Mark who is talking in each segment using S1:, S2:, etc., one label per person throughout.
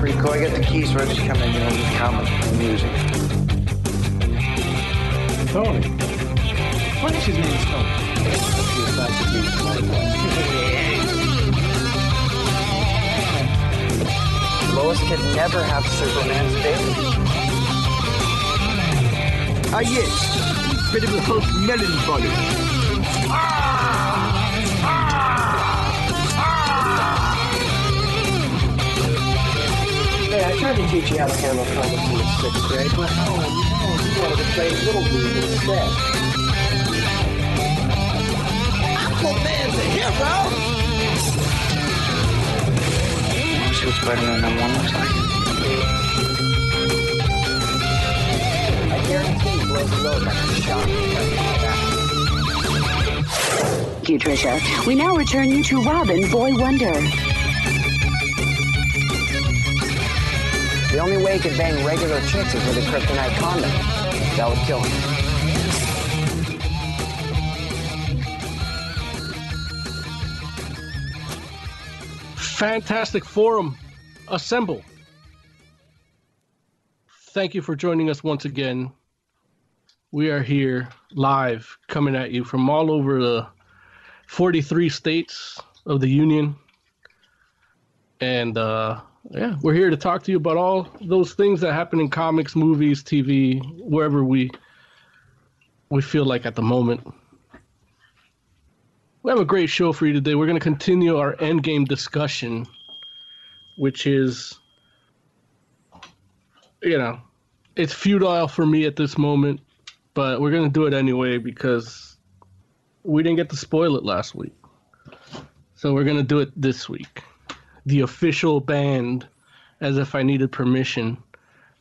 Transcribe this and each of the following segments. S1: Rico, I got the keys. We're just coming in and just comment on the music.
S2: Tony. What is his name, Tony?
S1: Lois could never have Superman's baby.
S3: Ah, yes. Incredible Hulk melon body.
S1: Hey, I tried to teach you how to handle comics in the sixth grade, but oh no, you wanted to play Little League instead.
S4: Aquaman's a hero!
S1: Want to see what Spider-Man number one looks like? I guarantee he blows the load like a shot.
S5: Thank you, Tricia. We now return you to Robin Boy Wonder.
S1: The only way he could bang regular chicks is with a kryptonite condom. That would kill him.
S2: Fantastic Forum. Assemble. Thank you for joining us once again. We are here live coming at you from all over the 43 states of the Union. And uh, yeah, we're here to talk to you about all those things that happen in comics, movies, TV, wherever we we feel like at the moment. We have a great show for you today. We're going to continue our endgame discussion, which is, you know, it's futile for me at this moment, but we're going to do it anyway because we didn't get to spoil it last week. So we're going to do it this week. The official ban, as if I needed permission,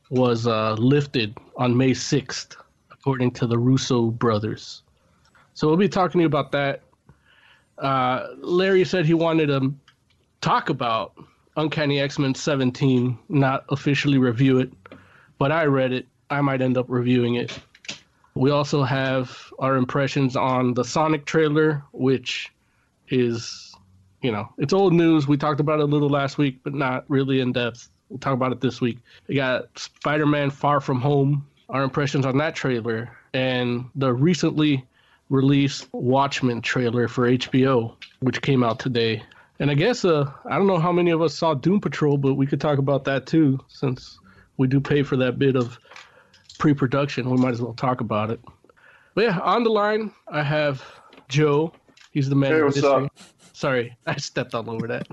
S2: was uh, lifted on May 6th, according to the Russo brothers. So we'll be talking to you about that uh, Larry said he wanted to talk about Uncanny X Men 17, not officially review it, but I read it. I might end up reviewing it. We also have our impressions on the Sonic trailer, which is, you know, it's old news. We talked about it a little last week, but not really in depth. We'll talk about it this week. We got Spider Man Far From Home, our impressions on that trailer, and the recently released Watchmen trailer for HBO, which came out today. And I guess uh, I don't know how many of us saw Doom Patrol, but we could talk about that too, since we do pay for that bit of pre-production. We might as well talk about it. But yeah, on the line I have Joe. He's the man.
S6: Hey,
S2: of
S6: what's
S2: mystery.
S6: up?
S2: Sorry, I stepped all over that.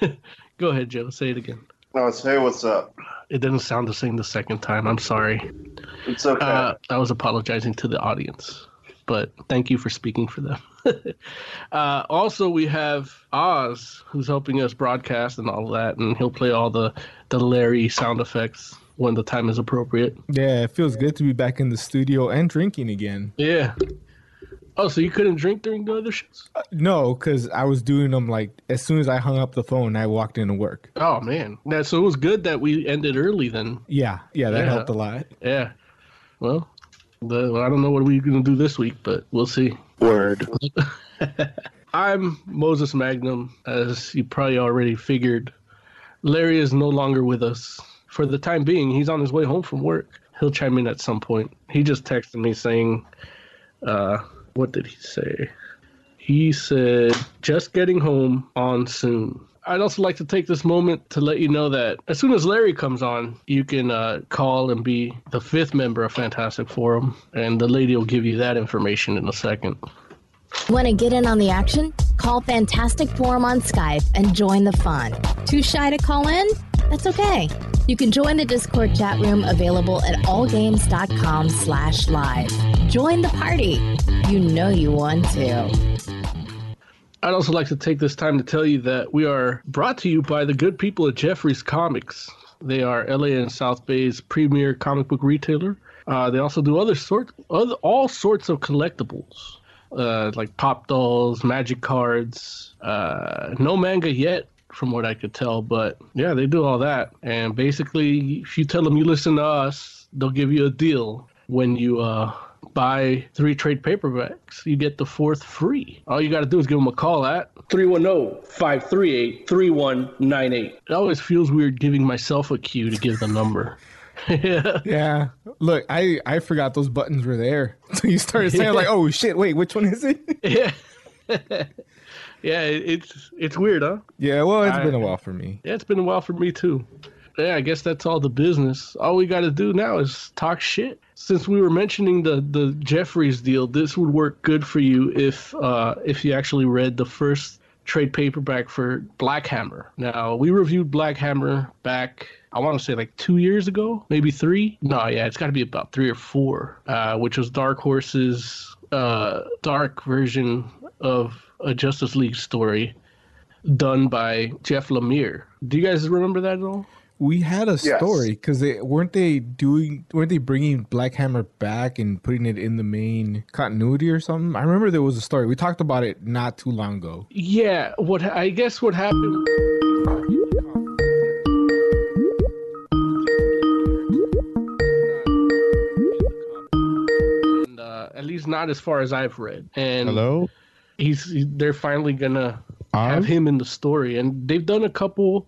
S2: Go ahead, Joe. Say it again.
S6: No, it's hey, what's up?
S2: It didn't sound the same the second time. I'm sorry.
S6: It's okay.
S2: Uh, I was apologizing to the audience, but thank you for speaking for them. uh, also, we have Oz, who's helping us broadcast and all that, and he'll play all the, the Larry sound effects when the time is appropriate.
S7: Yeah, it feels good to be back in the studio and drinking again.
S2: Yeah. Oh, so you couldn't drink during the other shows?
S7: No, because I was doing them like as soon as I hung up the phone, I walked into work.
S2: Oh, man. That, so it was good that we ended early then.
S7: Yeah, yeah, that
S2: Yeah.
S7: helped a lot.
S2: Yeah. Well, the, I don't know what we're going to do this week, but we'll see.
S6: Word.
S2: I'm Moses Magnum, as you probably already figured. Larry is no longer with us for the time being. He's on his way home from work. He'll chime in at some point. He just texted me saying, uh, what did he say? He said, just getting home on soon. I'd also like to take this moment to let you know that as soon as Larry comes on, you can uh, call and be the fifth member of Fantastic Forum, and the lady will give you that information in a second.
S8: Want to get in on the action? Call Fantastic Forum on Skype and join the fun. Too shy to call in? That's okay. You can join the Discord chat room available at allgames.com slash live. Join the party. You know you want to.
S2: I'd also like to take this time to tell you that we are brought to you by the good people at Jeffrey's Comics. They are LA and South Bay's premier comic book retailer. Uh, they also do other sort, other, all sorts of collectibles, uh, like pop dolls, magic cards. Uh, no manga yet, from what I could tell, but yeah, they do all that. And basically, if you tell them you listen to us, they'll give you a deal when you uh, buy three trade paperbacks, you get the fourth free. All you got to do is give them a call at oh, 310 538 3198. It always feels weird giving myself a cue to give the number. yeah.
S7: Yeah. Look, I I forgot those buttons were there. So you started saying like, "Oh shit, wait, which one is it?"
S2: Yeah. yeah, it- it's it's weird, huh?
S7: yeah, well, it's
S2: I-
S7: been a while for me.
S2: Yeah, it's been a while for me too. Yeah, I guess that's all the business. All we got to do now is talk shit. Since we were mentioning the the Jeffries deal, this would work good for you if uh, if you actually read the first trade paperback for Black Hammer. Now we reviewed Black Hammer back I want to say like two years ago, maybe three. No, yeah, it's got to be about three or four, uh, which was Dark Horse's uh, dark version of a Justice League story done by Jeff Lemire. Do you guys remember that at all?
S7: We had a story because they weren't they doing weren't they bringing Black Hammer back and putting it in the main continuity or something? I remember there was a story we talked about it not too long ago.
S2: Yeah, what I guess what happened and, uh, at least not as far as I've read. And
S9: Hello?
S2: he's he- they're finally gonna
S9: Arv?
S2: have him in the story, and they've done a couple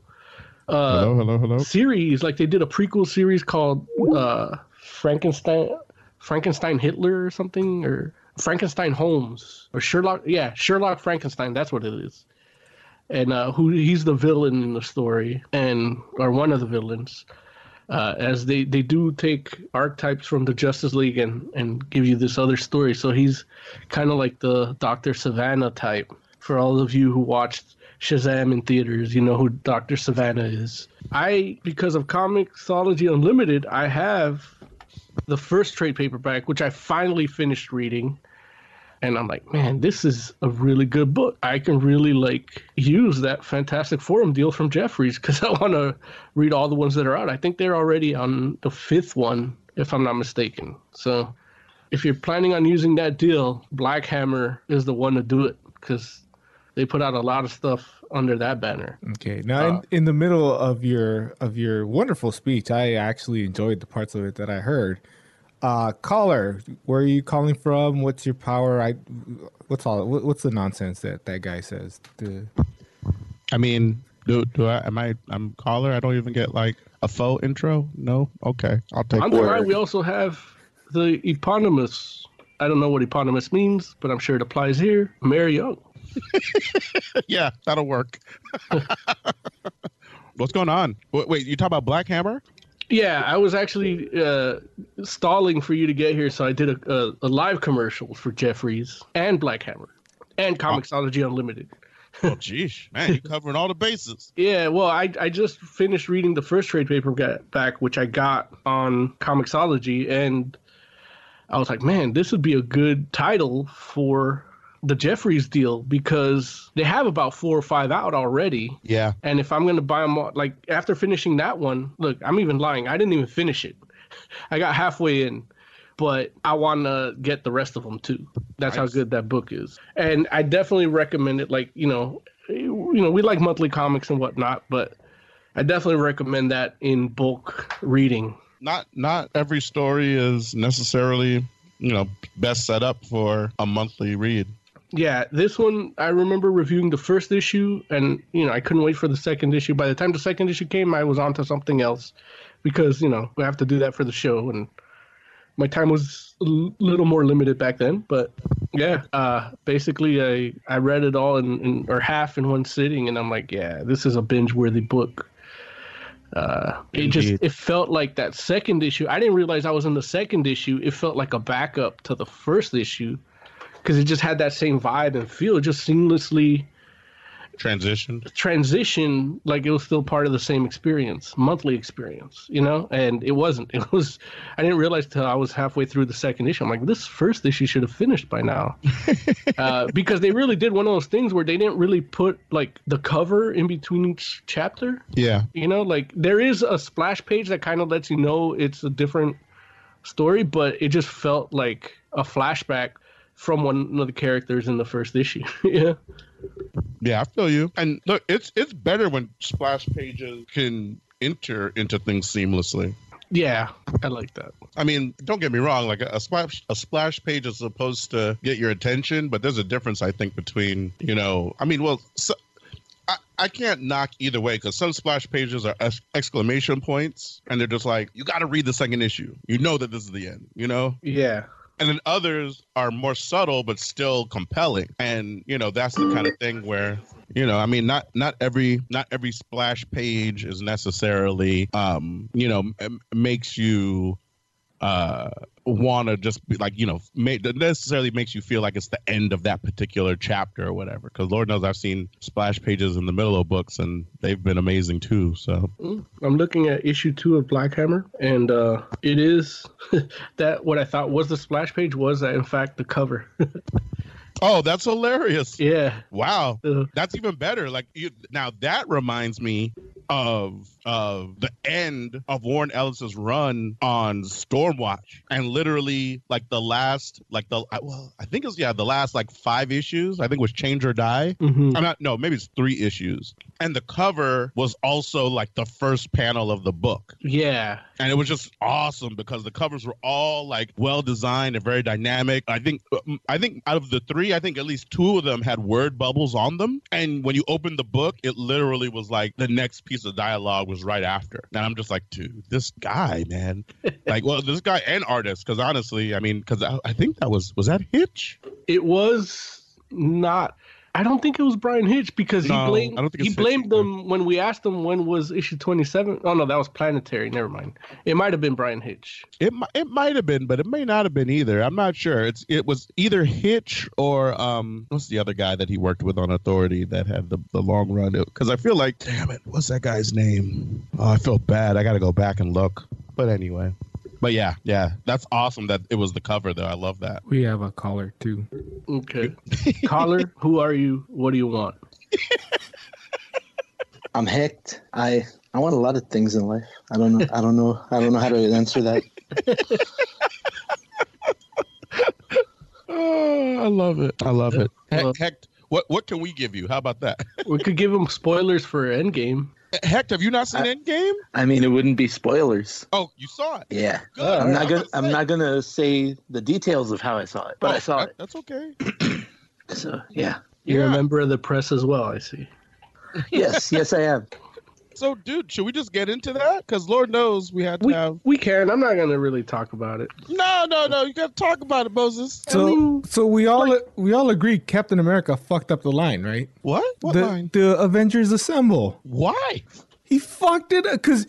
S2: uh,
S9: hello, hello, hello.
S2: series. Like they did a prequel series called uh, Frankenstein, Frankenstein Hitler or something, or Frankenstein Holmes or Sherlock. Yeah, Sherlock Frankenstein. That's what it is. And uh, who he's the villain in the story, and or one of the villains. Uh, as they, they do take archetypes from the Justice League and, and give you this other story. So he's kind of like the Dr. Savannah type. For all of you who watched Shazam in theaters, you know who Dr. Savannah is. I, because of Comicsology Unlimited, I have the first trade paperback, which I finally finished reading. And I'm like, man, this is a really good book. I can really like use that Fantastic Forum deal from Jeffries because I want to read all the ones that are out. I think they're already on the fifth one, if I'm not mistaken. So if you're planning on using that deal, Black Hammer is the one to do it because they put out a lot of stuff under that banner.
S7: Okay. Now,
S9: Uh,
S7: in, in the middle of your of your wonderful speech, I actually enjoyed the parts of it that I heard. Uh, caller, where are you calling from? What's your power? I, what's all? What, what's the nonsense that that guy says? The,
S9: I mean, do do I am I I'm caller? I don't even get like a faux intro? No? Okay. I'll take
S2: On
S9: it.
S2: the right, we also have the eponymous. I don't know what eponymous means, but I'm sure it applies here. Mary Young.
S9: yeah, that'll work. What's going on? Wait, wait, you talk about Black Hammer?
S2: Yeah, I was actually uh, stalling for you to get here, so I did a, a, a live commercial for Jeffries and Black Hammer and Comixology Unlimited.
S9: Oh geez. Man, you covering all the bases.
S2: Yeah, well, I, I just finished reading the first trade paperback, which I got on Comixology, and I was like, man, this would be a good title for the Jeffries deal because they have about four or five out already.
S9: Yeah.
S2: And if I'm gonna buy them all, like after finishing that one, look, I'm even lying. I didn't even finish it. I got halfway in, but I wanna get the rest of them too. That's how good that book is. And I definitely recommend it. Like you know, you know, we like monthly comics and whatnot, but I definitely recommend that in bulk reading.
S9: Not not every story is necessarily, you know, best set up for a monthly read.
S2: Yeah, this one I remember reviewing the first issue, and you know I couldn't wait for the second issue. By the time the second issue came, I was onto something else, because you know we have to do that for the show, and my time was a l- little more limited back then. But yeah, uh, basically I I read it all in, in or half in one sitting, and I'm like, yeah, this is a binge worthy book. Uh, it just
S9: Indeed.
S2: it felt like that second issue. I didn't realize I was in the second issue. It felt like a backup to the first issue because it just had that same vibe and feel. It just seamlessly
S9: Transition.
S2: transitioned like it was still part of the same experience, monthly experience, you know? And it wasn't. It was, I didn't realize till I was halfway through the second issue. I'm like, this first issue should have finished by now. uh, because they really did one of those things where they didn't really put like the cover in between each chapter.
S9: Yeah.
S2: You know, like there is a splash page that kind of lets you know it's a different story, but it just felt like a flashback from one of the characters in the first issue. yeah.
S9: Yeah, I feel you. And look, it's it's better when splash pages can enter into things seamlessly.
S2: Yeah, I like that.
S9: I mean, don't get me wrong. Like a, a splash, a splash page is supposed to get your attention, but there's a difference, I think, between you know. I mean, well, so, I, I can't knock either way because some splash pages are ex- exclamation points, and they're just like, you got to read the second issue. You know that this is the end. You know,
S2: Yeah.
S9: and then others are more subtle but still compelling and you know that's the kind of thing where you know i mean not not every not every splash page is necessarily um you know m- makes you uh want to just be like you know ma- that necessarily makes you feel like it's the end of that particular chapter or whatever because lord knows i've seen splash pages in the middle of books and they've been amazing too so
S2: I'm looking at issue two of Black Hammer, and uh, it is that what I thought was the splash page was, that in fact, the cover.
S9: oh that's hilarious
S2: yeah.
S9: wow
S2: Uh,
S9: That's even better. Like you, now that reminds me of of the end of Warren Ellis's run on Stormwatch, and literally like the last, like the I- well, I think it was yeah, the last like five issues. I think was Change or Die.
S2: mhm.
S9: I'm not no, maybe it's three issues, and the cover was also like the first panel of the book
S2: Yeah.
S9: and it was just awesome because the covers were all like well designed and very dynamic. I think um, I think out of the three, I think at least two of them had word bubbles on them, and when you opened the book, it literally was like the next piece of dialogue was right after. And I'm just like, dude, this guy, man, like, well, this guy and artist, because honestly, I mean, because I, I think that was was that Hitch.
S2: It was not. I don't think it was Brian Hitch because
S9: No,
S2: he blamed
S9: I don't think
S2: he
S9: it's Hitch
S2: blamed
S9: either.
S2: them when we asked him when was issue 27. Oh no, that was Planetary. Never mind. It might have been Brian Hitch.
S9: It mi- it might have been, but it may not have been either. I'm not sure. It's it was either Hitch or um what's the other guy that he worked with on Authority that had the, the long run? Because I feel like damn it, what's that guy's name? Oh, I feel bad. I got to go back and look. But anyway, but yeah, yeah, that's awesome that it was the cover though. I love that.
S7: We have a caller too.
S2: Okay. Caller, who are you? What do you want?
S4: I'm hacked. I I want a lot of things in life. I don't know. I don't know. I don't know how to answer that.
S9: Oh, I love it. I love it. Heck,
S2: Well-
S9: heck, what what can we give you? How about that?
S2: We could give him spoilers for Endgame.
S9: Heck, have you not seen
S4: I-
S9: Endgame?
S4: I mean, it wouldn't be spoilers.
S9: Oh, you saw it.
S4: Yeah.
S9: Good.
S4: I'm not
S9: I'm
S4: gonna.
S9: gonna
S4: I'm
S9: say.
S4: not gonna say the details of how I saw it, but I
S9: Oh,
S4: saw
S9: that-
S4: it.
S9: That's okay.
S4: So yeah.
S2: You're a
S9: Yeah.
S2: member of the press as well, I see.
S4: Yes. Yes, I am.
S9: So, dude, should we just get into that? Because Lord knows we had to
S2: We,
S9: have.
S2: we can. I'm not going to really talk about it.
S9: No, no, no. You got to talk about it, Moses.
S7: So so we all we all agree Captain America fucked up the line, right?
S9: What? What
S7: the,
S9: line?
S7: the Avengers assemble.
S9: Why?
S7: He fucked it because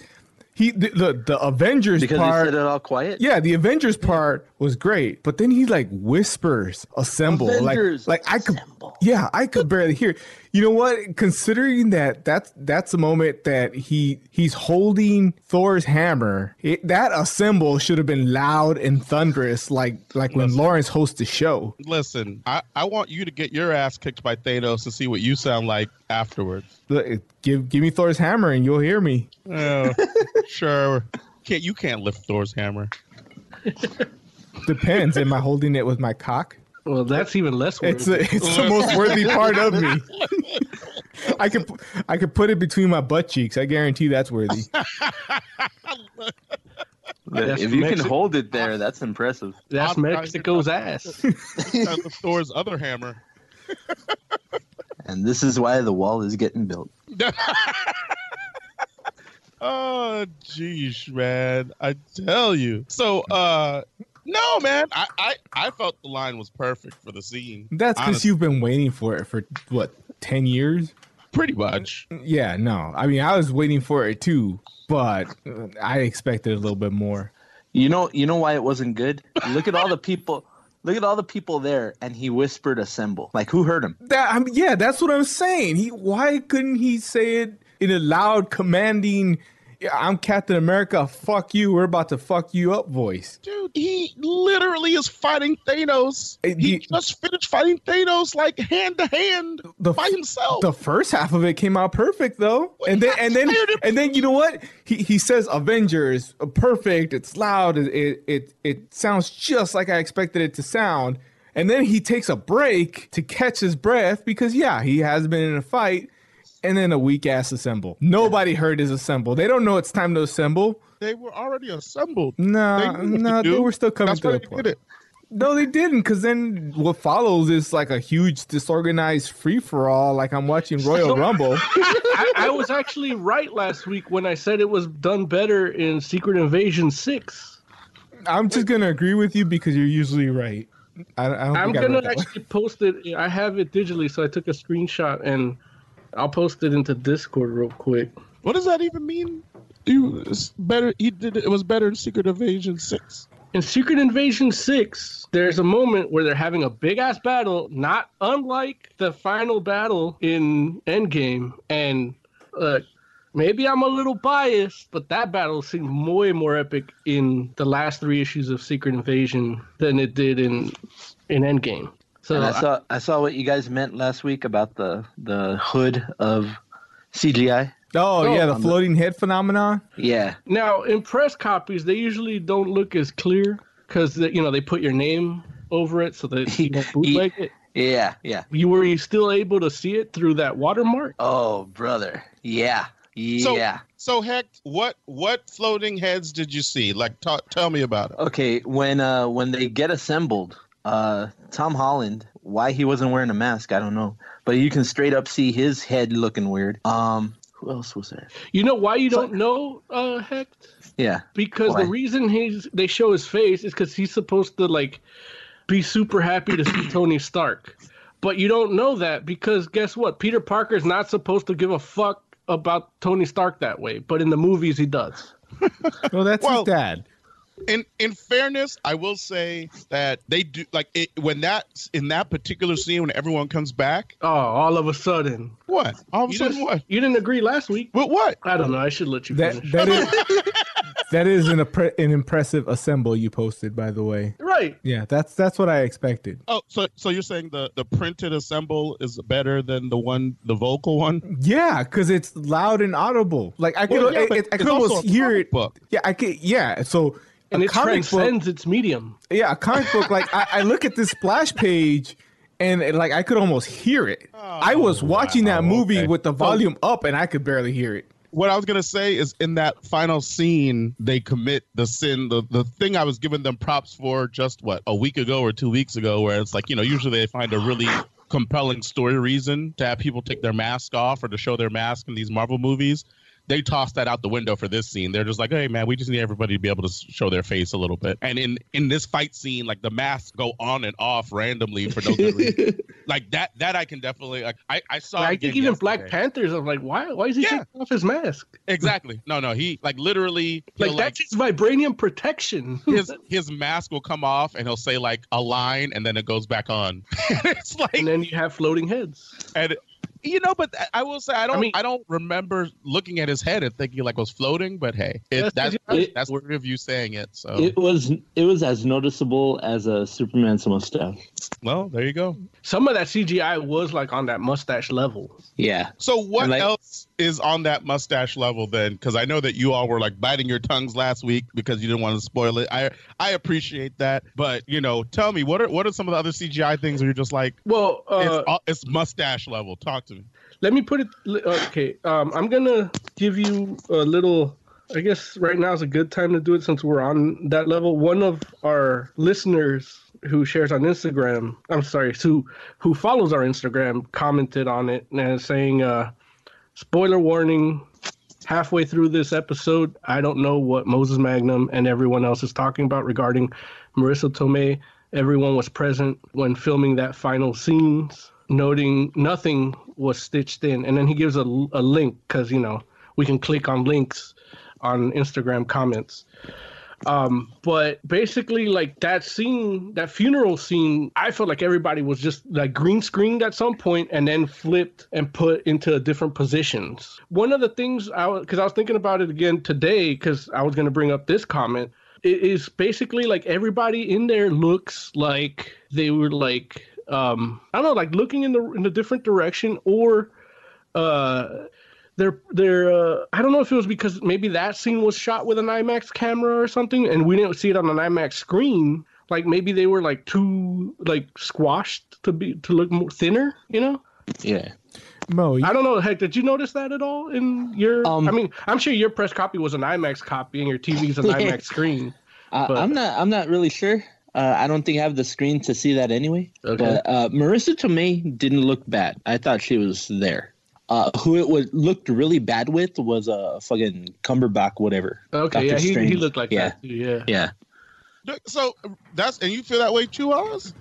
S7: he the the, the Avengers
S4: Because
S7: part.
S4: he said it all quiet.
S7: yeah, the Avengers part was great, but then he like whispers assemble,
S4: Avengers
S7: like like I could
S4: assemble.
S7: yeah I could barely hear. You know what? Considering that that's that's a moment that he he's holding Thor's hammer. It, that assemble should have been loud and thunderous, like like when Lawrence hosts the show.
S9: Listen, I, I want you to get your ass kicked by Thanos to see what you sound like afterwards.
S7: Look, Give give me Thor's hammer and you'll hear me.
S9: Oh, sure. Can't you can't lift Thor's hammer?
S7: Depends. Am I holding it with my cock?
S2: Well, that's even less worthy.
S7: It's the, it's the most worthy part of me. I could pu- I could put it between my butt cheeks. I guarantee that's worthy.
S2: That's
S10: if you
S2: Mexi-
S10: can hold it there, that's impressive.
S2: that's
S9: I'm-
S2: Mexico's ass.
S9: I lift Thor's other hammer.
S10: And this is why the wall is getting built.
S9: Oh, jeez, man. I tell you. So, uh, no, man. I, I, I felt the line was perfect for the scene.
S7: That's because
S9: Honestly,
S7: you've been waiting for it for what ten years?
S9: pretty much.
S7: Yeah, no. I mean, I was waiting for it too, but uh, I expected a little bit more.
S10: You know, you know why
S4: It wasn't good. Look at all the people. Look at all the people there, and he whispered assemble. Like who heard him?
S7: That I mean, yeah, that's what I'm saying. He why couldn't he say it in a loud, commanding? "Yeah, I'm Captain America. Fuck you. We're about to fuck you up. Voice.
S9: Dude, he literally is fighting Thanos.
S7: Hey,
S9: he
S7: you-
S9: just finished fighting Thanos like hand to hand
S7: The
S9: by himself.
S7: The first half of it came out perfect though, and then and then and then you know what? He he says Avengers uh, perfect. It's loud. It, it it it sounds just like I expected it to sound. And then he takes a break to catch his breath because yeah, he has been in a fight. and then a weak ass assemble. Nobody heard his assemble. They don't know it's time to assemble.
S9: They were already assembled. They
S7: No,
S9: knew what to
S7: no, they
S9: do.
S7: were still coming
S9: That's why
S7: to the
S9: they did
S7: point.
S9: it.
S7: No, they didn't, because then what follows is like a huge disorganized free for all. Like I'm watching Royal Rumble.
S2: I, I was actually right last week when I said it was done better in Secret Invasion 6.
S7: I'm just gonna agree with you because you're usually right. I, I don't
S2: I'm
S7: think I read
S2: gonna
S7: that one.
S2: actually post it. I have it digitally, so I took a screenshot and I'll post it into Discord real quick.
S9: What does that even mean? You it's better. He did. It It was better in Secret Invasion Six.
S2: In Secret Invasion 6, there's a moment where they're having a big ass battle, not unlike the final battle in Endgame. And uh, maybe I'm a little biased, but that battle seemed way more epic in the last three issues of Secret Invasion than it did in in Endgame. So
S4: And I
S2: I,
S4: saw I saw what you guys meant last week about the the hood of CGI.
S7: Oh,
S2: No,
S7: yeah, the
S4: I'm not-
S7: floating head phenomenon.
S4: Yeah,
S2: now in press copies, they usually don't look as clear because you know they put your name over it so that you don't bootleg it.
S4: yeah, yeah.
S2: You were you still able to see it through that watermark?
S4: Oh, brother. Yeah,
S9: So,
S4: yeah.
S9: So heck, what what floating heads did you see? Like, ta tell me about it.
S4: okay, when uh when they get assembled, uh Tom Holland, why he wasn't wearing a mask, I don't know, but you can straight up see his head looking weird. Um, who else was there?
S2: You know why you don't know, uh, Hecht?
S4: Yeah,
S2: Because
S4: Why?
S2: the reason he's they show his face is because he's supposed to like be super happy to see Tony Stark, but you don't know that because guess what? Peter Parker's not supposed to give a fuck about Tony Stark that way, but in the movies he does.
S7: Well, that's
S9: Well-
S7: his dad.
S9: In in fairness, I will say that they do like it, when that in that particular scene when everyone comes back.
S2: Oh, all of a sudden,
S9: What all of a
S2: you
S9: sudden?
S2: didn't,
S9: What?
S2: you didn't agree last week.
S9: What? What?
S2: I don't know. I should let you
S7: That
S2: finish.
S7: that is that is an appre- an impressive assemble you posted, by the way.
S2: right.
S7: Yeah, that's that's what I expected.
S9: Oh, so so you're saying the the printed assemble is better than the one the vocal one?
S7: Yeah, because it's loud and audible. Like I could,
S9: Well, yeah,
S7: I-
S9: but
S7: I, I
S9: it's
S7: could
S9: also
S7: almost
S9: a
S7: hear
S9: comic
S7: it.
S9: book.
S7: Yeah, I could. Yeah, so
S2: And
S7: a
S2: it
S7: comic book.
S2: transcends its medium.
S7: Yeah, a comic book. Like I, I look at this splash page, and it, like I could almost hear it. I was watching that
S9: Oh, wow,
S7: movie
S9: okay. Oh.
S7: with the volume up, and I could barely hear it.
S9: What I was gonna say is in that final scene they commit the sin the the thing I was giving them props for just what a week ago or two weeks ago where it's like you know usually they find a really compelling story reason to have people take their mask off or to show their mask in these Marvel movies. They toss that out the window for this scene. They're just like, hey man, we just need everybody to be able to s- show their face a little bit. And in in this fight scene, like the masks go on and off randomly for no good reason. like that that I can definitely like, I Oh, I saw. it
S2: I
S9: again
S2: think even Black
S9: yesterday.
S2: Panthers. I'm like, why? Why is he
S9: Yeah.
S2: taking off his mask?
S9: Exactly. No, no. He like literally he'll,
S2: Like, that's his vibranium protection.
S9: his his mask will come off and he'll say like a line and then it goes back on. it's like
S2: and then you have floating heads.
S9: and you know, but I- I will say I don't I,
S2: mean-
S9: don't remember looking at his head and thinking like was floating, but hey, it,
S2: That's 'cause
S9: that's
S2: you-
S9: that's the review saying it. So
S4: it was it was as noticeable as a Superman's mustache.
S9: well, there you go.
S2: Some of that CGI was like on that mustache level.
S4: Yeah,
S9: So what
S4: And, like-
S9: else is on that mustache level then? Because I know that you all were like biting your tongues last week because you didn't want to spoil it. I I appreciate that, but you know, tell me what are what are some of the other CGI things where you're just like
S2: Well, uh,
S9: it's, all- it's mustache level. Talk to me.
S2: let me put it. li- Okay, um, I'm gonna give you a little. I guess right now is a good time to do it since we're on that level. One of our listeners who shares on Instagram, I'm sorry, who who follows our Instagram, commented on it and saying, uh, "Spoiler warning." Halfway through this episode, I don't know what Moses Magnum and everyone else is talking about regarding Marissa Tomei. Everyone was present when filming that final scenes, noting nothing was stitched in. And then he gives a, a link because, you know, we can click on links on Instagram comments. Um, but basically, like that scene, that funeral scene, I felt like everybody was just like green screened at some point and then flipped and put into different positions. One of the things I was, because I was thinking about it again today, because I was going to bring up this comment, it is basically like everybody in there looks like they were like, um, I don't know, like looking in the in a different direction or, uh, they're they're uh, I don't know if it was because maybe that scene was shot with an IMAX camera or something, and we didn't see it on an IMAX screen. Like maybe they were like too like squashed to be to look more thinner, you know?
S4: yeah.
S7: Mo,
S2: I don't know. Heck, did you notice that at all in your? I mean, I'm sure your press copy was an IMAX copy and your TV's an
S4: Yeah.
S2: IMAX screen.
S4: Uh,
S2: But-
S4: I'm not. I'm not really sure. Uh, I don't think I have the screen to see that anyway.
S2: Okay.
S4: But uh, Marissa Tomei didn't look bad. I thought she was there. Uh, who it was looked really bad with was uh, fucking Cumberbatch, whatever. Dr.
S2: Okay, yeah, he, he
S4: Strange.
S2: looked like
S4: yeah.
S2: that. Too, yeah.
S4: Yeah.
S9: So that's and you feel that way two hours?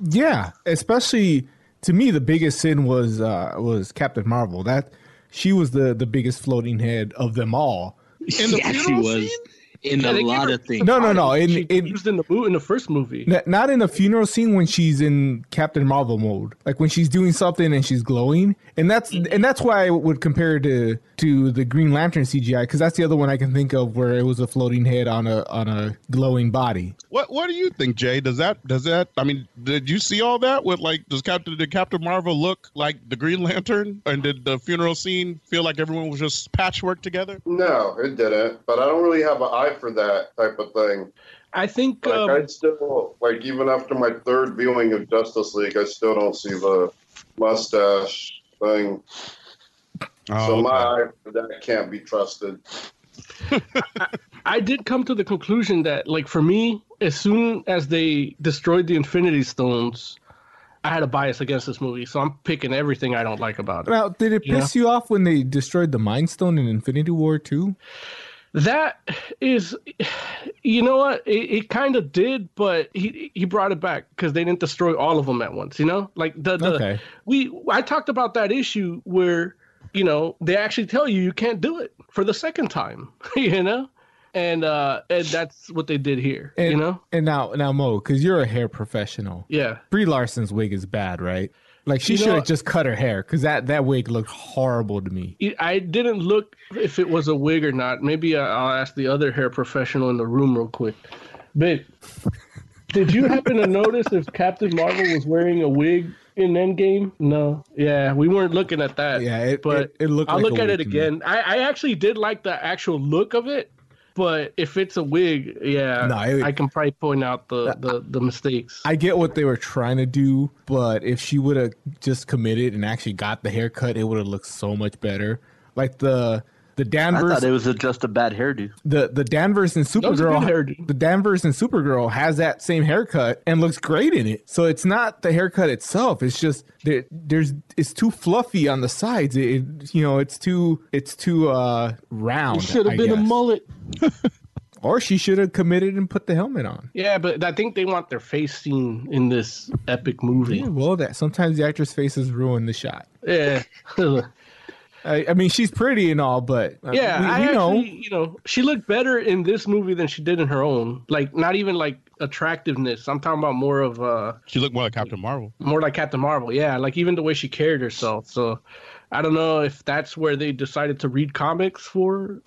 S7: Yeah, especially to me, the biggest sin was uh, was Captain Marvel. That she was the the biggest floating head of them all.
S9: In the
S4: Yeah, she
S9: funeral
S4: was
S9: scene?
S4: in
S2: Yeah,
S4: a
S2: they gave
S4: lot
S2: her-
S4: of things.
S7: No, no, no. In,
S2: She
S7: in
S2: used in the mo- in the first movie.
S7: n- not in the funeral scene when she's in Captain Marvel mode, like when she's doing something and she's glowing, and that's
S2: Mm-hmm.
S7: and that's why I would compare it to to the Green Lantern CGI because that's the other one I can think of where it was a floating head on a on a glowing body.
S9: What What do you think, Jay? Does that does that? I mean, did you see all that? With like, does Captain did Captain Marvel look like the Green Lantern? And did the funeral scene feel like everyone was just patchwork together?
S6: No, it didn't. But I don't really have an eye for that type of thing.
S2: I think
S6: Like
S2: um,
S6: I still like even after my third viewing of Justice League, I still don't see the mustache thing. so
S2: Oh,
S9: okay.
S6: my eye for that can't be trusted.
S2: I did come to the conclusion that, like, for me, as soon as they destroyed the Infinity Stones, I had a bias against this movie. So I'm picking everything I don't like about it.
S7: Now, did it piss you off when they destroyed the Mind Stone in Infinity War too?
S2: That is, you know what? It, it kind of did, but he he brought it back because they didn't destroy all of them at once. You know, like the, the
S7: Okay.
S2: we I talked about that issue where you know they actually tell you you can't do it for the second time. You know, and uh and that's what they did here.
S7: And,
S2: you know,
S7: and now, now Mo, because you're a hair professional,
S2: yeah.
S7: Brie Larson's wig is bad, right? Like she
S2: You know-
S7: should have just cut her hair because that that wig looked horrible to me.
S2: it- I didn't look if it was a wig or not. Maybe I- I'll ask the other hair professional in the room real quick. But did you happen to notice if Captain Marvel was wearing a wig in Endgame? No. Yeah, we weren't looking at that.
S7: Yeah, it
S2: Uh, but
S7: it, it looked.
S2: I'll
S7: like a
S2: look at
S7: wig
S2: it
S7: to me.
S2: again. I, I actually did like the actual look of it, but if it's a wig, yeah,
S7: No, it-
S2: I can probably point out the, the, the mistakes.
S7: I get what they were trying to do, but if she would have just committed and actually got the haircut, it would have looked so much better. Like the the
S4: I
S7: Danvers,
S4: thought it was a, just a bad hairdo.
S7: the the Danvers and
S2: That was a
S7: Supergirl
S2: good hairdo.
S7: the Danvers and Supergirl has that same haircut and looks great in it. So it's not the haircut itself. It's just there, there's it's too fluffy on the sides. It, it- you know it's too it's too uh round.
S4: Should
S7: I
S4: have been a
S7: guess.
S4: mullet.
S7: Or she should have committed and put the helmet on.
S2: Yeah, but I think they want their face seen in this epic movie.
S7: Yeah, well, that sometimes the actress' faces ruin the shot.
S2: Yeah.
S7: I, I mean, she's pretty and all, but uh,
S2: yeah,
S7: we,
S2: I
S7: we
S2: actually,
S7: know.
S2: you know, she looked better in this movie than she did in her own. Like, not even like attractiveness. I'm talking about more of uh,
S9: She looked more like Captain Marvel.
S2: more like Captain Marvel. Yeah, like even the way she carried herself. So, I don't know if that's where they decided to read comics for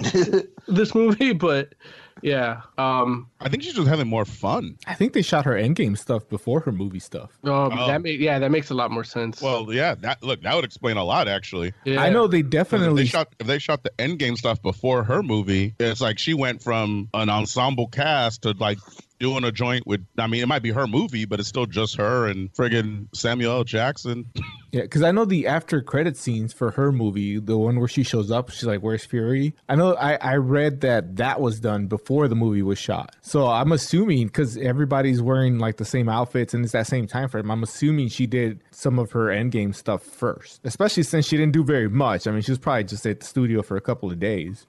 S2: this movie, but yeah. Um,
S9: I think she's just having more fun.
S7: I think they shot her Endgame stuff before her movie stuff.
S2: um that ma- yeah, that makes a lot more sense.
S9: Well, yeah, that look that would explain a lot actually.
S2: yeah.
S7: I know they
S9: 'Cause If they
S7: definitely
S9: shot if they shot the Endgame stuff before her movie, it's like she went from an ensemble cast to like doing a joint with. I mean, it might be her movie, but it's still just her and friggin' Samuel L. Jackson.
S7: Yeah, because I know the after credit scenes for her movie, the one where she shows up, she's like, "Where's Fury?" I know I I read that that was done before the movie was shot, so I'm assuming because everybody's wearing like the same outfits and it's that same time frame. I'm assuming she did some of her Endgame stuff first, especially since she didn't do very much. I mean, she was probably just at the studio for a couple of days.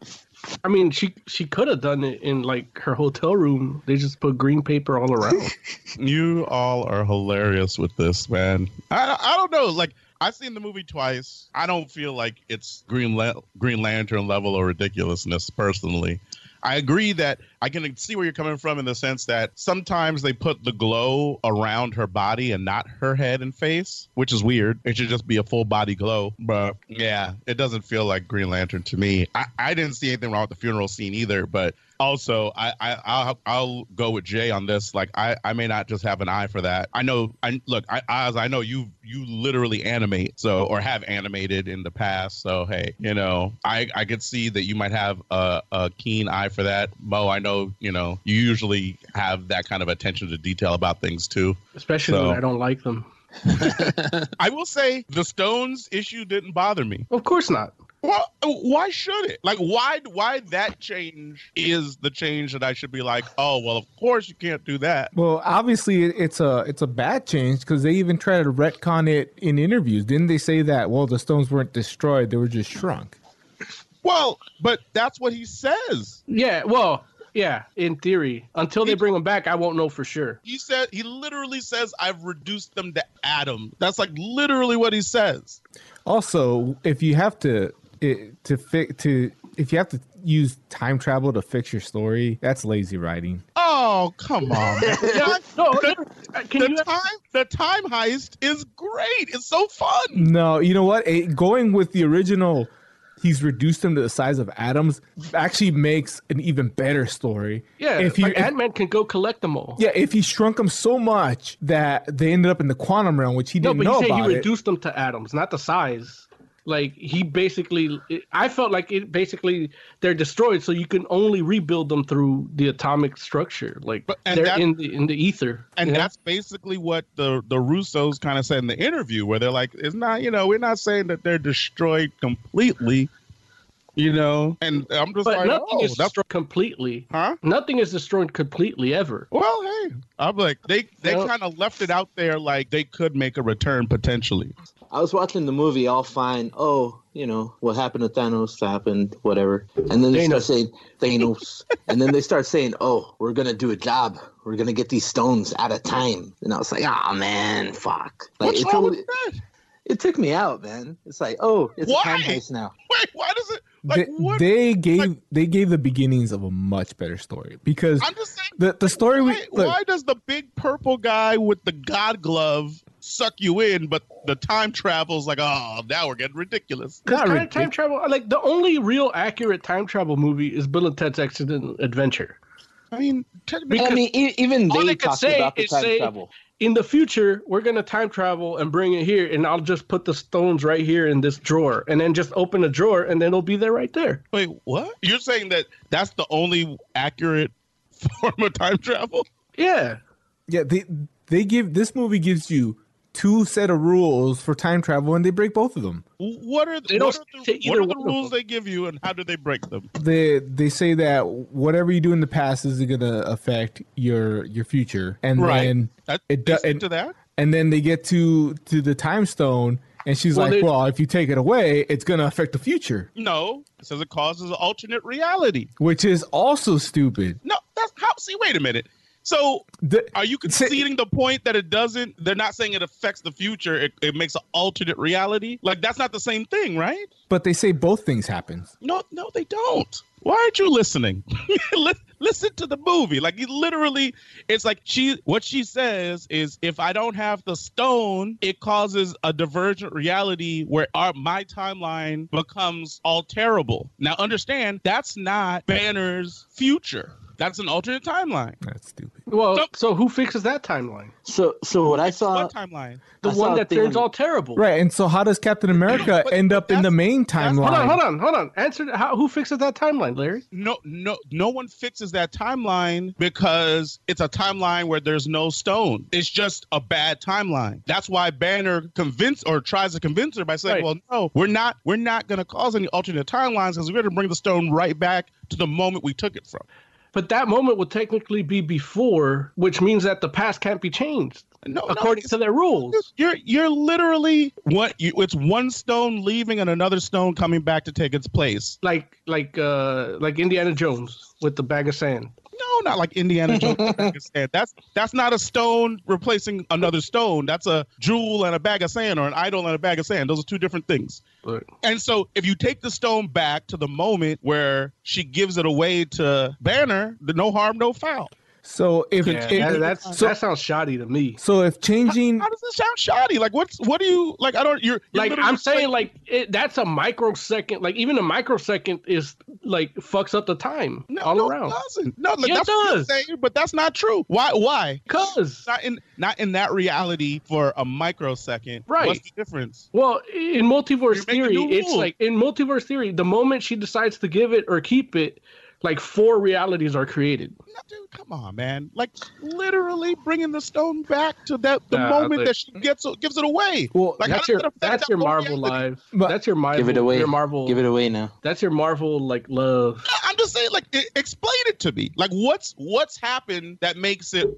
S2: I mean, she she could have done it in like her hotel room. They just put green paper all around.
S9: You all are hilarious with this, man. I I don't know. Like I've seen the movie twice. I don't feel like it's Green La- Green Lantern level or ridiculousness personally. I agree that I can see where you're coming from in the sense that sometimes they put the glow around her body and not her head and face, which is weird. It should just be a full body glow. But yeah, it doesn't feel like Green Lantern to me. I, I didn't see anything wrong with the funeral scene either, but also I, I I'll, I'll go with Jay on this. Like I, I may not just have an eye for that. I know. I look. I Oz. I know you you literally animate so or have animated in the past. So hey, you know I I could see that you might have a, a keen eye for that. Mo, I know you know you usually have that kind of attention to detail about things too.
S2: especially
S9: So-
S2: when I don't like them.
S9: I will say the Stones issue didn't bother me.
S2: Of course not.
S9: Well, why should it? Like, why? Why that change is the change that I should be like, oh, well, of course you can't do that.
S7: Well, obviously it's a it's a bad change because they even tried to retcon it in interviews. Didn't they say that? Well, the stones weren't destroyed; they were just shrunk.
S9: Well, but that's what he says.
S2: Yeah. Well, yeah. In theory, until they bring them back, I won't know for sure.
S9: He said he literally says, "I've reduced them to atom." That's like literally what he says.
S7: Also, if you have to it, to fix to if you have to use time travel to fix your story, that's lazy writing.
S9: Oh come on! yeah, no, the, the time the time heist is great. It's so fun.
S7: No, you know what? It, going with the original, he's reduced them to the size of atoms. Actually, makes an even better story.
S2: Yeah, if he, like Ant Man can go collect them all.
S7: Yeah, if he shrunk them so much that they ended up in the quantum realm, which he didn't no, but know
S2: he
S7: said about.
S2: He reduced it. them to atoms, not the size like he basically i felt like it basically they're destroyed so you can only rebuild them through the atomic structure like but, they're that, in the in the ether
S9: and yeah. that's basically what the the russos kind of said in the interview where they're like it's not you know we're not saying that they're destroyed completely you know and i'm just
S2: but
S9: like
S2: nothing
S9: oh,
S2: is destroyed completely huh nothing is destroyed completely ever
S9: well hey i'm like they they you know? kind of left it out there like they could make a return potentially
S4: i was watching the movie all fine oh you know what happened to thanos happened whatever and then they thanos. start saying thanos and then they start saying oh we're gonna do a job we're gonna get these stones out of time and i was like oh man fuck like,
S9: What's wrong with that?
S4: it took me out, man. It's like, oh, it's
S9: why?
S4: a time heist now.
S9: Wait, why does it? Like,
S7: they, what, they gave like, they gave the beginnings of a much better story because
S9: I'm just saying,
S7: the the story.
S9: Why,
S7: we, look,
S9: why does the big purple guy with the god glove suck you in, but the time travel's like, oh, now we're getting ridiculous.
S2: Because kind of time travel, like the only real accurate time travel movie is Bill and Ted's Excellent Adventure.
S9: I mean,
S4: because I mean, e-, even they, they talked about the time say, travel
S2: in the future, we're going to time travel and bring it here, and I'll just put the stones right here in this drawer, and then just open the drawer, and then it'll be there right there.
S9: Wait, what? You're saying that that's the only accurate form of time travel?
S2: Yeah.
S7: Yeah, they they give this movie gives you two set of rules for time travel, and they break both of them.
S9: What are the, what are the, what are the rules they give you, and how do they break them?
S7: They they say that whatever you do in the past is going to affect your your future, and
S9: right.
S7: then
S9: that, it does to that.
S7: And then they get to to the time stone, and she's well, like, they, "Well, if you take it away, it's going to affect the future."
S9: No, it says it causes an alternate reality,
S7: which is also stupid.
S9: No, that's how. See, wait a minute. So, the, are you conceding say, the point that it doesn't? They're not saying it affects the future. It, it makes an alternate reality. Like that's not the same thing, right?
S7: But they say both things happen.
S9: No, no, they don't. Why aren't you listening? Listen to the movie. Like you literally, it's like she. What she says is, if I don't have the stone, it causes a divergent reality where our my timeline becomes all terrible. Now, understand that's not Banner's future. That's an alternate timeline.
S7: That's stupid.
S2: Well, so, so, who fixes that timeline?
S4: So, so what I saw.
S9: What timeline?
S2: The I one that turns all terrible.
S7: Right, and so how does Captain America but, end up in the main timeline?
S2: Hold on, hold on, hold on. Answer. How, who fixes that timeline, Larry?
S9: No, no, no one fixes that timeline because it's a timeline where there's no stone. It's just a bad timeline. That's why Banner convince or tries to convince her by saying, right. "Well, no, we're not. We're not going to cause any alternate timelines because we're going to bring the stone right back to the moment we took it from."
S2: but that moment would technically be before, which means that the past can't be changed. No, according no, to their rules.
S9: You're you're literally what you, it's one stone leaving and another stone coming back to take its place.
S2: Like like uh like Indiana Jones with the bag of sand.
S9: No, not like Indiana Jones. that's that's not a stone replacing another stone. That's a jewel and a bag of sand, or an idol and a bag of sand. Those are two different things. Right. And so, if you take the stone back to the moment where she gives it away to Banner, the no harm, no foul.
S7: So if
S2: yeah, it, that, that's, so, that sounds shoddy to me.
S7: So if changing,
S9: how, how, does this sound shoddy? Like what's what do you like? I don't. You're, you're
S2: like I'm saying like, like it, that's a microsecond. Like even a microsecond is like fucks up the time
S9: no,
S2: all
S9: no,
S2: around.
S9: It doesn't. No, like, that's does. Saying, but that's not true. Why? Why?
S2: Because
S9: not in not in that reality for a microsecond.
S2: Right.
S9: What's the difference?
S2: Well, in multiverse you're theory, it's like in multiverse theory, the moment she decides to give it or keep it, Like four realities are created.
S9: Come on, man. Like literally bringing the stone back to that the
S2: Nah,
S9: moment
S2: like-
S9: that she gets gives it away.
S2: Well,
S9: like, how
S2: that's
S9: does
S2: your
S9: it affect
S2: that's
S9: that
S2: your
S9: whole
S2: Marvel
S9: reality?
S2: life. That's your Marvel.
S4: give it away.
S2: Your Marvel.
S4: Give it away now.
S2: That's your Marvel like love.
S9: I'm just saying, like, e- explain it to me. Like, what's what's happened that makes it?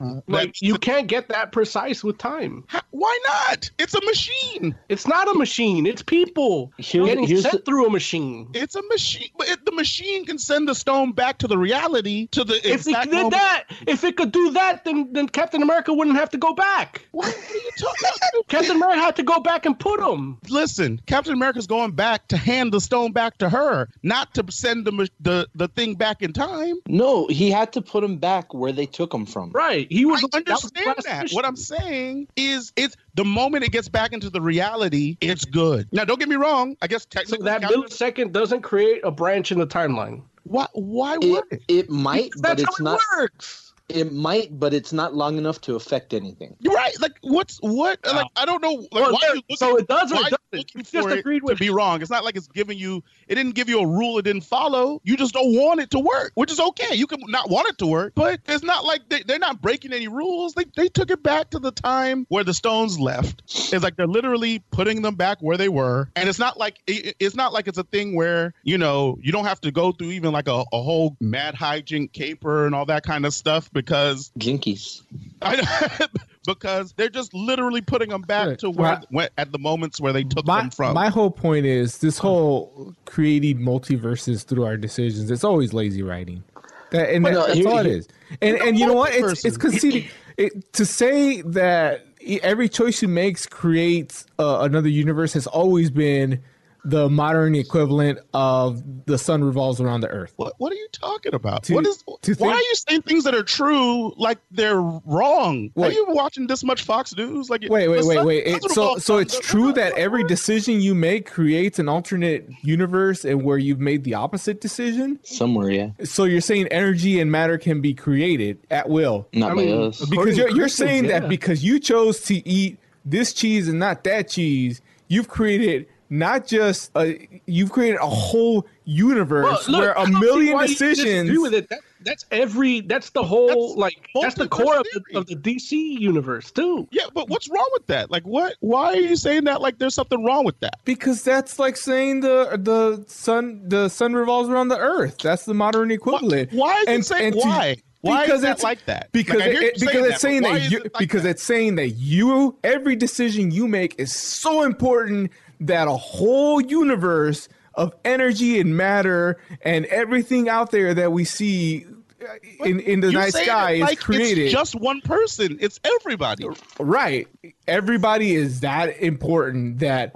S2: Uh, Like you can't get that precise with time.
S9: Why not? It's a machine.
S2: It's not a machine. It's people
S4: Here's-
S2: getting
S4: here's
S2: set
S4: the-
S2: through a machine.
S9: It's a machine, but it, the machine can send the stone back to the reality to the
S2: If it
S9: exact
S2: did
S9: moment-
S2: that, if it could do that, then then Captain America wouldn't have to go back.
S9: What are you talking about?
S2: Captain America had to go back and put him.
S9: Listen, Captain America's going back to hand the stone back to her, not to send the ma- the, the thing back in time.
S4: No, he had to put him back where they took him from.
S2: Right. He was.
S9: I
S2: that was the
S9: understand
S2: last
S9: that.
S2: mission.
S9: What I'm saying is, it's the moment it gets back into the reality, it's good. Now, don't get me wrong. I guess
S2: So
S9: technically,
S2: that
S9: Captain-
S2: millisecond doesn't create a branch in the timeline.
S9: why why
S4: It,
S9: would it?
S4: it might,
S2: Because
S4: but
S2: that's
S4: it's
S2: how
S4: not.
S2: it works.
S4: It might, but it's not long enough to affect anything.
S9: You're right. Like what's what? Like I don't know. Like,
S2: Well,
S9: why
S2: there-
S9: are you looking,
S2: so it does Uh, or it
S9: why are you
S2: doesn't.
S9: looking
S2: You just
S9: for it
S2: agreed with
S9: to be wrong. It's not like it's giving you. It didn't give you a rule. It didn't follow. You just don't want it to work, which is okay. You can not want it to work, but it's not like they, they're not breaking any rules. They they took it back to the time where the stones left. It's like they're literally putting them back where they were, and it's not like it, it's not like it's a thing where you know you don't have to go through even like a, a whole mad hijink caper and all that kind of stuff because
S4: Jinkies.
S9: I, because they're just literally putting them back
S7: Right.
S9: to where
S7: Right.
S9: went at the moments where they took
S7: my,
S9: them from.
S7: my whole point is this whole creating multiverses through our decisions. It's always lazy writing, that, and
S4: Well,
S7: that-
S4: no,
S7: that's
S4: here-
S7: all it
S4: here-
S7: is. And and you know what? It's, it's
S9: multiverses.
S7: conceding it, to say that e- every choice you makes creates uh, another universe has always been the modern equivalent of the sun revolves around the earth.
S9: what, what are you talking about?
S7: To-
S9: what is? Why
S7: to think-
S9: are you saying things that are true like they're wrong? Are
S7: Wait.
S9: you watching this much Fox News? Like
S7: Wait, wait,
S9: the
S7: wait,
S9: sun-
S7: wait.
S9: sun
S7: It, so,
S9: revolves
S7: so
S9: around
S7: it's
S9: the-
S7: true that every decision you make creates an alternate universe, and where you've made the opposite decision.
S4: Somewhere, yeah.
S7: So you're saying energy and matter can be created at will
S4: Not
S2: I
S4: by
S2: mean,
S4: us.
S7: because
S2: According
S7: you're,
S2: to
S7: you're
S2: Christians,
S7: saying
S2: yeah.
S7: that because you chose to eat this cheese and not that cheese, you've created not just a, you've created a whole universe
S2: Well, look,
S7: where
S2: I
S7: a
S2: don't see
S7: million
S2: why you
S7: decisions.
S2: disagree with it. That, that's every. That's the whole.
S9: That's
S2: like that's the
S9: multiverse
S2: core of the,
S9: theory.
S2: of the DC universe too.
S9: Yeah, but what's wrong with that? Like, what? Why are you saying that? Like, there's something wrong with that?
S7: Because that's like saying the the sun the sun revolves around the earth. That's the modern equivalent.
S9: why is it saying-
S7: to-
S9: why? Why is that
S7: it's-
S9: like that?
S7: Because
S9: Like, I hear
S7: it-
S9: you
S7: it-
S9: saying
S7: because
S9: that,
S7: it's saying
S9: but why
S7: that
S9: is
S7: you,
S9: it like
S7: because
S9: that?
S7: it's saying that you every decision you make is so important that a whole universe of energy and matter and everything out there that we see uh, in in the
S9: You're
S7: night
S9: saying
S7: sky
S9: it
S7: is
S9: like
S7: created.
S9: It's just one person. It's everybody.
S7: Right. Everybody is that important that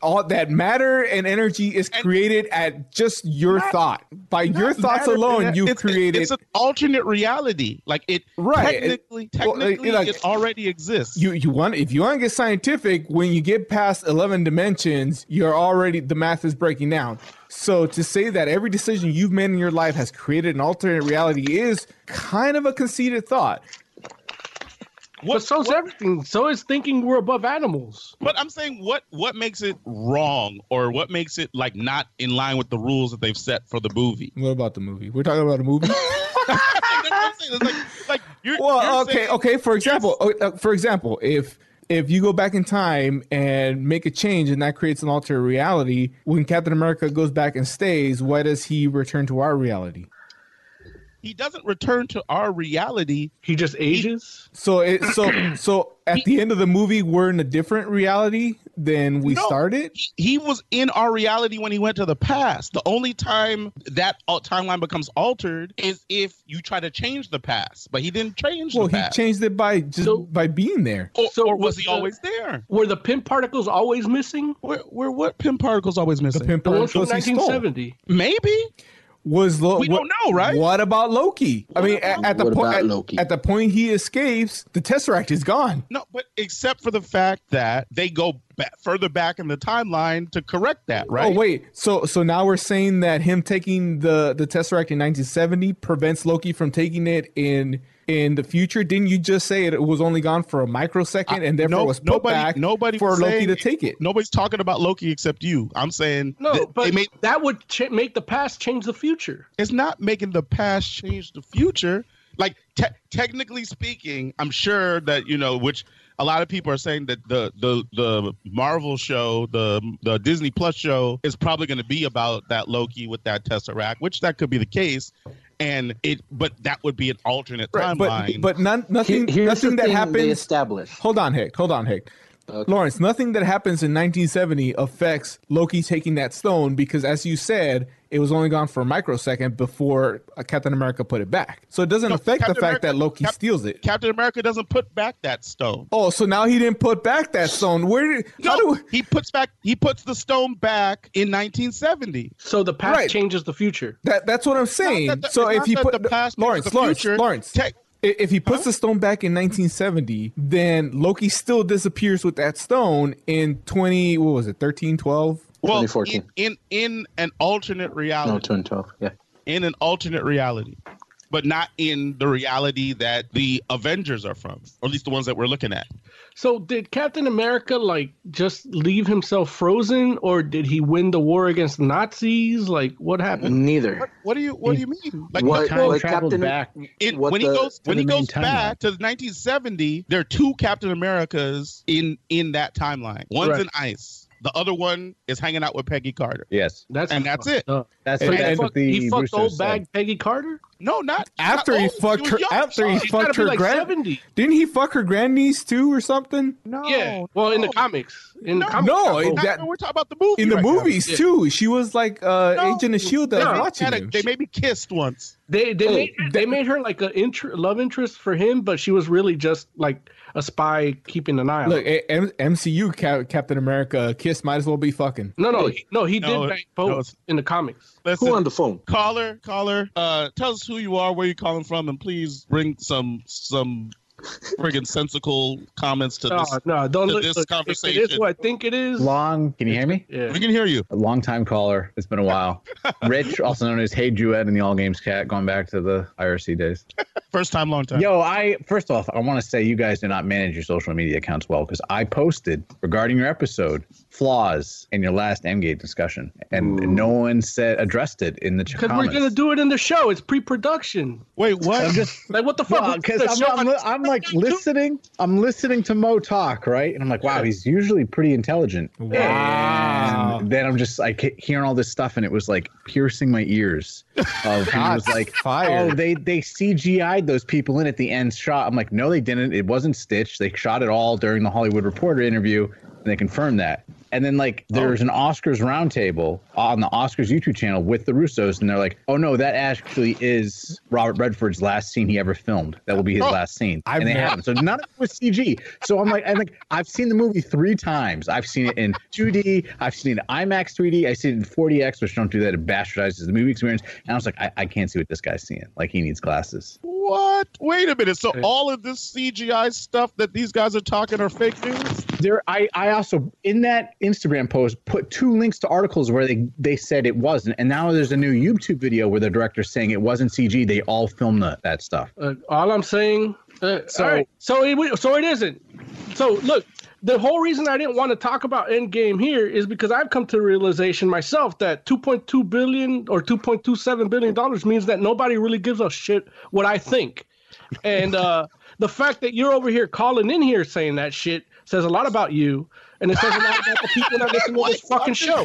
S7: all that matter and energy is created at just your thought. By your thoughts
S9: matter-
S7: alone,
S9: that-
S7: you've
S9: it's-
S7: created
S9: it's an alternate reality. Like it,
S7: Right.
S9: Technically,
S7: Well, like-
S9: technically,
S7: like-
S9: it already exists.
S7: you you want if you want to get scientific, when you get past 11 dimensions, you're already the math is breaking down. So to say that every decision you've made in your life has created an alternate reality is kind of a conceited thought.
S2: but so's everything. So is thinking we're above animals.
S9: but I'm saying what what makes it wrong, or what makes it like not in line with the rules that they've set for the movie.
S7: What about the movie? We're talking about a movie?
S9: Like, that's what I'm saying. It's like, like you're,
S7: well
S9: you're
S7: okay
S9: saying-
S7: okay for example oh, uh, for example if if you go back in time and make a change and that creates an alternate reality when captain america goes back and stays why does he return to our reality
S9: He doesn't return to our reality.
S2: He just ages.
S7: so it so so at the end of the movie we're in a different reality than we
S9: No.
S7: started
S9: He, he was in our reality when he went to the past. The only time that al- timeline becomes altered is if you try to change the past. But he didn't change
S7: well
S9: the
S7: he
S9: past.
S7: changed it by just
S2: So-
S7: by being there
S9: or,
S2: so
S9: or was
S2: was
S9: he
S2: the-
S9: always there?
S2: Were the pimp particles always missing?
S9: Where, where what pin particles always
S7: the
S9: missing?
S7: pimp
S2: The ones from
S7: particles he stole
S2: 1970.
S9: Maybe.
S7: was Lo-
S9: We don't know, right?
S7: What about Loki? I mean, at, at the
S4: What
S7: point
S4: about
S7: at,
S4: Loki?
S7: at the point he escapes, the Tesseract is gone.
S9: No, but except for the fact that they go ba- further back in the timeline to correct that, right?
S7: Oh wait, so so now we're saying that him taking the the Tesseract in 1970 prevents Loki from taking it in in the future? Didn't you just say it was only gone for a microsecond and therefore
S9: No-
S7: was put
S9: nobody,
S7: back
S9: nobody
S7: for
S9: was
S7: Loki
S9: saying-
S7: to take it?
S9: Nobody's talking about Loki except you. I'm saying
S2: No,
S9: th-
S2: but
S9: they made
S2: that would ch- make the past change the future.
S9: it's not making the past change the future. Like te- technically speaking, I'm sure that you know which a lot of people are saying that the the the Marvel show, the the Disney Plus show, is probably going to be about that Loki with that Tesseract, which that could be the case. And it, but that would be an alternate
S7: but
S9: timeline.
S7: but none, nothing
S4: Here- here's
S7: nothing
S4: the
S7: that
S4: thing they
S7: happens.
S4: established.
S7: Hold on, Hick. Hold on, Hick. Lawrence, nothing that happens in 1970 affects Loki taking that stone because, as you said, it was only gone for a microsecond before uh, Captain America put it back. So it doesn't
S9: No,
S7: affect the
S9: Captain
S7: fact
S9: America-
S7: that Loki
S9: Cap-
S7: steals it.
S9: Captain America doesn't put back that stone.
S7: Oh, so now he didn't put back that stone. Where did how
S9: No,
S7: do
S9: he puts back he puts the stone back in 1970.
S2: So the past
S7: Right.
S2: changes the future.
S7: that? That's what I'm saying.
S9: that the-
S7: so
S9: it's
S7: if
S9: not
S7: he
S9: that
S7: put
S9: the past
S7: Lawrence,
S9: is the
S7: Lawrence,
S9: future.
S7: Lawrence,
S9: Tech-
S7: i- if he puts the stone back in 1970, then Loki still disappears with that stone in 20. What was it? 13, 12.
S9: Well,
S4: 2014.
S9: in in, in an alternate reality.
S4: No, 2012. Yeah.
S9: in an alternate reality, but not in the reality that the Avengers are from, or at least the ones that we're looking at.
S2: So did Captain America like just leave himself frozen, or did he win the war against Nazis? Like what happened?
S4: Neither.
S9: What do you What do you mean? Like
S4: What-
S9: the
S4: Time
S9: time,
S4: what- traveled Captain- back.
S9: it-
S4: what
S9: when he
S4: the-
S9: goes when he
S11: the main
S9: goes
S11: timeline.
S9: back to 1970, there are two Captain Americas in in that timeline. One's
S2: Right.
S9: in ice. The other one is hanging out with Peggy Carter.
S11: Yes,
S2: That's
S9: And that's it.
S2: fucked up.
S11: that's
S7: And-
S11: what
S2: He
S7: and-
S2: fucked,
S11: Timothy
S2: he fucked
S11: Brewster
S2: old
S11: said.
S2: bag Peggy Carter. Oh,
S9: No, not
S7: After
S9: not
S7: he
S9: old. She
S7: fucked
S9: was
S7: her,
S9: young.
S7: after he
S9: She-
S2: She's gotta
S7: fucked
S2: be
S7: her
S2: like
S7: grand,
S2: 70.
S7: didn't he fuck her grandniece too or something?
S9: no,
S2: yeah. Well, in the comics, in the
S9: No,
S2: comics,
S7: no,
S2: that's
S7: it-
S9: Not
S7: that-
S9: when we're talking about the movie.
S7: in the
S9: right now.
S7: movies too. She was like uh,
S9: No,
S7: Agent of Shield that
S9: they
S7: was
S9: maybe
S7: watching
S9: had a-
S7: him.
S9: They maybe kissed once.
S2: They they
S4: Hey,
S2: made, they made her like a inter- love interest for him, but she was really just like a spy keeping an eye on.
S7: Look,
S2: him.
S7: A- M- MCU Cap- Captain America kiss might as well be fucking.
S2: No, no, he, no. He
S9: No,
S2: did bang both
S9: no, it's-
S2: in the comics.
S9: Listen,
S4: Who on the phone?
S9: caller caller uh tell us who you are where you calling from and please bring some some friggin sensical comments to
S2: No,
S9: this
S2: Uh, no, don't
S9: to
S2: look.
S9: this
S2: look, if it is
S9: conversation.
S2: what I think it is.
S11: Long, can you hear me?
S2: Yeah.
S9: we can hear you
S11: A long time caller. It's been a while. Rich, also known as Hey Jewett in the All Games Cat, going back to the IRC days.
S9: first time long time
S11: Yo, I first off, I want to say you guys do not manage your social media accounts well because I posted regarding your episode flaws in your last MGate discussion, and no one said addressed it in the ch-
S2: Because
S11: comments.
S2: we're gonna do it in the show. It's pre-production.
S9: wait
S11: I'm
S9: what
S11: just
S2: Like what the fuck? What's
S11: because
S2: the show
S11: I'm, I'm,
S2: on-
S11: I'm like listening. I'm listening to Mo talk, right? And I'm like, wow, he's usually pretty intelligent.
S7: Wow.
S11: And then I'm just like he- hearing all this stuff, and it was like piercing my ears. Of he was like,
S7: fired.
S11: oh, they they CGI'd those people in at the end shot. I'm like, no, they didn't. It wasn't Stitch. They shot it all during the Hollywood Reporter interview, and they confirmed that. And then like there's an Oscars roundtable on the Oscars YouTube channel with the Russos, and they're like, oh no, that actually is Robert Redford's last scene he ever filmed. That will be his
S9: Bro,
S11: last scene.
S7: I've
S11: and they
S7: never-
S11: haven't. So none of it was CG. So I'm like, I'm like, I've seen the movie three times. I've seen it in 2D. I've seen it in IMAX 3D. I've seen it in 4DX, which don't do that. It bastardizes the movie experience. And I was like, I, I can't see what this guy's seeing. Like he needs glasses.
S9: what wait a minute so
S2: Yeah.
S9: all of this cgi stuff that these guys are talking are fake news
S11: There, I, I also in that Instagram post put two links to articles where they they said it wasn't, and now there's a new YouTube video where the director's saying it wasn't CG. They all filmed the, that stuff.
S2: Uh, all I'm saying. Uh,
S11: So-
S2: so so it w- so it isn't. So look, the whole reason I didn't want to talk about Endgame here is because I've come to the realization myself that 2.2 billion or 2.27 billion dollars means that nobody really gives a shit what I think, and uh, the fact that you're over here calling in here saying that shit says a lot about you, and it says a lot about the people that listen to this fucking show.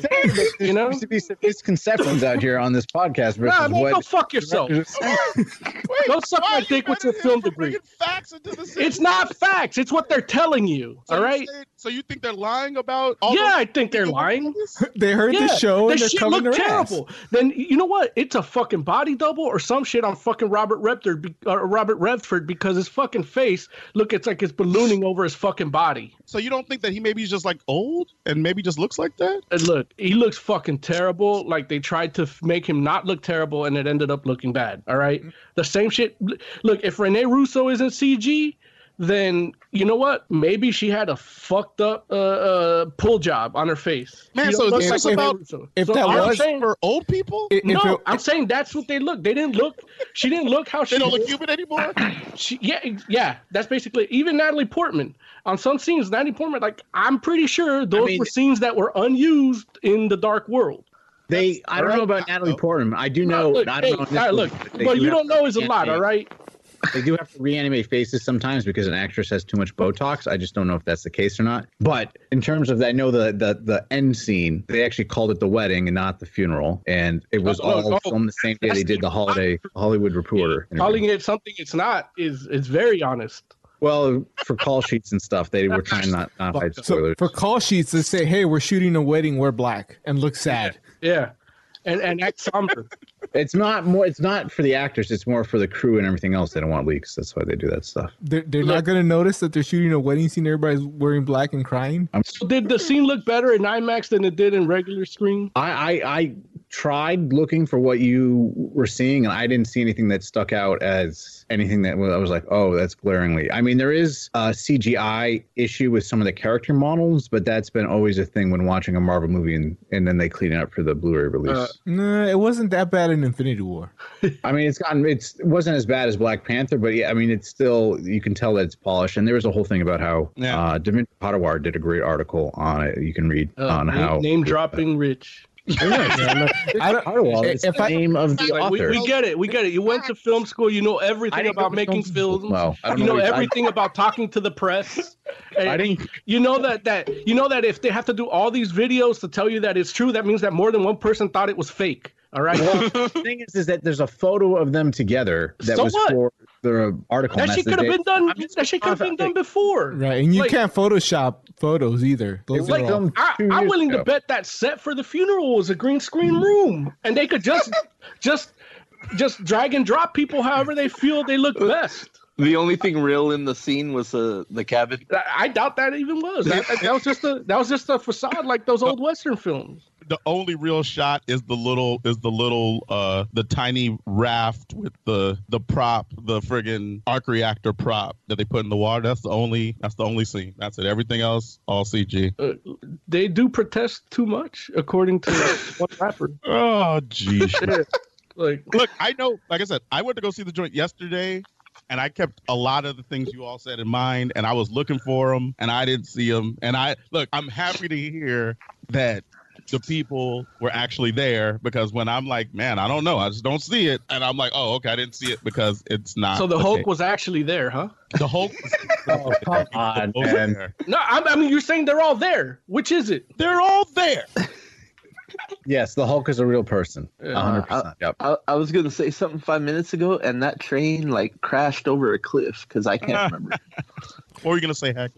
S2: You know.
S11: There seems to be some misconceptions out here on this podcast versus
S2: Nah, man,
S11: what
S2: go fuck yourself.
S11: directors are saying.
S9: wait,
S2: Go suck
S9: why
S2: my
S9: are you
S2: dick with
S9: mad at
S2: your
S9: him
S2: film
S9: for
S2: degree.
S9: bringing facts into the
S2: It's not facts. It's what they're telling you.
S9: So
S2: all
S9: you
S2: right.
S9: say- so you think they're lying about all
S2: Yeah,
S9: those-
S2: I think they're lying.
S7: They heard the show and
S2: this
S7: they're
S2: shit
S7: coming
S2: looked
S7: their ass.
S2: terrible. Then you know what? It's a fucking body double or some shit on fucking Robert Redford, be- or Robert Redford because his fucking face look it's like it's ballooning over his fucking body.
S9: so you don't think that he maybe is just like old and maybe just looks like that
S2: And look, he looks fucking terrible. Like they tried to f- make him not look terrible, and it ended up looking bad. All right, the same shit. Look, if Rene Russo isn't CG, then you know what? Maybe she had a fucked up uh, uh, pull job on her face.
S9: Man,
S2: You
S9: so
S2: know,
S9: this
S2: like
S9: is
S2: my
S9: about-
S2: favorite song.
S9: if that
S2: I'm
S9: was for old people? If- if
S2: no,
S9: it-
S2: I'm saying that's what they look. They didn't look. She didn't look how she.
S9: don't look human anymore.
S2: she, yeah, ex- yeah. That's basically even Natalie Portman on some scenes. Natalie Portman, like I'm pretty sure those
S11: mean-
S2: were scenes that were unused in the Dark World.
S11: They, I don't know about Natalie Portman. I do know.
S2: No, look,
S11: I
S2: hey,
S11: don't know. in this
S2: all right, look,
S11: movie, but they
S2: what you
S11: have
S2: don't
S11: to
S2: know is a lot,
S11: reanimate-
S2: all right?
S11: They do have to reanimate faces sometimes because an actress has too much Botox. I just don't know if that's the case or not. But in terms of, I know the the the end scene. They actually called it the wedding and not the funeral, and it was
S2: Oh, no,
S11: all
S2: no.
S11: filmed the same day they did the holiday Hollywood Reporter. interview.
S2: Calling it something it's not is is very honest.
S11: Well, for call sheets and stuff, they were trying not not hide
S7: So
S11: spoilers.
S7: for call sheets, they say, "Hey, we're shooting a wedding. We're black and look sad."
S2: Yeah, and and that's somber.
S11: It's not more. It's not for the actors. It's more for the crew and everything else. They don't want leaks. That's why they do that stuff.
S7: They're, they're not going to notice that they're shooting a wedding scene. Everybody's wearing black and crying.
S2: So did the scene look better in IMAX than it did in regular screen?
S11: I, I I tried looking for what you were seeing, and I didn't see anything that stuck out as anything that was, I was like, oh, that's glaringly. I mean, there is a CGI issue with some of the character models, but that's been always a thing when watching a Marvel movie, and, and then they clean it up for the Blu-ray release.
S7: Uh, nah, it wasn't that bad in Infinity War.
S11: I mean, it's gotten it's it wasn't as bad as Black Panther, but yeah, I mean, it's still you can tell that it's polished. And there was a whole thing about how uh, Dimitri Potawar did a great article on it. You can read
S2: Uh,
S11: on
S2: name,
S11: how
S2: name dropping rich.
S7: I don't,
S11: Potawar is the name of the
S2: Like, we,
S11: author.
S2: we get it. We get it. You went to film school. You know everything
S11: didn't go
S2: about
S11: to
S2: making
S11: film school.
S2: films.
S11: Wow. I don't
S2: You
S11: know
S2: know
S11: what you- I-
S2: everything about talking to the press. And
S11: I didn't-
S2: You know that that you know that if they have to do all these videos to tell you that it's true, that means that more than one person thought it was fake. All right.
S11: Well, the thing is, is that there's a photo of them together that
S2: So
S11: was
S2: what?
S11: for the article.
S2: that
S11: and
S2: shit
S11: that's the
S2: could have
S11: day-
S2: been done. That shit could have been done before.
S7: Right, and you
S2: Like-
S7: can't Photoshop photos either. Those are
S2: Like,
S7: all-
S2: I, I'm willing to bet that set for the funeral was a green screen room, and they could just, just, just drag and drop people however they feel they look best.
S10: The only thing real in the scene was the the cabin.
S2: I, I doubt that even was. That, that was just a that was just a facade, like those old western films.
S9: the only real shot is the little is the little uh the tiny raft with the the prop the friggin arc reactor prop that they put in the water that's the only that's the only scene that's it everything else all cg
S2: Uh, they do protest too much, according to one rapper.
S9: oh geez
S2: like
S9: look i know like i said i went to go see the joint yesterday and i kept a lot of the things you all said in mind and i was looking for them and i didn't see them and i look i'm happy to hear that the people were actually there because when i'm like man i don't know i just don't see it and i'm like oh okay i didn't see it because it's not
S2: So the
S9: Ah, okay.
S2: Hulk was actually there, huh?
S9: the hulk was
S11: on,
S9: was
S11: man.
S9: there.
S2: No, I, I mean you're saying they're all there. Which is it?
S9: They're all there.
S11: Yes, the Hulk is a real person.
S10: Yeah.
S11: 100.
S2: Uh,
S11: percent Yep.
S10: I, I was gonna say something five minutes ago, and that train like crashed over a cliff because I can't remember.
S9: what were you gonna say, Hack?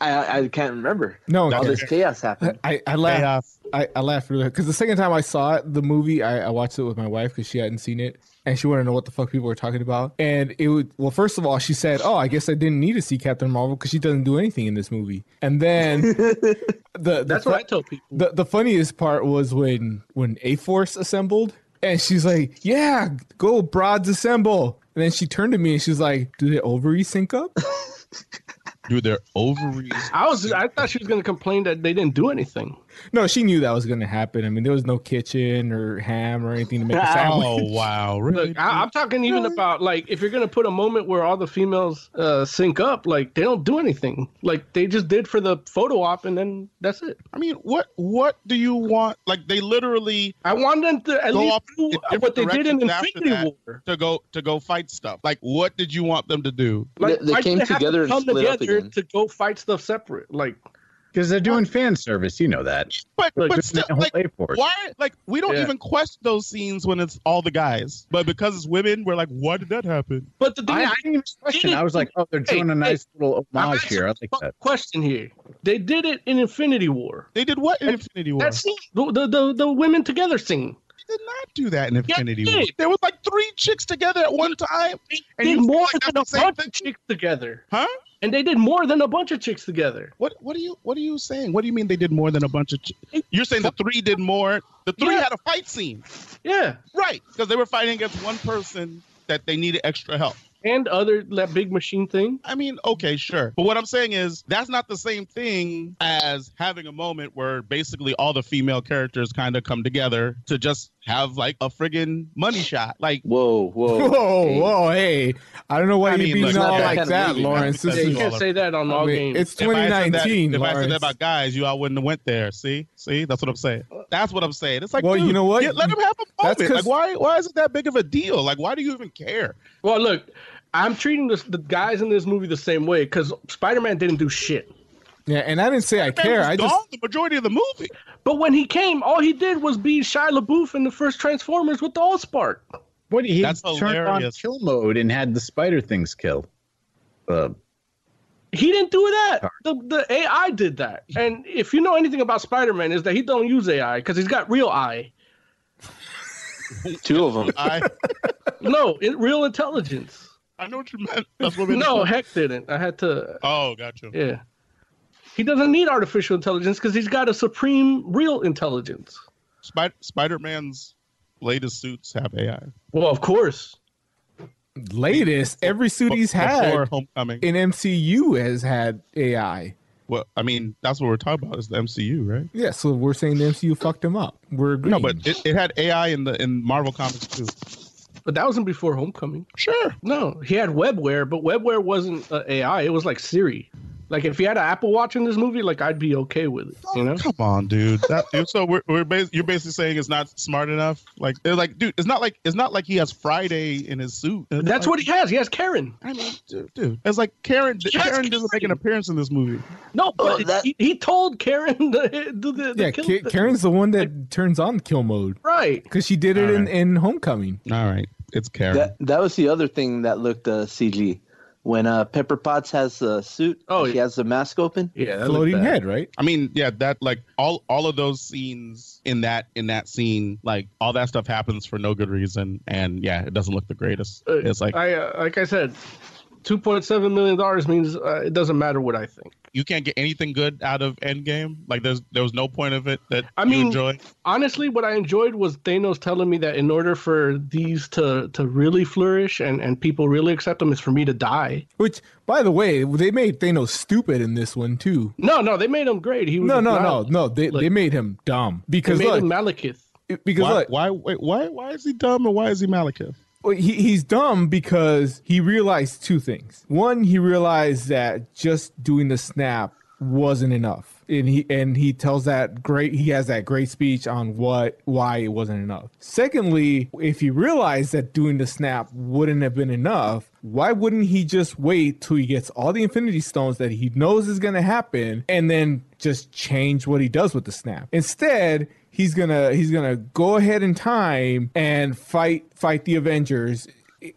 S10: I, I can't remember.
S7: No,
S10: all
S7: okay.
S10: this chaos happened.
S7: I, I laughed.
S9: uh,
S7: I, I laughed really because the second time I saw it, the movie, I, I watched it with my wife because she hadn't seen it and she wanted to know what the fuck people were talking about. And it would, well, first of all, she said, Oh, I guess I didn't need to see Captain Marvel because she doesn't do anything in this movie. And then the, the,
S2: That's
S7: fu-
S2: what I tell people.
S7: the, the funniest part was when, when A Force assembled and she's like, Yeah, go broads assemble. And then she turned to me and she's like, Do the ovaries sync up?
S9: Dude, their ovaries.
S2: I was I thought she was gonna complain that they didn't do anything.
S7: No, she knew that was going to happen. I mean, there was no kitchen or ham or anything to make a sandwich.
S9: Oh wow,
S2: Look, I, I'm talking even about like if you're gonna put a moment where all the females uh, sync up, like they don't do anything. Like they just did for the photo op, and then that's it.
S9: I mean, what what do you want? Like they literally
S2: I want them to at
S9: go
S2: least
S9: off
S2: do
S9: in
S2: what they
S9: different
S2: did in
S9: directions after
S2: Infinity
S9: that
S2: War.
S9: to go to go fight stuff. Like what did you want them to do?
S2: Like,
S10: They- they
S2: why do
S10: came
S2: have to
S10: together and
S2: come
S10: split up
S2: together
S10: again.
S2: to go fight stuff separate. Like
S11: Because they're doing fan service. You know that.
S9: But
S11: Look,
S9: but
S11: just
S9: still,
S11: the whole
S9: like
S11: airport.
S9: why? Like we don't
S11: Yeah.
S9: even question those scenes when it's all the guys, but because it's women, we're like, why did that happen?
S2: But the thing
S11: I, I
S2: is,
S11: didn't even question. I was like, oh, they're
S2: Hey,
S11: doing a
S2: hey,
S11: nice little homage here. I like
S2: fuck
S11: that.
S2: question here. They did it in Infinity War.
S9: They did what in Infinity War?
S2: That scene, the, the the the women together scene.
S9: They did not do that in
S2: Yeah,
S9: Infinity
S2: they
S9: War.
S2: did.
S9: There was like three chicks together at one time,
S2: They
S9: and
S2: did
S9: you
S2: more
S9: like
S2: than a
S9: that's the same
S2: bunch
S9: thing,
S2: of chicks together,
S9: huh?
S2: and they did more than a bunch of chicks together.
S9: What what are you what are you saying? What do you mean they did more than a bunch of? Ch- You're saying the three did more. The three
S2: Yeah.
S9: had a fight scene,
S2: Yeah,
S9: right? Because they were fighting against one person that they needed extra help.
S2: and other that big machine thing.
S9: I mean, okay, sure. But what I'm saying is that's not the same thing as having a moment where basically all the female characters kind of come together to just have like a friggin' money shot. Like,
S10: whoa, whoa,
S7: Whoa, whoa, hey! I don't know why
S9: I
S7: you
S9: mean,
S7: beat
S9: look,
S7: it all
S9: it's not
S7: like
S9: that
S7: that,
S9: kind of movie,
S7: Lawrence.
S9: man.
S7: This is
S9: Yeah, you can't say that on all games.
S7: It's
S9: If I said that-
S7: 2019,
S9: If I said
S7: Lawrence.
S9: that about guys, you all wouldn't have went there. See, see, that's what I'm saying. That's what I'm saying. It's like,
S7: Well,
S9: dude,
S7: you know what?
S9: yeah, let them have a
S7: That's
S9: moment. Like,
S7: 'cause-
S9: why? Why is it that big of a deal? Like, why do you even care?
S2: Well, look, I'm treating this, the guys in this movie the same way because Spider Man didn't do shit.
S7: Yeah, and I didn't say I care. I just
S9: the majority of the movie.
S2: But when he came, all he did was be Shia LaBeouf in the first Transformers with the Allspark.
S11: What he
S2: That's
S11: turned on
S2: hilarious.
S11: kill mode and had the spider things killed. Uh,
S2: He didn't do that. The, the AI did that. And if you know anything about Spider Man, is that he don't use AI because he's got real eye.
S10: Two of them.
S9: I
S2: No, it, real intelligence.
S9: I know what you meant. That's what we
S2: No, heck didn't. I had to.
S9: Oh, gotcha.
S2: Yeah. He doesn't need artificial intelligence because he's got a supreme real intelligence.
S9: Spider Spider Man's latest suits have AI.
S2: Well, of course.
S7: latest every suit he's
S9: Before
S7: had
S9: Homecoming.
S7: in MCU has had AI.
S9: Well, I mean, that's what we're talking about is the MCU, right?
S7: Yeah, so we're saying the MCU fucked him up. We're agreeing.
S9: No, but it, it had AI in the in Marvel comics too.
S2: But that wasn't before Homecoming.
S9: Sure.
S2: No, he had webware, but webware wasn't uh, AI. It was like Siri. Like if he had an Apple Watch in this movie, like I'd be okay with it. You know?
S9: Come on, dude. That, so we're, we're bas- you're basically saying it's not smart enough. Like they're like, dude, it's not like it's not like he has Friday in his suit. It's
S2: That's
S9: like-
S2: what he has. He has Karen.
S9: I mean, dude, dude. It's like Karen. Karen doesn't make an appearance in this movie.
S2: No, but
S9: Oh, that-
S2: he, he told Karen the the, the, the
S7: yeah,
S2: kill-
S7: Ka- Karen's the one that turns on kill mode
S2: right.
S7: because she did it in, in Homecoming.
S9: All right, it's Karen.
S10: That that was the other thing that looked uh, CG. When uh, Pepper Potts has a suit, oh, she has the mask open.
S2: Yeah,
S7: Floating head, right?
S9: I mean, yeah, that like all all of those scenes in that in that scene, like all that stuff happens for no good reason, and yeah, it doesn't look the greatest.
S2: Uh,
S9: It's like
S2: I uh, like I said, two point seven million dollars means uh, it doesn't matter what I think.
S9: you can't get anything good out of Endgame. Like there's there was no point of it that
S2: I
S9: you
S2: mean-
S9: enjoy.
S2: Honestly, what I enjoyed was Thanos telling me that in order for these to to really flourish and and people really accept them is for me to die.
S7: Which, by the way, they made Thanos stupid in this one too.
S2: No, no, they made him great. He was
S7: No, no,
S2: not-
S7: no, no. They
S2: Look.
S7: they made him dumb
S2: They
S7: because
S2: made
S7: look,
S2: him Malekith.
S7: it- because
S9: why,
S7: look,
S9: why wait, why why is he dumb and why is he Malekith?
S7: Well, he, he's dumb because he realized two things. One, he realized that just doing the snap wasn't enough. And he and he tells that great he has that great speech on what why it wasn't enough. Secondly, if he realized that doing the snap wouldn't have been enough, why wouldn't he just wait till he gets all the infinity stones that he knows is going to happen and then just change what he does with the snap? Instead, he's gonna he's gonna go ahead in time and fight fight the Avengers,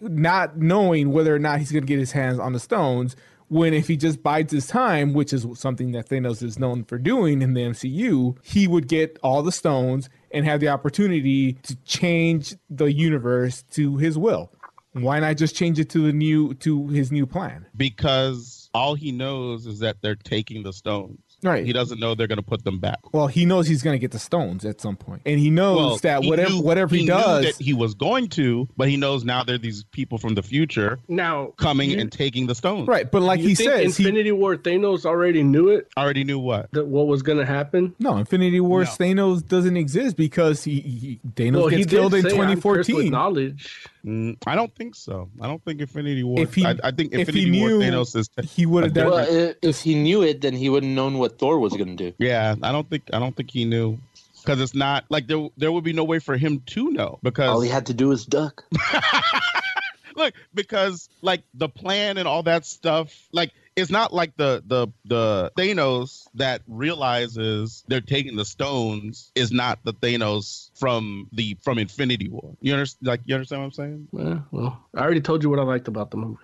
S7: not knowing whether or not he's gonna get his hands on the stones. When if he just bides his time, which is something that Thanos is known for doing in the MCU, he would get all the stones and have the opportunity to change the universe to his will. Why not just change it to the new to his new plan?
S9: Because all he knows is that they're taking the stones.
S7: Right.
S9: He doesn't know they're gonna put them back.
S7: Well, he knows he's gonna get the stones at some point, and he knows
S9: Well,
S7: that whatever
S9: knew-
S7: whatever he,
S9: knew
S7: does,
S9: that he was going to, but he knows now they're these people from the future
S2: Now
S9: coming and taking the stones.
S7: right? But like
S2: you
S7: he
S2: think
S7: says, he
S2: Infinity War Thanos already knew it
S9: Already knew what.
S2: that what was gonna happen.
S7: No, Infinity War Thanos doesn't exist because he, he Thanos
S2: well, he
S7: gets
S2: did
S7: killed in
S2: say, "I'm cursed with
S7: 2014.
S2: knowledge.
S9: Mm, I don't think so. I don't think Infinity War.
S7: If he-
S9: I, I think
S7: if he
S9: Infinity War
S7: knew,
S9: Thanos is.
S7: He would have
S9: Well,
S7: done.
S4: Well, if, if he knew it, then he wouldn't known what Thor was going to do.
S9: yeah, I don't think. I don't think he knew because it's not like there. There would be no way for him to know because
S4: All he had to do was duck.
S9: look because like the plan and all that stuff like it's not like the the the Thanos that realizes they're taking the stones is not the Thanos from the from Infinity War. You understand? Like you understand what I'm saying?
S2: Yeah, well, I already told you what I liked about the movie.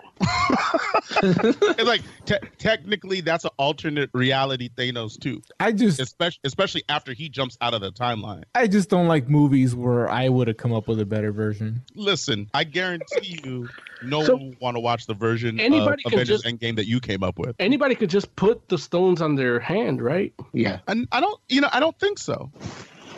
S9: it's like te- technically that's an alternate reality Thanos too.
S7: I just,
S9: Especially especially after he jumps out of the timeline.
S7: I just don't like movies where I would have come up with a better version.
S9: Listen, I guarantee you, no
S2: So-
S9: one will want to watch the version
S2: Anybody
S9: of
S2: can
S9: Avengers
S2: just-
S9: Endgame that you came up with.
S2: Anybody could just put the stones on their hand, right?
S11: yeah.
S9: And I don't, you know, I don't think so.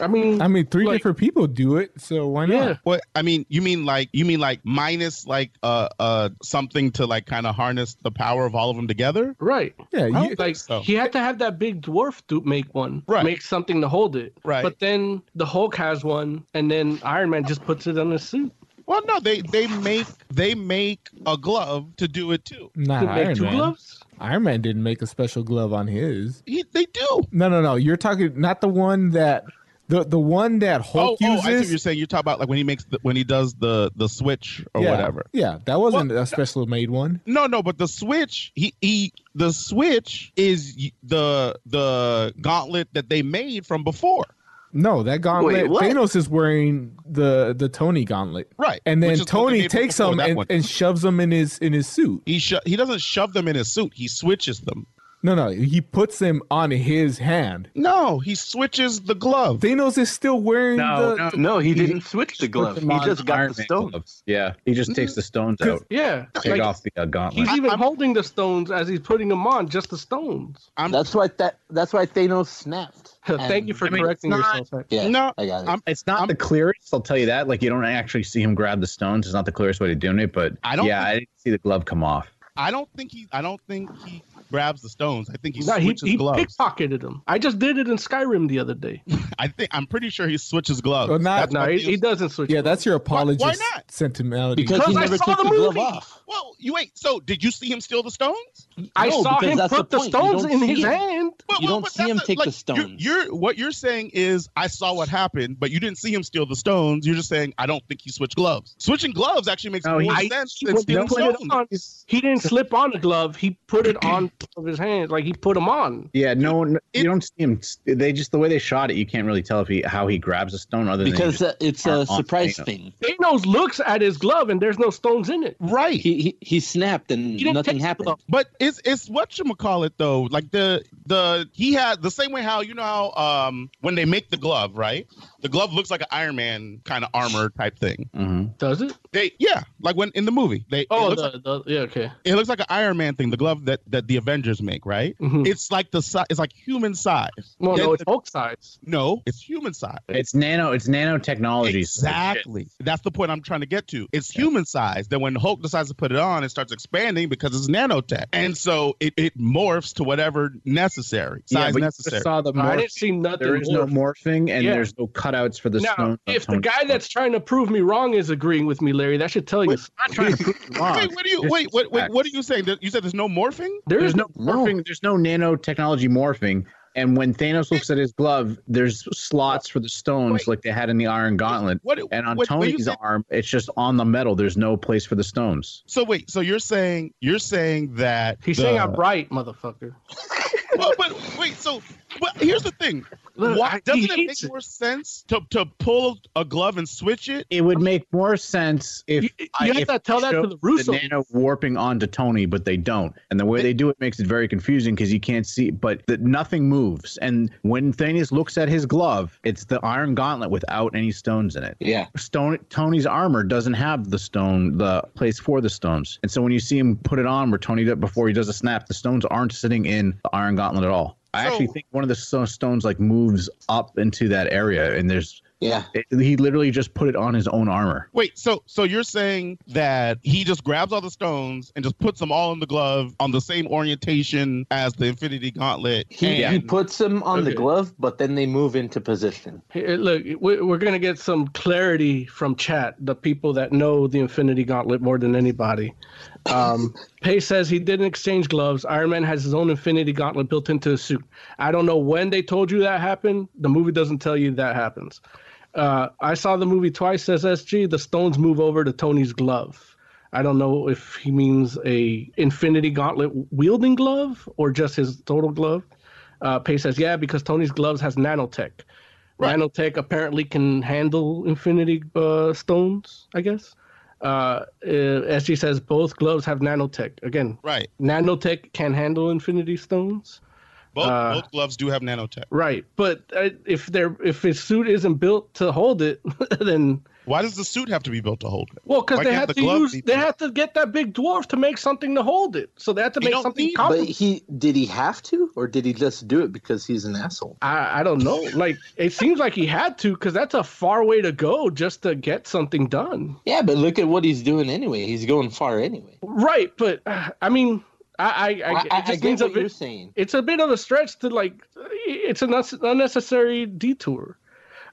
S2: I mean,
S7: I mean, three different people do it, so why not?
S9: What I mean, you mean like you mean like minus like uh uh something to like kind of harness the power of all of them together?
S2: Right.
S7: Yeah.
S9: You,
S2: like he had to have that big dwarf to make one,
S9: Right.
S2: make something to hold it.
S9: Right.
S2: But then the Hulk has one, and then Iron Man just puts it on his suit.
S9: Well, no, they they make they make a glove to do it too.
S7: Not
S9: to
S7: Iron Man. Iron Man didn't make a special glove on his.
S9: He, they do.
S7: No, no, no. You're talking not the one that the the one that
S9: Oh,
S7: Hulk
S9: oh, I see what
S7: uses.
S9: you're saying. You're talking about like when he makes the, when he does the the switch or
S7: yeah,
S9: whatever.
S7: Yeah, that wasn't a special made one.
S9: No, no, but the switch, he, he the switch is y- the the gauntlet that they made from before.
S7: No, that gauntlet.
S9: what?
S7: Thanos is wearing the the Tony gauntlet,
S9: Right,
S7: And then
S9: which is what they
S7: Tony
S9: made
S7: takes
S9: before
S7: them
S9: that
S7: and,
S9: one.
S7: and shoves them in his in his suit.
S9: He sho- he doesn't shove them in his suit. He switches them.
S7: No, no, he puts them on his hand.
S9: No, he switches the glove.
S7: Thanos is still wearing
S11: No,
S7: the.
S11: no,
S10: no, he didn't switch the glove. He just got the stone.
S11: Yeah, he just takes the stones out.
S2: Yeah.
S11: Take
S2: like,
S11: off the uh, gauntlet.
S2: He's even holding the stones as he's putting them on, just the stones.
S10: That's why that that's why Thanos snapped.
S2: Thank you for
S10: I mean,
S2: correcting
S10: it's not-
S2: yourself. Hector.
S10: Yeah,
S9: no,
S10: I got it.
S11: it's not the clearest. I'll tell you that. Like you don't actually see him grab the stones. It's not the clearest way to do it. But
S9: I don't
S11: yeah, I didn't see the glove come off.
S9: I don't think he I don't think he grabs the stones. I think he
S2: No, he,
S9: switches
S2: he
S9: gloves.
S2: pickpocketed them. I just did it in Skyrim the other day.
S9: I think I'm pretty sure he switches gloves.
S7: Well, not-
S9: That's
S2: no,
S9: what
S2: he,
S9: Thanos-
S2: he doesn't switch.
S7: Yeah,
S2: them.
S7: that's your apologist
S9: why not?
S7: sentimentality.
S10: Because he
S2: I
S10: never
S2: saw
S10: took
S2: the
S10: the, glove
S2: movie.
S10: off.
S9: Well, you wait. So, did you see him steal the stones?
S2: I
S10: No,
S2: saw
S10: because
S2: him
S10: that's
S2: put
S10: the
S2: the,
S10: point. You
S2: stones
S10: don't
S2: in
S10: see
S2: his
S10: it.
S2: hand.
S9: Well,
S10: You
S9: well,
S10: don't
S9: but
S10: see
S9: that's
S10: him take the
S9: you're-
S10: stones.
S9: You're, what you're saying is I saw what happened, but you didn't see him steal the stones. You're just saying I don't think he switched gloves. Switching gloves actually makes
S11: No, he-
S9: more
S11: I-
S9: sense
S2: When
S9: than
S2: he
S9: stealing
S2: put it
S9: stones.
S2: on, he didn't slip on the glove. He put it on top of his hand, like he put them on.
S11: Yeah, no one. You don't see him. They just the way they shot it. You can't really tell if he how he grabs a stone other than he
S10: Because
S11: just
S10: uh, it's
S11: are
S10: a
S11: on
S10: surprise
S11: Thanos.
S10: thing.
S2: Thanos looks at his glove, and there's no stones in it.
S9: Right.
S10: He he, he snapped and
S2: He didn't
S10: nothing
S2: take the
S10: happened.
S2: glove.
S9: But it's it's what you call it though. Like the the he had the same way how you know how um when they make the glove right, the glove looks like an Iron Man kind of armor type thing.
S11: Mhm.
S2: Does it?
S9: They yeah, like when in the movie they it
S2: Oh,
S9: looks
S2: the, the, yeah, okay.
S9: it looks like an Iron Man thing, the glove that, that the Avengers make, right?
S2: Mhm.
S9: It's like the size, it's like human size.
S2: Well,
S9: Then
S2: no, it's
S9: the-
S2: Hulk size.
S9: no, it's human size.
S11: It's nano. It's nanotechnology.
S9: Exactly. That's the point I'm trying to get to. It's human size. Then when Hulk decides to put it on, it starts expanding because it's nanotech, and so it, it morphs to whatever necessary size
S11: but you just
S9: necessary.
S11: Saw the
S2: I
S11: morph-
S2: didn't see nothing.
S11: there is no
S2: more.
S11: morphing, and
S2: Yeah.
S11: there's no cutouts for the
S2: Now,
S11: stone.
S2: if the guy that's trying to prove me wrong is agreeing with me, Larry, that should tell you. it's not trying to prove me wrong.
S9: Wait, what are you? Wait, what? Wait, what are you saying? That- You said there's no morphing?
S2: There
S11: there's
S2: is
S11: no
S2: no.
S11: morphing. There's no nanotechnology morphing. And when Thanos looks at his glove, there's slots for the stones like they had in the Iron Gauntlet.
S9: What-
S11: and on
S9: what- what you
S11: Tony's
S9: said-
S11: arm, it's just on the metal. There's no place for the stones.
S9: So wait, so you're saying you're saying that
S2: He's
S9: the-
S2: saying I'm right, motherfucker.
S9: Well, but wait, so but here's the thing.
S2: Look,
S9: Why
S2: I-
S9: doesn't
S2: he
S9: it
S2: hates
S9: make
S2: it.
S9: more sense to, to pull a glove and switch it?
S11: It would make more sense if
S2: You- you have
S11: if
S2: to tell
S11: they
S2: that to
S11: showed
S2: the Russo.
S11: nano warping onto Tony, but they don't. And the way they do it makes it very confusing because you can't see. But that nothing moves. And when Thanos looks at his glove, it's the Iron Gauntlet without any stones in it.
S10: Yeah.
S11: stone Tony's armor doesn't have the stone the place for the stones. And so when you see him put it on where Tony did before he does a snap, the stones aren't sitting in the iron gauntlet at all. I
S9: So-
S11: actually think one of the so- stones like moves up into that area and there's
S10: Yeah.
S11: it, he literally just put it on his own armor.
S9: Wait, so so you're saying that he just grabs all the stones and just puts them all in the glove on the same orientation as the Infinity Gauntlet?
S10: He, he
S9: and-
S10: puts him on the
S2: Okay.
S10: glove, but then they move into position.
S2: Here, look, we- we're going to get some clarity from chat, the people that know the Infinity Gauntlet more than anybody. Um, Pay says he didn't exchange gloves. Iron Man has his own Infinity Gauntlet built into his suit. I don't know when they told you that happened. The movie doesn't tell you that happens. Uh, I saw the movie twice, says SG. The stones move over to Tony's glove. I don't know if he means a Infinity Gauntlet wielding glove or just his total glove. Uh, Pay says, yeah, because Tony's gloves has nanotech. Nanotech apparently can handle Infinity uh, Stones, I guess. Uh, uh, SG says both gloves have nanotech. Again,
S9: right.
S2: nanotech can handle Infinity Stones.
S9: Both,
S2: Uh,
S9: both gloves do have nanotech.
S2: Right, but uh, if they're if his suit isn't built to hold it, then
S9: why does the suit have to be built to hold it?
S2: Well, because
S9: Why
S2: they
S9: can't
S2: have
S9: the
S2: to
S9: glove
S2: use
S9: be-
S2: they have to get that big dwarf to make something to hold it, so they have to make something.
S4: but
S2: Comp-
S4: he did he have to, or did he just do it because he's an asshole?
S2: I I don't know. Like it seems like he had to because that's a far way to go just to get something done.
S4: Yeah, but look at what he's doing anyway. He's going far anyway.
S2: Right, but uh, I mean, I I,
S4: I- I-
S2: it just
S4: I get
S2: means a
S4: what
S2: bit-
S4: you're saying.
S2: It's a bit of a stretch to like. It's an un- unnecessary detour.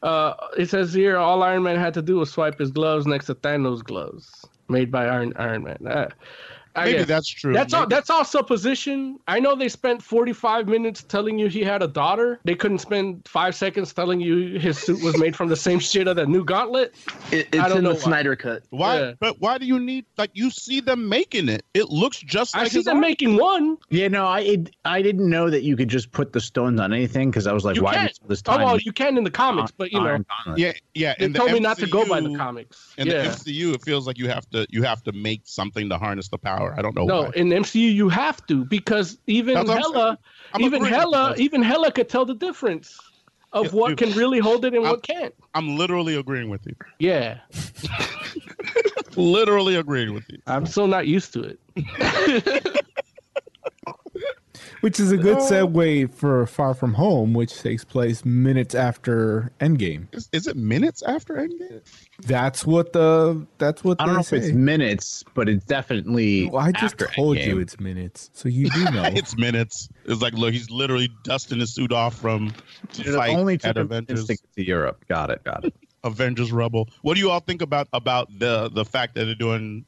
S2: Uh, it says here all Iron Man had to do was swipe his gloves next to Thanos' gloves made by Iron Iron Man. Uh, I
S9: Maybe
S2: guess-
S9: that's true.
S2: That's all.
S9: Maybe-
S2: That's all supposition. I know they spent 45 minutes telling you he had a daughter. They couldn't spend five seconds telling you his suit was made from the same shit of that new gauntlet.
S9: it's
S2: I don't
S9: in
S2: know
S9: the
S2: why.
S9: Snyder Cut. Why? But why do you need? Like you see them making it. It looks just.
S2: I
S9: like
S2: see
S9: his
S2: them
S9: arm.
S2: making one.
S11: Yeah, no, I it, I didn't know that you could just put the stones on anything because I was like,
S2: You
S11: why
S2: can't.
S11: waste all this
S2: Oh,
S11: time?
S2: well, you can in the comics, but you know.
S11: Iron Gauntlet.
S9: Yeah, yeah.
S2: They
S9: in the
S2: told me not to go by the
S9: MCU
S2: comics.
S9: In
S2: yeah.
S9: the MCU, it feels like you have to you have to make something to harness the power. I don't know
S2: no, e-
S9: why.
S2: in the MCU you have to because even
S9: That's what I'm
S2: Hella,
S9: saying. I'm
S2: even
S9: agreeing with
S2: Hella,
S9: you.
S2: even Hella could tell the difference of what
S9: dude.
S2: can really hold it and what can't.
S9: I'm literally agreeing with you.
S2: Yeah.
S9: literally agreeing with you.
S2: I'm still not used to it.
S7: Which is a good segue for Far From Home, which takes place minutes after Endgame.
S9: Is, is it minutes after Endgame?
S7: That's what the that's what
S11: I don't
S7: they
S11: know
S7: say.
S11: if it's minutes, but it's definitely.
S7: Well, I just
S11: after
S7: told
S11: Endgame.
S7: you it's minutes, so you do know.
S9: it's minutes. It's like look, he's literally dusting his suit off from
S11: Dude, it
S9: fight
S11: only took
S9: at
S11: him minutes
S9: Avengers
S11: to get to Europe. Got it. Got it.
S9: Avengers Rubble. What do you all think about about the the fact that they're doing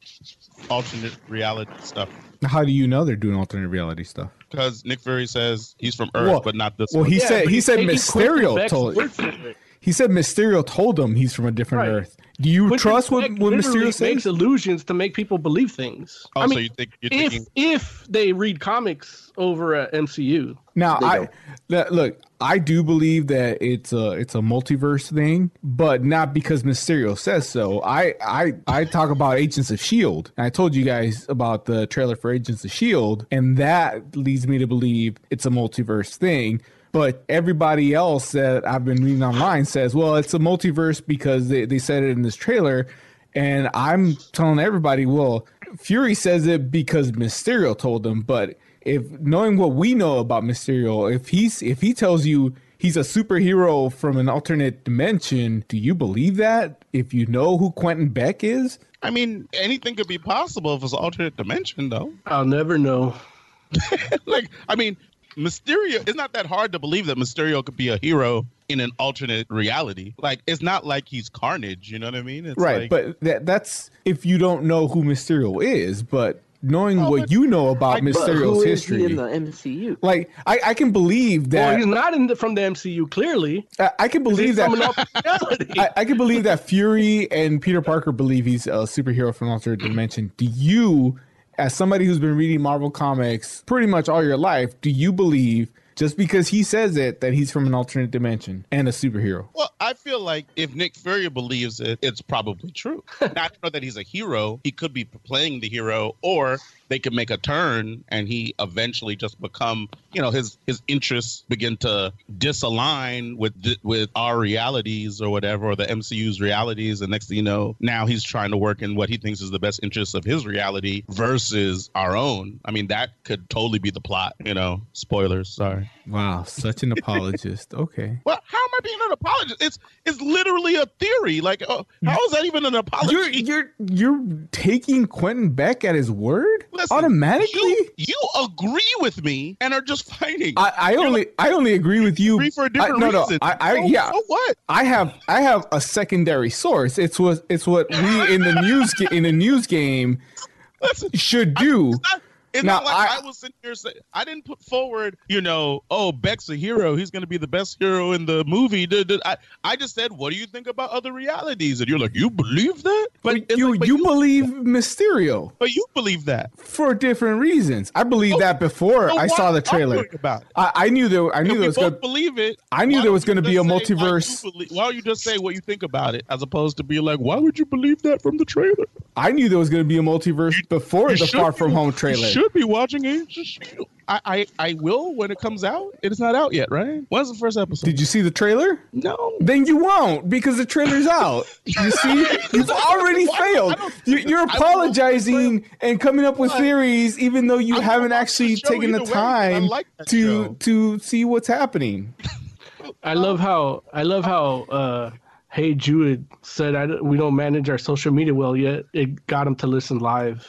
S9: alternate reality stuff?
S7: How do you know they're doing alternate reality stuff?
S9: Because Nick Fury says he's from Earth,
S7: Well-
S9: but not this.
S7: well,
S9: one.
S7: he Yeah, said- but he he's said taking Mysterio Quentin Beck's told- word for He said Mysterio told him he's from a different
S2: Right.
S7: Earth. Do you
S2: Quentin
S7: trust what,
S2: Beck
S7: what
S2: literally
S7: Mysterio says?
S2: makes illusions to make people believe things.
S9: Oh,
S2: I
S9: so
S2: mean,
S9: you think you're
S2: if
S9: thinking-
S2: if they read comics over at MCU,
S7: Now I that- look, I do believe that it's a it's a multiverse thing, but not because Mysterio says so. I I I talk about Agents of Shield. And I told you guys about the trailer for Agents of Shield, E and that leads me to believe it's a multiverse thing. But everybody else that I've been reading online says, well, it's a multiverse because they, they said it in this trailer. And I'm telling everybody, well, Fury says it because Mysterio told him, but if knowing what we know about Mysterio, if he's if he tells you he's a superhero from an alternate dimension, do you believe that? If you know who Quentin Beck is?
S9: I mean, anything could be possible if it's an alternate dimension, though.
S2: I'll never know.
S9: like, I mean, Mysterio. It's not that hard to believe that Mysterio could be a hero in an alternate reality. Like, it's not like he's Carnage. You know what I mean? It's
S7: right,
S9: Like,
S7: but that that's if you don't know who Mysterio is, but knowing what you know about
S4: But
S7: Mysterio's
S4: who is
S7: history.
S4: he in the MCU?
S7: like I, I can believe that
S2: Well, he's not in the, from the MCU clearly.
S7: I, I can believe that
S2: from an alternate reality.
S7: I, I can believe that Fury and Peter Parker believe he's a superhero from another dimension. Do you, as somebody who's been reading Marvel comics pretty much all your life, do you believe just because he says it that he's from an alternate dimension and a superhero?
S9: Well, I feel like if Nick Fury believes it, it's probably true. Not know that he's a hero. He could be playing the hero, or they could make a turn and he eventually just become, you know, his his interests begin to disalign with th- with our realities or whatever, or the MCU's realities. And next thing you know, now he's trying to work in what he thinks is the best interests of his reality versus our own. I mean, that could totally be the plot. You know, spoilers. Sorry.
S7: Wow, such an apologist. Okay.
S9: Well, how am I being an apologist? It's it's literally a theory. Like, oh, how is that even an apology?
S7: You're you're you're taking Quentin Beck at his word automatically?
S9: You, you agree with me and are just fighting.
S7: I, I only I only agree with you
S9: for a different
S7: I, no,
S9: reason.
S7: No, I, I
S9: So-
S7: yeah.
S9: so what?
S7: I have I have a secondary source. It's what it's what we in the news ga- in the news game should do.
S9: It's
S7: now
S9: not like I, was sitting here saying I didn't put forward, you know, oh Beck's a hero. He's going to be the best hero in the movie. Duh, duh. I I just said, what do you think about other realities? And you're like, you believe that? But it's
S7: you,
S9: like, but
S7: you believe Mysterio
S9: but you believe that
S7: for different reasons. I believed that before
S9: Oh, so
S7: I
S9: why
S7: saw the
S9: are you
S7: trailer.
S9: arguing about it?
S7: I, I knew there I knew
S9: If
S7: there
S9: we
S7: was
S9: both
S7: gonna,
S9: believe it.
S7: I knew
S9: why
S7: there was
S9: don't you
S7: going to be a
S9: just say why you
S7: multiverse.
S9: belie- Why don't you just say what you think about it, as opposed to be like, why would you believe that from the trailer?
S7: I knew there was going to be a multiverse before
S9: you
S7: the
S9: should
S7: Far From
S9: be-
S7: Home trailer.
S9: You should be watching Agents of S.H.I.E.L.D. I, I, I will when it comes out. It is not out yet, right? When's the first episode?
S7: Did you see the trailer?
S9: No.
S7: Then you won't because the trailer's out. You see, you've already failed. You, you're apologizing and coming up with theories, even though you haven't actually
S9: show
S7: taken the
S9: either way. I
S7: time
S9: like that
S7: to
S9: show.
S7: to see what's happening.
S2: I love how I love how uh, Hey Jude said I, don't- we don't manage our social media well yet. It got him to listen live.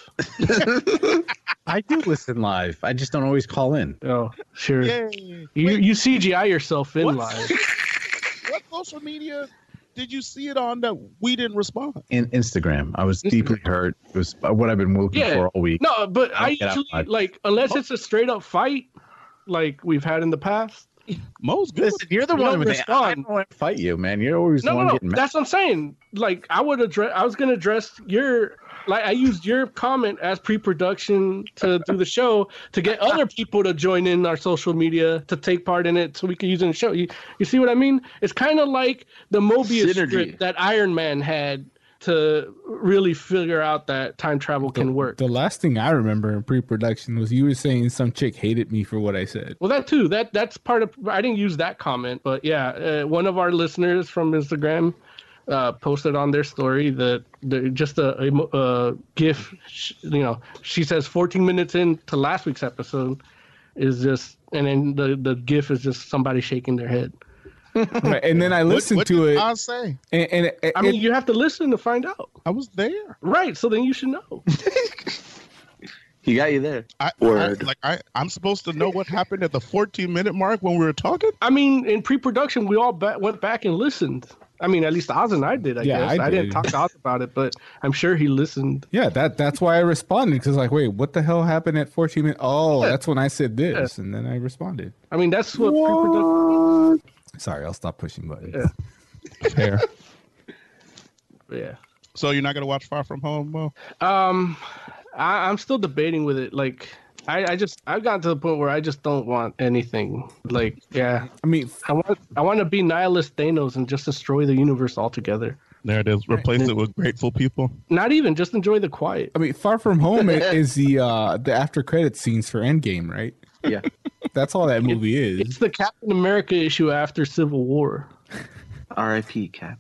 S11: I do listen live. I just don't always call in.
S2: Oh, sure. You you CGI yourself in
S9: What?
S2: live.
S9: what social media did you see it on that we didn't respond?
S11: In Instagram, I was deeply hurt. It was uh, what I've been looking
S2: Yeah.
S11: for all week.
S2: No, but I
S11: I'll get
S2: usually
S11: outside.
S2: like unless it's a straight up fight, like we've had in the past.
S9: Mo's good.
S11: Listen, you're the
S2: You
S11: one
S2: don't
S11: with the. I
S2: respond.
S11: don't want to fight you, man. You're always the
S2: No,
S11: one
S2: no,
S11: getting
S2: no.
S11: mad.
S2: That's what I'm saying. Like I would address. I was gonna address your. Like I used your comment as pre-production to do the show to get other people to join in our social media to take part in it so we can use it in the show. You, you see what I mean? It's kind of like the Mobius
S10: Synergy.
S2: strip that Iron Man had to really figure out that time travel can work.
S7: The last thing I remember in pre-production was you were saying some chick hated me for what I said.
S2: Well, that too. That that's part of. I didn't use that comment, but yeah, uh, one of our listeners from Instagram uh, posted on their story that the, just a, a mo- uh, gif. sh- You know, she says 14 minutes into last week's episode is just, and then the the gif is just somebody shaking their head.
S7: Right, and then I listened
S9: what
S7: to
S9: did
S7: it,
S9: I say?
S7: and, and, and
S2: I mean, you have to listen to find out,
S9: I was there.
S2: right? So then you should know.
S10: He got you there.
S9: I,
S10: Word.
S9: I- like I, I'm supposed to know what happened at the 14 minute mark when we were talking.
S2: I mean, in pre-production, we all ba- went back and listened. I mean, at least Oz and I did. I
S7: Yeah,
S2: guess
S7: I
S2: I, didn't
S7: did.
S2: talk to Oz about it, but I'm sure he listened.
S7: yeah, that that's why I responded because like, wait, what the hell happened at 14 minutes? Oh, that's when I said this, and then I responded.
S2: I mean, that's what pre-production.
S7: Sorry, I'll stop pushing buttons.
S2: Yeah.
S7: Fair.
S2: Yeah.
S9: So you're not gonna watch Far From Home, Mo?
S2: Um, I, I'm still debating with it. Like, I, I just I've gotten to the point where I just don't want anything. Like, yeah,
S7: I mean,
S2: I want I want to be nihilist Thanos and just destroy the universe altogether.
S9: There it is. Replace it with grateful people.
S2: Not even just enjoy the quiet.
S7: I mean, Far From Home i- is the uh the after credit scenes for Endgame, right?
S10: Yeah.
S7: That's all that movie
S2: It's
S7: is.
S2: the Captain America issue after Civil War.
S10: R.I.P. Cap.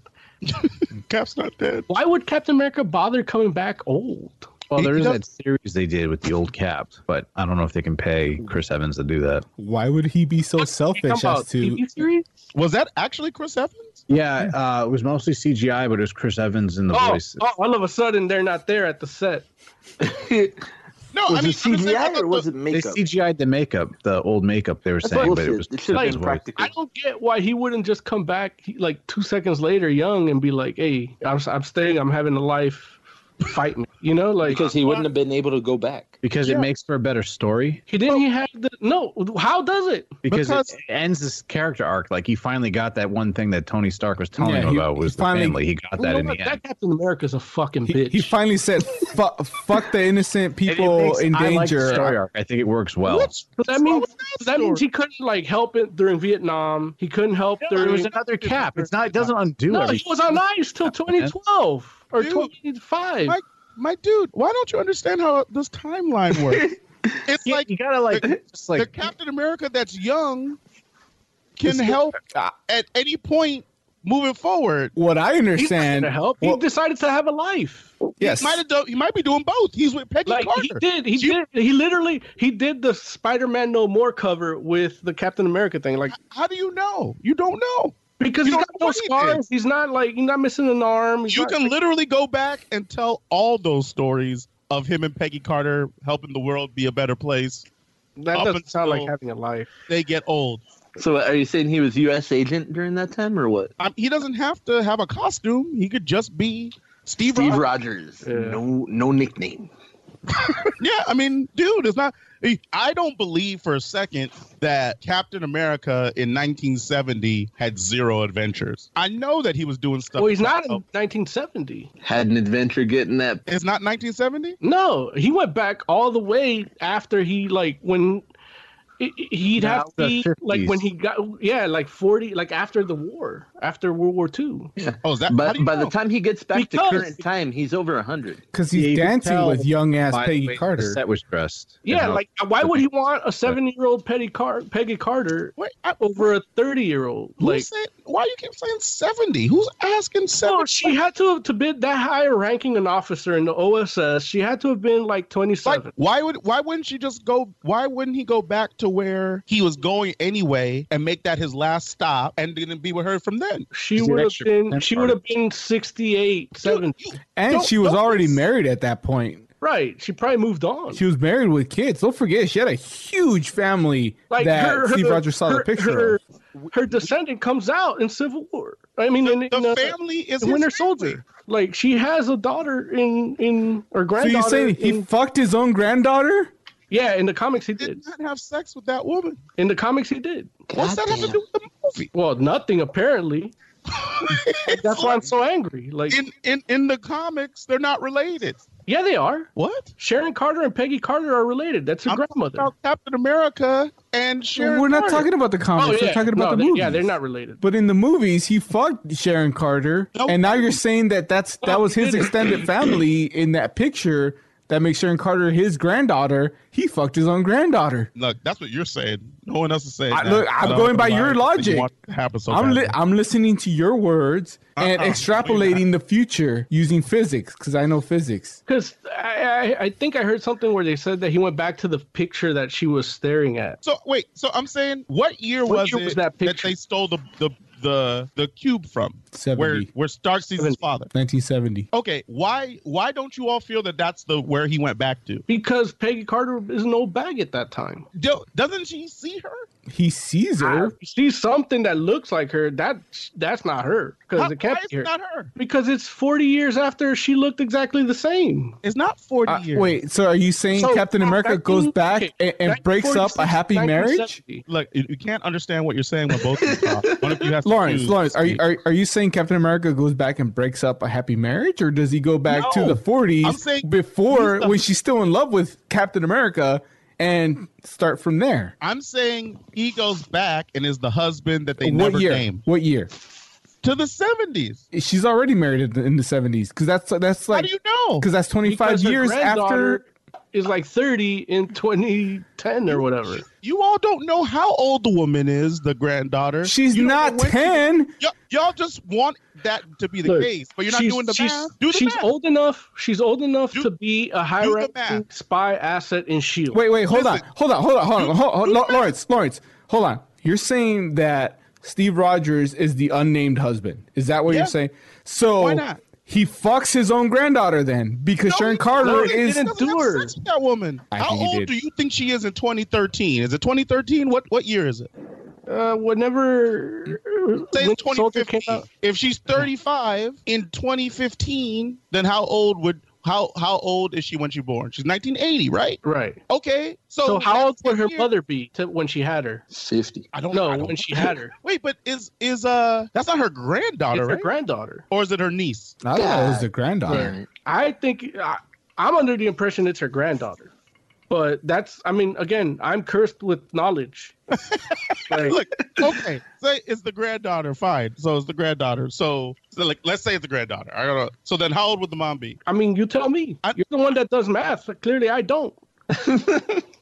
S9: Cap's not dead.
S2: Why would Captain America bother coming back old?
S11: Well,
S9: He-
S11: there
S9: he
S11: is that series they did with the old cap, but I don't know if they can pay Chris Evans to do that.
S7: Why would he be so
S2: You
S7: selfish
S2: talking about
S7: as to
S2: TV series?
S9: Was that actually Chris Evans?
S11: Yeah, uh, it was mostly CGI, but it was Chris Evans in the
S2: Oh,
S11: voice.
S2: oh, all of a sudden they're not there at the set.
S9: No,
S10: Was
S9: I
S10: it
S9: mean I'm just saying, I
S10: CGI
S9: thought
S10: or was it
S11: They
S10: makeup?
S11: CGI'd the makeup, the old makeup they were
S10: That's
S11: saying, but it
S10: bullshit.
S11: was
S10: It should have been practical.
S2: I don't get why he wouldn't just come back he- like two seconds later, young, and be like, "Hey, I'm I'm staying. I'm having a life. Fight me." You know, like
S4: because he wouldn't have been able to go back.
S11: because it makes for a better story.
S2: he didn't. He had the no. How does it?
S11: Because,
S9: Because-
S11: it ends this character arc. Like he finally got that one thing that Tony Stark was telling
S7: Yeah,
S11: him
S7: he-
S11: about
S7: he
S11: was the
S7: finally-
S11: family. He got that
S2: You
S11: in
S2: know
S11: the
S2: what?
S11: end.
S2: That Captain America's a fucking
S7: he,
S2: bitch.
S7: he finally said fuck, fuck the innocent people in
S11: I like the
S7: danger.
S11: story arc. I think it works well.
S2: but that means that, means he couldn't like help it during Vietnam. He couldn't help
S11: There
S2: during.
S11: was another cap. It's not. It doesn't undo
S2: no, he
S11: everything.
S2: was on ice till 2012 or
S9: Dude.
S2: 2005.
S9: Like, My dude, why don't you understand how this timeline works? it's
S11: Yeah,
S9: like
S11: you gotta like
S9: the-
S11: just
S9: the
S11: like
S9: Captain America that's young can help at any point moving forward.
S7: what I
S2: he decided
S7: understand,
S2: to help.
S7: well-
S2: he decided to have a life.
S7: yes,
S9: He might have done, he might be doing both. He's with Peggy
S2: like
S9: Carter.
S2: he did he
S9: She-
S2: did he literally he did the spider-man no more cover with the captain america thing like
S9: How do you know? You don't know.
S2: because
S9: You
S2: he's got
S9: don't know
S2: no
S9: what he
S2: scars he's not like he's not missing an arm he's
S9: You
S2: not-
S9: can literally go back and tell all those stories of him and Peggy Carter helping the world be a better place.
S2: that
S9: up
S2: doesn't sound like
S9: until-
S2: having a life
S9: They get old.
S10: So are you saying he was U.S. agent during that time or what?
S9: I Um, he doesn't have to have a costume. He could just be Steve.
S10: Steve Rogers.
S9: Rogers.
S2: Yeah.
S10: No, no nickname.
S9: Yeah, I mean, dude, it's not. I don't believe for a second that Captain America in 1970 had zero adventures. I know that he was doing stuff.
S2: well he's not in 1970
S10: Had an adventure getting that.
S9: Oh, It's not 1970.
S2: no he went back all the way after he like when It- it- He'd
S11: Now
S2: have to be
S11: it's the
S2: like when
S11: 50s.
S2: he got yeah, like forty, like after the war, after World War II.
S10: Yeah.
S9: Oh, is that?
S10: By, by the time he gets back
S2: Because-
S10: to current time, he's over hundred.
S7: 'Cause he's Yeah, you can dancing tell with young-ass by the Peggy way the Carter.
S11: set was dressed.
S2: Yeah, like why would he want a seventy-year-old Petty Car- Peggy Carter over a thirty-year-old?
S9: Who
S2: Like,
S9: said- why you keep saying seventy? Who's asking seventy?
S2: no, oh, she had to have to been that higher ranking an officer in the OSS. She had to have been like twenty-seven.
S9: why would why wouldn't she just go? Why wouldn't he go back to where he was going anyway and make that his last stop and then be with her from then?
S2: she would have been she would have been 68 70
S7: And she was already married at that point.
S2: right she probably moved on
S7: She was married with kids. Don't forget, she had a huge family that Steve Rogers saw the picture
S2: her,
S7: of.
S2: her descendant comes out in civil war i mean in, in, uh,
S9: family is
S2: the
S9: his
S2: winter soldier like she has a daughter in in or
S7: So
S2: granddaughter
S7: you saying he
S2: in-
S7: fucked his own granddaughter?
S2: yeah in the comics he did
S9: not have sex with that woman
S2: in the comics he did
S9: What's that have to do with the movie?
S2: well nothing apparently that's why i'm so angry like
S9: In in in the comics, they're not related.
S2: yeah they are
S9: What?
S2: sharon carter and peggy carter are related that's her grandmother
S9: About Captain America and Sharon.
S7: We're not
S9: Carter.
S7: talking about the comics.
S2: Oh, yeah.
S7: We're Oh, talking
S2: No,
S7: about
S2: they-
S7: the movies.
S2: yeah, they're not related.
S7: But in the movies, he fucked Sharon Carter,
S9: No.
S7: and now you're saying that that's that was his extended family in that picture that makes Sharon Carter his granddaughter. He fucked his own granddaughter.
S9: Look, that's what you're saying. No one else is saying.
S7: I-
S9: that.
S7: look,
S9: I
S7: I'm
S9: don't
S7: going
S9: know
S7: by
S9: why
S7: your
S9: you
S7: logic.
S9: want it to happen so
S7: I'm
S9: badly.
S7: li- I'm listening to your words and
S9: Uh-uh, no,
S7: extrapolating the future using physics because I know physics.
S2: Because I, I, I think I heard something where they said that he went back to the picture that she was staring at.
S9: So wait, so I'm saying, what year
S2: What
S9: was
S2: year
S9: it
S2: was that
S9: that they stole the the the the cube from?
S7: 70.
S9: Where where Stark sees his father?
S7: 1970.
S9: Okay, why why don't you all feel that that's the where he went back to?
S2: Because Peggy Carter is an old bag at that time.
S9: Do, doesn't she see her?
S7: He sees
S9: Ah.
S7: her.
S2: If you see something that looks like her, that that's not her. Because
S9: How-
S2: it can't
S9: why is
S2: be
S9: it
S2: her.
S9: not her?
S2: Because it's 40 years after she looked exactly the same.
S9: It's not forty
S7: Uh,
S9: years.
S7: wait, so are you saying
S2: So,
S7: Captain America goes
S2: 19
S7: back
S2: okay,
S7: and, and breaks up a happy marriage?
S2: 1970.
S9: Look, you, you can't understand what you're saying when both of you talk. One of you has to
S7: Lawrence,
S9: choose.
S7: Lawrence, are you are, are you saying Captain America goes back and breaks up a happy marriage, or does he go back to
S9: No.
S7: the
S9: I'm
S7: forties
S9: saying
S7: before
S9: he's the-
S7: when she's still in love with Captain America and start from there?
S9: I'm saying he goes back and is the husband that they
S7: what
S9: never
S7: year?
S9: came
S7: What year?
S9: to the 70s.
S7: She's already married in the- in the seventies because that's that's
S9: How
S7: like
S9: do you know?
S7: because that's twenty five
S2: Because her
S7: years after.
S2: granddaughter Is like 30 in 2010 or whatever.
S9: You all don't know how old the woman is, the granddaughter.
S7: She's
S9: You don't
S7: not
S9: know when she-
S7: ten.
S9: Y- y'all just want that to be the
S2: Look,
S9: case, but you're not
S2: she's,
S9: doing the
S2: she's,
S9: math. Do the
S2: she's
S9: math.
S2: old enough. She's old enough
S9: Do-
S2: to be a high
S9: do the
S2: ranking
S9: math.
S2: spy asset in Shield.
S7: Wait, wait, hold
S9: Listen.
S7: on, hold on, hold on, hold on, hold, hold,
S9: you
S7: Law-
S9: said-
S7: Lawrence, Lawrence, hold on. You're saying that Steve Rogers is the unnamed husband. Is that what
S9: Yeah.
S7: you're saying? So
S9: Why not?
S7: he fucks his own granddaughter then because
S9: No,
S7: Sharon
S9: he-
S7: Carter
S9: no, he
S7: is.
S9: doesn't have
S2: endure.
S9: sex with That woman.
S7: I
S9: How
S7: think he
S9: old
S7: did.
S9: do you think she is in 2013? Is it 2013? What what year is it?
S2: Uh, whenever
S9: Say
S2: Winter Soldier came
S9: 2015.
S2: out,
S9: If she's 35 in 2015, then how old would how how old is she when she born? She's 1980, right?
S2: right?
S9: Okay, so,
S2: So how old
S9: that's
S2: would her
S9: year-
S2: mother be to, when she had her?
S10: Fifty.
S9: I don't
S2: No,
S9: I don't
S2: when she had her,
S9: Wait, but is is uh that's not her granddaughter,
S2: it's her
S9: right?
S2: granddaughter.
S9: or is it her niece?
S7: I thought it was
S10: God.
S7: the granddaughter.
S10: Damn it.
S2: I think I, I'm under the impression it's her granddaughter, but that's I mean again I'm cursed with knowledge. Like,
S9: Look, okay, say it's the granddaughter. Fine, so it's the granddaughter. So, so like, let's say it's the granddaughter. I don't know. So then, how old would the mom be?
S2: I mean you tell me.
S9: I-
S2: You're the one that does math. Clearly I don't.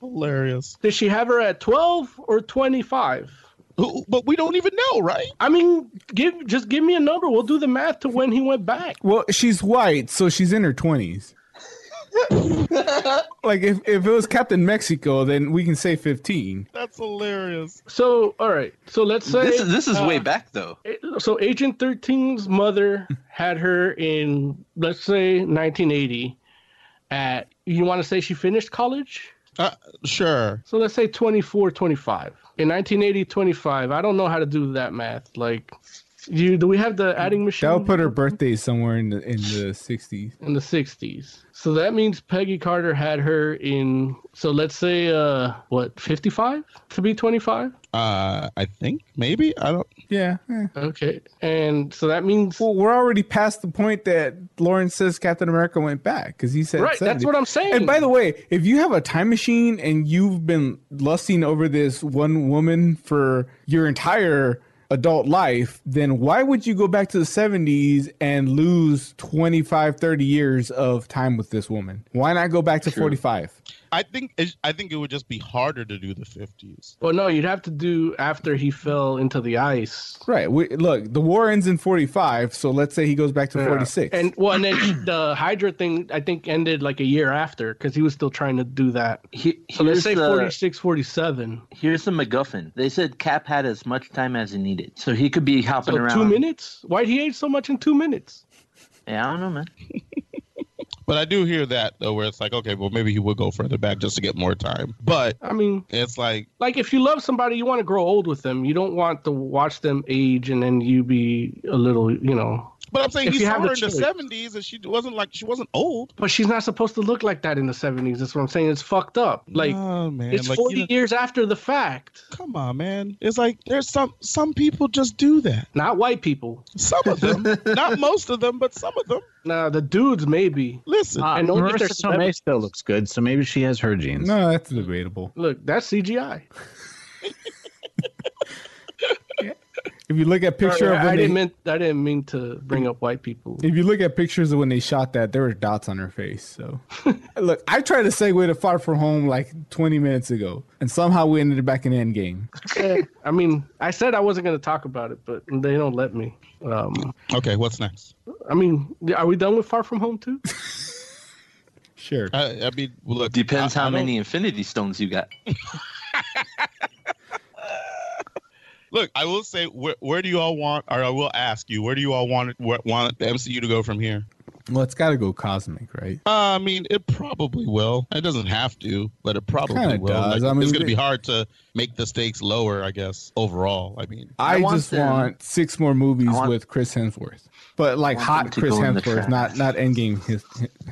S9: Hilarious.
S2: Did she have her at 12 or 25?
S9: Who, but we don't even know, right?
S2: I mean, give just give me a number. We'll do the math to when he went back.
S7: Well, she's white, so she's in her twenties. like if, if it was Captain Mexico, then we can say fifteen.
S9: That's hilarious.
S2: So, all right. So let's say
S10: This is this is way
S2: uh,
S10: back though.
S2: So Agent 13's mother had her in let's say 1980 at you want to say she finished college?
S9: Uh, sure.
S2: So let's say 24, 25. In 1980, 25. I don't know how to do that math. Like You do we have the adding machine?
S7: That'll put her birthday somewhere in the in the sixties.
S2: in the 60s. So that means Peggy Carter had her in so let's say uh what 55 to be 25?
S9: Uh, I think maybe I don't.
S7: Yeah. eh.
S2: Okay. And so that means
S7: Well, we're already past the point that Lauren says Captain America went back because he said
S2: Right, that's
S7: 70.
S2: what I'm saying.
S7: And by the way, if you have a time machine and you've been lusting over this one woman for your entire adult life, then why would you go back to the 70s and lose 25, 30 years of time with this woman? Why not go back to 45?
S9: I think it, I think it would just be harder to do the fifties.
S2: well no, you'd have to do after he fell into the ice.
S7: Right. We, look, the war ends in 45, so let's say he goes back to 46.
S2: And well and then the Hydra thing I think ended like a year after cuz he was still trying to do that. so
S10: here's
S2: let's say
S10: the-
S2: 46 47.
S10: Here's the MacGuffin. They said Cap had as much time as he needed, so he could be hopping
S2: So
S10: around.
S2: 2 minutes? Why'd he age so much in 2 minutes?
S10: Yeah, I don't know, man.
S9: But I do hear that though, where it's like, okay, well maybe he would go further back just to get more time. But
S2: I mean
S9: it's like
S2: like if you love somebody you want to grow old with them you don't want to watch them age and then you be a little you know
S9: But I'm saying
S2: If
S9: he
S2: you
S9: saw
S2: have
S9: her
S2: the
S9: in the
S2: choice.
S9: seventies, and she wasn't like she wasn't old.
S2: but she's not supposed to look like that in the 70s that's what i'm saying it's fucked up like
S9: No, man,
S2: it's
S9: like,
S2: 40
S9: you know-
S2: years after the fact
S9: come on man it's like there's some some people just do that
S2: not white people
S9: some of them not most of them but some of them
S2: nah the dudes maybe
S9: listen
S11: Uh,
S2: and only if they're
S11: Marissa Tomei
S2: celebs-
S11: still looks good, so maybe she has her genes.
S7: no, that's debatable.
S2: look that's cgi
S7: If you look at picture
S2: Sorry,
S7: of
S2: I,
S7: when they-
S2: didn't mean i didn't mean to bring up white people
S7: If you look at pictures of when they shot that, there were dots on her face. So, look, I tried to segue to Far From Home like 20 minutes ago, and somehow we ended up back in Endgame.
S2: Eh, i mean i said i wasn't going to talk about it but they don't let me um
S9: okay what's next
S2: i mean are we done with far from home too
S7: Sure.
S9: i, I mean well, look
S10: Depends
S9: I- I
S10: how
S9: don't-
S10: many Infinity Stones you got.
S9: look i will say where, where do you all want or i will ask you where do you all want it- where, want the mcu to go from here
S7: Well, it's got to go cosmic, right?
S9: uh, I mean, it probably will. It doesn't have to, but it probably
S7: Kinda
S9: will.
S7: does. I mean,
S9: it's going to
S7: they-
S9: be hard to make the stakes lower, I guess, overall. I mean,
S7: I,
S9: want
S7: just
S9: them-
S7: want six more movies
S9: want-
S7: with Chris Hemsworth, but like
S9: I want them
S7: hot
S9: to
S7: Chris
S9: go in the
S7: Hemsworth,
S9: trash.
S7: not not Endgame his,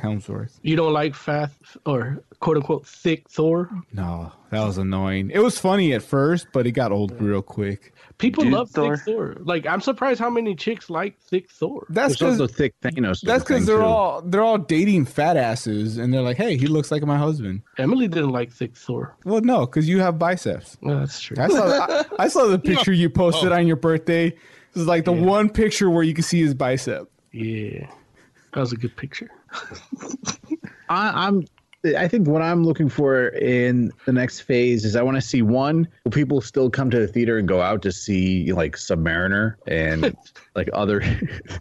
S7: Hemsworth.
S2: You don't like fat or quote unquote thick Thor?
S7: No, that was annoying. It was funny at first, but it got old real quick.
S2: People love thick Thor. Like I'm surprised how many chicks like thick Thor.
S7: That's
S11: There's
S7: 'cause-
S11: also thick Thanos.
S7: That's
S11: thing,
S7: because they're
S11: too.
S7: all they're all dating fat asses, and they're like, "Hey, he looks like my husband."
S2: Emily didn't like thick Thor.
S7: Well, no, because you have biceps.
S2: that's true.
S7: I saw I, I saw the picture you posted
S2: Oh.
S7: on your birthday. This is like the one picture where you can see his bicep.
S2: Yeah, that was a good picture.
S11: I, I'm. I think what I'm looking for in the next phase is I want to see one. Will people still come to the theater and go out to see like Submariner and like other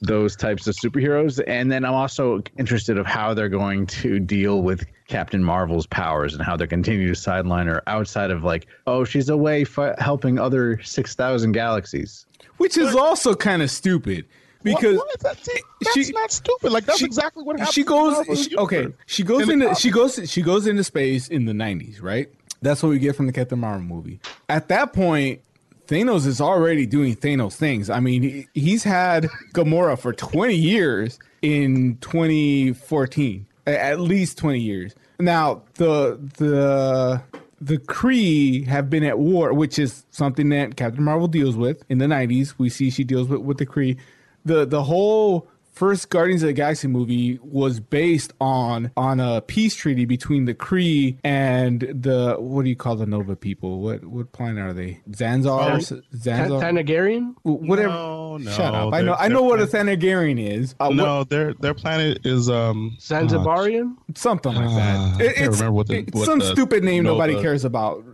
S11: those types of superheroes? And then I'm also interested of how they're going to deal with Captain Marvel's powers and how they're continuing to sideline her outside of like, oh, she's away fi- helping other six thousand galaxies.
S7: Which is also kind of stupid because
S9: What? That's, it. That's not stupid. Like that's
S7: she-
S9: exactly what happened.
S7: she
S9: in Marvel
S7: goes she- okay.
S9: Universe.
S7: She goes
S9: And the
S7: into
S9: comics.
S7: she goes she goes into space in the nineties, right? That's what we get from the Captain Marvel movie. At that point, Thanos is already doing Thanos things. I mean, he, he's had Gamora for twenty years in twenty fourteen, at least twenty years. Now the the the Kree have been at war, which is something that Captain Marvel deals with in the nineties. We see she deals with with the Kree the the whole first Guardians of the Galaxy movie was based on on a peace treaty between the Kree and the what do you call the Nova people? What what planet are they? Zanzar,
S2: Oh.
S7: S- Zanzar,
S2: Thanagarian?
S7: W- whatever.
S9: No, no,
S7: Shut up! I
S9: they're-
S7: know I
S9: they're
S7: know what a Thanagarian is. Uh, what-
S9: no, their their planet is um
S2: Zanzibarian?
S7: something like that.
S9: Ah, I
S7: It-
S9: can't
S7: it's
S9: remember what the-
S7: it's
S9: what
S7: some
S9: the
S7: stupid name nobody
S9: Nova-
S7: cares about.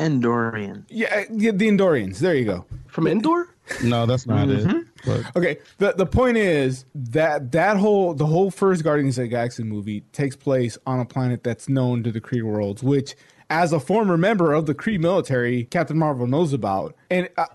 S10: Endorian.
S7: Yeah, yeah, the Endorians. There you go.
S2: From Endor?
S9: No, that's not
S7: Mm-hmm.
S9: it. But
S7: Okay. The the point is that that whole the whole first Guardians of the Galaxy movie takes place on a planet that's known to the Kree worlds, which as a former member of the Kree military, Captain Marvel knows about. And uh,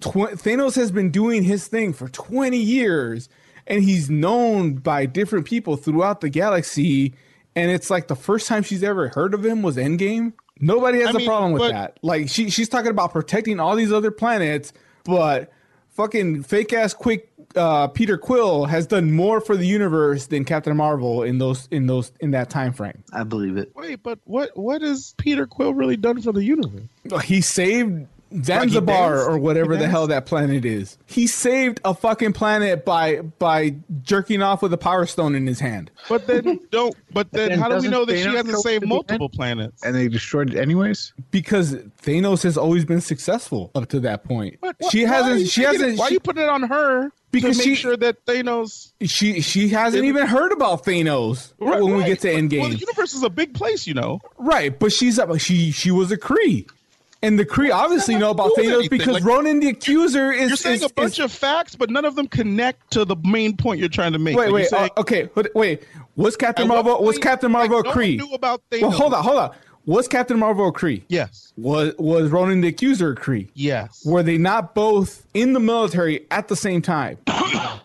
S7: tw- Thanos has been doing his thing for 20 years and he's known by different people throughout the galaxy and it's like the first time she's ever heard of him was Endgame. Nobody has
S9: I
S7: a
S9: mean,
S7: problem with
S9: but-
S7: that. Like she she's talking about protecting all these other planets, but fucking fake ass quick uh, Peter Quill has done more for the universe than Captain Marvel in those in those in that time frame.
S10: I believe it.
S9: Wait, but what what has Peter Quill really done for the universe?
S7: He saved Zanzibar
S9: danced?
S7: or whatever
S9: He
S7: the hell that
S9: danced?
S7: planet is. He saved a fucking planet by by jerking off with a power stone in his hand.
S9: But then don't. But then,
S7: then
S9: how do we
S7: doesn't
S9: know that she
S7: Thanos
S9: hasn't
S7: go
S9: saved
S7: to the
S9: multiple planets?
S11: and they destroyed it anyways
S7: because Thanos has always been successful up to that point. she
S9: Why are you
S7: hasn't. She
S9: taking it-
S7: hasn't.
S9: Why
S7: she-
S9: you put it on her?
S7: Because
S9: to make
S7: she-
S9: sure that Thanos.
S7: She she hasn't even heard about Thanos
S9: Right,
S7: when we
S9: right.
S7: get to Endgame.
S9: Well, the universe is a big place, you know.
S7: Right, but she's a, she she was a Cree, and the Cree obviously know about
S9: do with
S7: Thanos
S9: anything?
S7: because
S9: Like,
S7: Ronan the Accuser is.
S9: You're saying
S7: is-
S9: a bunch
S7: is-
S9: of facts, but none of them connect to the main point you're trying to make.
S7: Wait,
S9: Like,
S7: wait,
S9: you're saying-
S7: uh, okay, but wait. Was Captain
S9: At what
S7: Marvel was
S9: point-
S7: Captain Marvel
S9: no
S7: a
S9: one
S7: Cree?
S9: knew about
S7: Well,
S9: Thanos.
S7: hold on, hold on. Was Captain Marvel a Cree?
S9: Yes.
S7: Was was Ronan the Accuser a Cree?
S9: Yes.
S7: Were they not both in the military at the same time?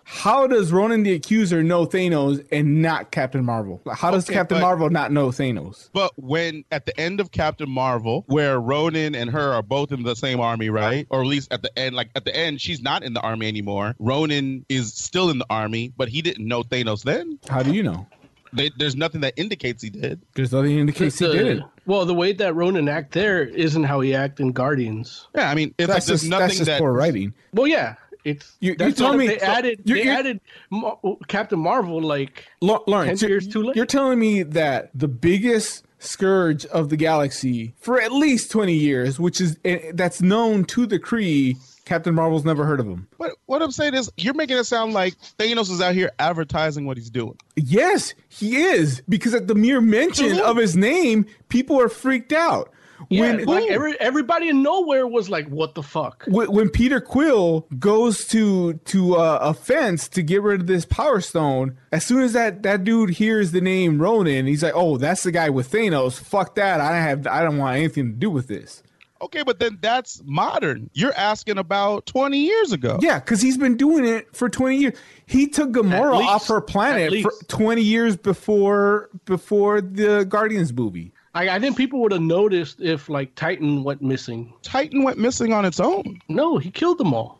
S7: How does Ronan the Accuser know Thanos and not Captain Marvel? How does
S9: Okay,
S7: Captain
S9: but-
S7: Marvel not know Thanos?
S9: But when at the end of Captain Marvel, where Ronan and her are both in the same army, right? Or at least at the end, like at the end, she's not in the army anymore. Ronan is still in the army, but he didn't know Thanos then.
S7: How do you know?
S9: They, there's nothing that indicates he did.
S7: There's nothing indicates he
S2: The-
S7: did it.
S2: Well, the way that Ronan act there isn't how he act in Guardians.
S9: Yeah, I mean, it's
S7: That's
S9: like there's
S7: just
S9: nothing
S7: that's just
S9: that
S7: poor writing.
S2: Well, yeah, it's
S7: You- you
S2: that's
S7: tell
S2: what
S7: me-
S2: they
S7: so
S2: added.
S7: you're-
S2: They
S7: you're-
S2: added Ma- Captain Marvel like
S7: Lau- Lawrence,
S2: 10
S7: you're,
S2: years too late.
S7: you're telling me that the biggest scourge of the galaxy for at least 20 years, which is eh, that's known to the Kree, Captain Marvel's never heard of him.
S9: What what I'm saying is, you're making it sound like Thanos is out here advertising what he's doing.
S7: Yes, he is because at the mere mention of his name, people are freaked out.
S2: Yeah,
S7: when
S2: like every, everybody in nowhere was like, "What the fuck?"
S7: when, when Peter Quill goes to to uh, a fence to get rid of this power stone, as soon as that that dude hears the name Ronan, he's like, "Oh, that's the guy with Thanos. Fuck that. I have I don't want anything to do with this."
S9: Okay, but then that's modern. You're asking about 20 years ago.
S7: Yeah, because he's been doing it for twenty years. He took Gamora
S9: least.
S7: off her
S2: At
S7: planet
S2: least.
S7: for twenty years before before the Guardians movie.
S2: I, I think people would have noticed if like Titan went missing.
S9: Titan went missing on its own.
S2: No, he killed them all.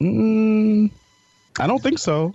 S9: Mm, I don't think so.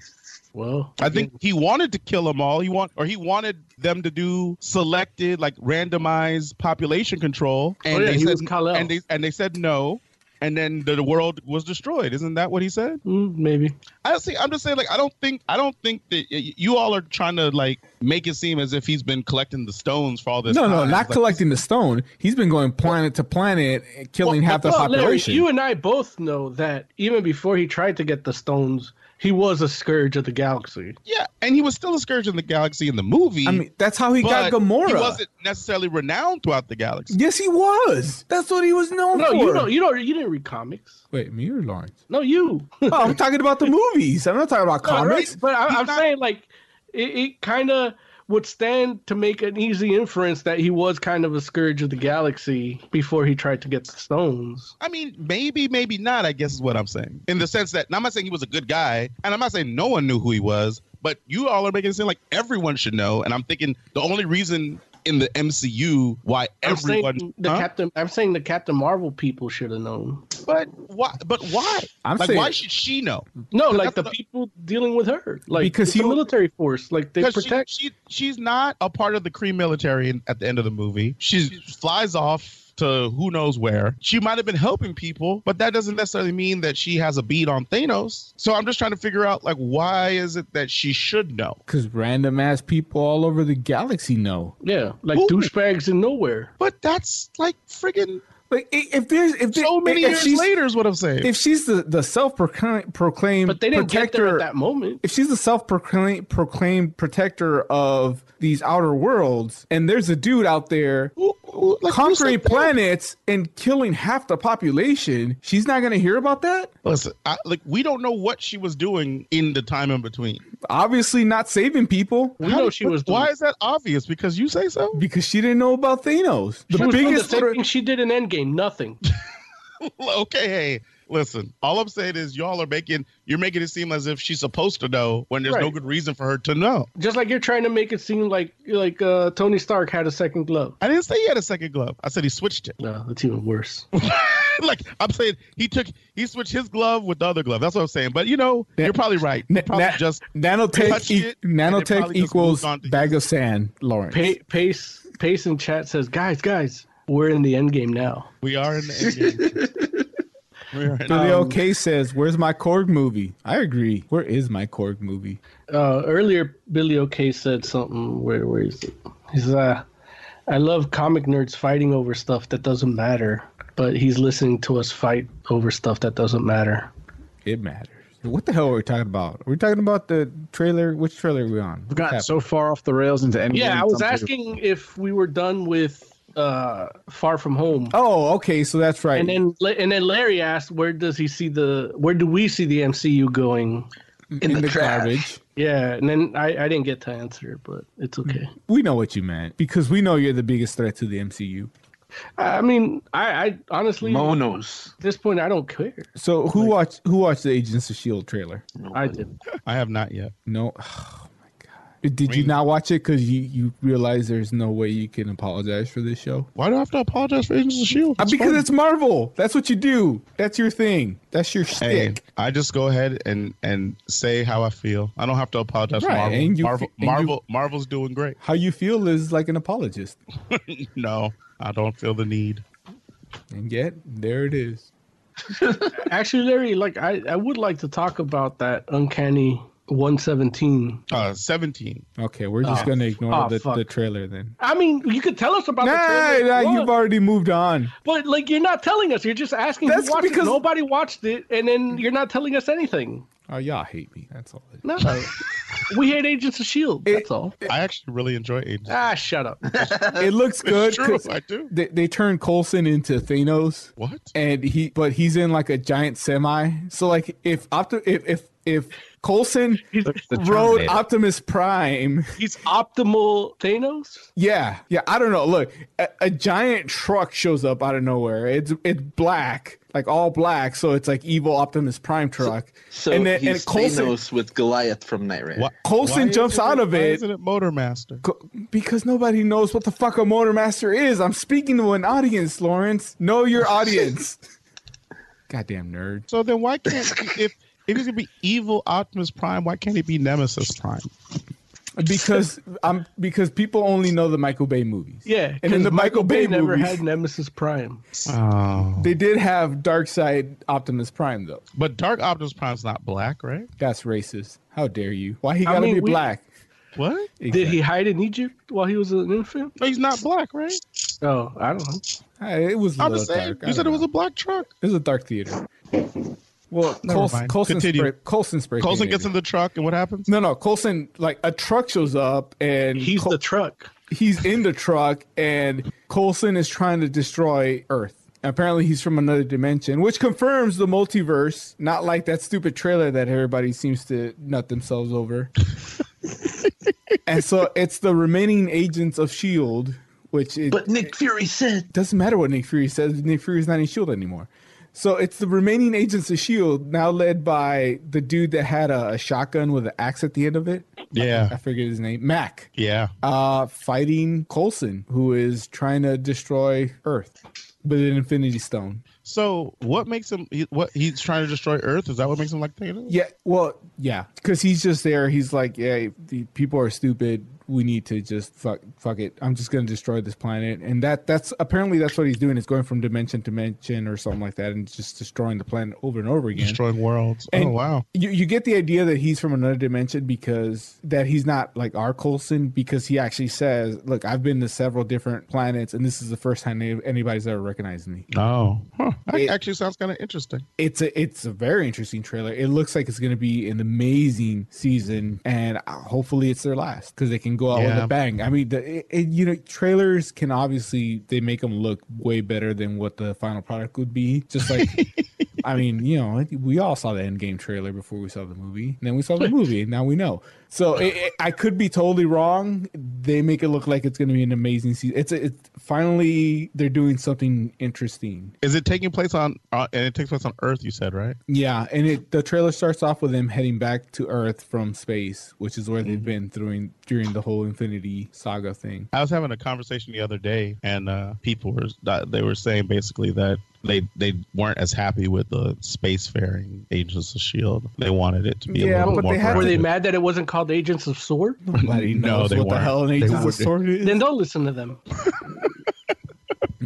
S2: Well,
S9: I think he wanted to kill them all. He want or he wanted them to do selected, like randomized population control.
S2: Oh, yeah,
S9: they
S2: he
S9: said,
S2: was Kal-El.
S9: and they and they said no. And then the, the world was destroyed. Isn't that what he said?
S2: Mm, maybe.
S9: I see. I'm just saying, like, I don't think, I don't think that y- you all are trying to like make it seem as if he's been collecting the stones for all this.
S7: no, no,
S9: time.
S7: not
S9: Like,
S7: collecting the stone. He's been going planet to planet, killing half the
S2: Well, Larry,
S7: population.
S2: you and I both know that even before he tried to get the stones, he was a scourge of the galaxy.
S9: Yeah, and he was still a scourge in the galaxy in the movie.
S7: I mean, that's how he got
S9: but
S7: Gamora.
S9: He wasn't necessarily renowned throughout the galaxy.
S7: Yes, he was. That's what he was known
S2: No,
S7: for.
S2: you don't. You don't. You didn't read comics.
S7: Wait, me or Lawrence?
S2: No, you.
S7: Oh, I'm talking about the movies. I'm not talking about
S2: All right,
S7: comics.
S2: But I, I'm saying like it, it kind of would stand to make an easy inference that he was kind of a scourge of the galaxy before he tried to get the stones.
S9: I mean, maybe, maybe not, I guess is what I'm saying. In the sense that, and I'm not saying he was a good guy, and I'm not saying no one knew who he was, but you all are making it seem like everyone should know. And I'm thinking the only reason in the MCU why
S2: I'm saying
S9: everyone.
S2: the
S9: Huh?
S2: Captain. I'm saying the Captain Marvel people should have known.
S9: but why? But why?
S7: I'm
S9: like,
S7: saying-
S9: why should she know?
S2: No, like
S9: that's
S2: the
S9: what-
S2: people dealing with her, like
S7: Because
S2: because the
S7: he-
S2: military force, like they
S9: Because
S2: protect.
S9: she, she she's not a part of the Kree military in, at the end of the movie. She flies off to who knows where. She might have been helping people, but that doesn't necessarily mean that she has a beat on Thanos. So I'm just trying to figure out like why is it that she should know?
S7: Because random ass people all over the galaxy know.
S2: yeah, like
S9: Who-
S2: douchebags in nowhere.
S9: But that's like friggin'
S7: Like i- if there's if there-
S9: so many
S7: if
S9: years
S7: she's,
S9: later is what I'm saying.
S7: if she's the the self proclaimed
S2: But they didn't get there
S7: protector,
S2: at that moment.
S7: if she's the self proclaimed protector of these outer worlds, and there's a dude out there
S9: Who- who- like, who
S7: conquering
S9: said that?
S7: planets and killing half the population, she's not gonna hear about that.
S9: Listen, I, like we don't know what she was doing in the time in between.
S7: Obviously, not saving people.
S2: We know she was.
S9: Why
S2: doing-
S9: is that obvious? Because you say so.
S7: Because she didn't know about Thanos. The
S2: she was doing
S7: biggest
S2: the same
S7: threat-
S2: thing she did in Endgame? Nothing.
S9: okay, hey, listen. All I'm saying is y'all are making you're making it seem as if she's supposed to know when there's no
S2: Right.
S9: good reason for her to know.
S2: Just like you're trying to make it seem like like uh, Tony Stark had a second glove.
S9: I didn't say he had a second glove. I said he switched it.
S2: No, that's even worse.
S9: like I'm saying, he took he switched his glove with the other glove. That's what I'm saying. But you know, you're probably right. They probably
S7: na-
S9: just
S7: nanotech
S9: touched
S7: e-
S9: it, and they
S7: nanotech
S9: probably just
S7: equals
S9: moved on to-
S7: bag of sand, Lawrence.
S2: Pa- Pace Pace in chat says, guys, guys, we're in the end game now.
S9: We are in the end game.
S7: Billy
S2: Um,
S7: OK says, "Where's my Korg movie?" I agree. Where is my Korg movie?
S2: uh, earlier Billy O'Kay said something. Where where is it? He's uh, I love comic nerds fighting over stuff that doesn't matter, but he's listening to us fight over stuff that doesn't matter.
S7: It matters. What the hell are we talking about? Are we talking about the trailer? Which trailer are we on? We've
S11: gotten so far off the rails into Endgame.
S2: Yeah, I was
S11: Something-
S2: asking if we were done with uh, Far From Home.
S7: Oh, okay. So that's right.
S2: And then La- and then Larry asked, "Where does he see the? Where do we see the MCU going?"
S7: In the the trash. garbage.
S2: Yeah, and then I, I didn't get to answer, but it's okay.
S7: we know what you meant because we know you're the biggest threat to the MCU.
S2: I mean, I, I honestly
S7: Monos.
S2: At this point, I don't care.
S7: So who watched who watched the Agents of Shield E trailer?
S2: I did.
S9: I have not yet.
S7: No. Oh my god. Did you not watch it because you you realize there's no way you can apologize for this show?
S9: Why do I have to apologize E for Agents of Shield?
S7: Uh, because it's Marvel. That's what you do. That's your thing. That's your
S9: Hey,
S7: shtick.
S9: I just go ahead and and say how I feel. I don't have to apologize
S7: Right,
S9: for Marvel.
S7: and you-
S9: Marvel,
S7: and you-
S9: Marvel, Marvel's doing great.
S7: How you feel is like an apologist.
S9: no, I don't feel the need.
S7: And yet, there it is.
S2: Actually, Larry, like I, I would like to talk about that uncanny 117.
S9: Uh, 17.
S7: Okay, we're just
S2: Oh.
S7: gonna ignore
S2: Oh,
S7: the,
S2: fuck.
S7: the trailer then.
S2: I mean, you could tell us about the
S7: Nah,
S2: trailer. if you
S7: nah,
S2: want,
S7: you've already moved on.
S2: but like you're not telling us. You're just asking
S7: That's
S2: who watched
S7: because-
S2: it. Nobody watched it, and then you're not telling us anything.
S7: Oh, y'all hate me. That's all.
S2: No, we hate Agents of Shield. E That's all.
S9: I actually really enjoy Agents.
S2: Ah, shut up.
S7: It looks good.
S9: It's true,
S7: 'cause
S9: I do.
S7: They, they turned Colson into Thanos.
S9: What?
S7: And he, but he's in like a giant semi. So like, if Opti- if if if Colson rode
S2: Terminator.
S7: Optimus Prime,
S2: He's optimal Thanos.
S7: yeah, yeah, I don't know. Look, a, a giant truck shows up out of nowhere. It's it's black, like all black. So it's like evil Optimus Prime truck.
S10: So
S7: and then
S10: he's
S7: and Coulson,
S10: Thanos with Goliath from Night Rider.
S7: Coulson
S9: Why
S7: jumps
S9: isn't
S7: out of
S9: why
S7: it.
S9: Isn't it Motor Master?
S7: Co- because nobody knows what the fuck a motor master is. I'm speaking to an audience, Lawrence. Know your audience. Goddamn nerd.
S9: So then why can't if if he's gonna be evil Optimus Prime, why can't he be Nemesis Prime?
S7: Because I'm because people only know the Michael Bay movies.
S2: Yeah,
S7: And in
S2: 'cause
S7: the Michael Bay
S2: never
S7: movies-
S2: had Nemesis Prime.
S9: Oh.
S7: They did have Dark Side Optimus Prime though.
S9: But Dark Optimus Prime's not black, right?
S7: That's racist. How dare you? Why he
S2: I
S7: gotta
S2: mean,
S7: be
S2: we-
S7: black?
S9: What?
S2: Did he hide in Egypt while he was an infant?
S9: He's not black, right?
S2: Oh, I don't know.
S7: Uh, It was a
S9: I'm
S7: little
S9: just saying.
S7: dark. I
S9: You said
S7: don't
S9: it was a black truck.
S7: know. It was a dark theater. Well,
S9: Never
S7: Colson
S9: mind.
S7: Colson
S9: Continue.
S7: spray, Colson spray.
S9: Coulson
S7: painted
S9: gets in the truck, and what happens?
S7: No, no. Colson, like a truck shows up and
S2: He's the truck.
S7: he's in the truck and Colson is trying to destroy Earth. Apparently he's from another dimension, which confirms the multiverse, not like that stupid trailer that everybody seems to nut themselves over. and so it's the remaining agents of Shield, E which it,
S10: But Nick Fury said
S7: doesn't matter what Nick Fury says. Nick Fury's not in Shield E anymore. So it's the remaining agents of Shield, E now led by the dude that had a, a shotgun with an axe at the end of it.
S9: Yeah.
S7: I forget his name. Mac
S9: Yeah.
S7: uh, fighting Colson, who is trying to destroy Earth with an Infinity Stone.
S9: So what makes him? He, what he's trying to destroy Earth? Is that what makes him like Thanos?
S7: Yeah, well, yeah, because he's just there. He's like, yeah, the people are stupid. We need to just fuck, fuck it. I'm just gonna destroy this planet, and that that's apparently that's what he's doing. Is going from dimension to dimension or something like that, and just destroying the planet over and over again.
S9: Destroying worlds.
S7: And
S9: oh wow.
S7: You you get the idea that he's from another dimension because that he's not like our Colson because he actually says, "Look, I've been to several different planets, and this is the first time any- anybody's ever recognized me."
S9: Oh, huh. that
S7: It-
S9: actually sounds kind of interesting.
S7: It's a it's a very interesting trailer. It looks like it's going to be an amazing season, and uh, hopefully it's their last because they can go out with
S9: Yeah.
S7: a bang. I mean, the, it, it- you know, trailers can obviously they make them look way better than what the final product would be. Just like. I mean, you know, we all saw the Endgame trailer before we saw the movie. And then we saw the movie, and now we know. So it, it- I could be totally wrong. They make it look like it's going to be an amazing season. It's, a, it's finally they're doing something interesting.
S9: Is it taking place on? Uh, and it takes place on Earth. You said right.
S7: Yeah, and it the trailer starts off with them heading back to Earth from space, which is where
S9: Mm-hmm.
S7: they've been during during the whole Infinity Saga thing.
S9: I was having a conversation the other day, and uh, people were they were saying basically that they they weren't as happy with the spacefaring Agents of Shield. E They wanted it to be a
S10: Oh,
S9: little bit more.
S2: were they mad that it wasn't called Agents of Sword?
S9: Nobody no, they
S7: what the
S9: weren't.
S7: hell an
S9: They
S7: Agents of
S9: weren't.
S7: Sword is.
S2: Then don't listen to them.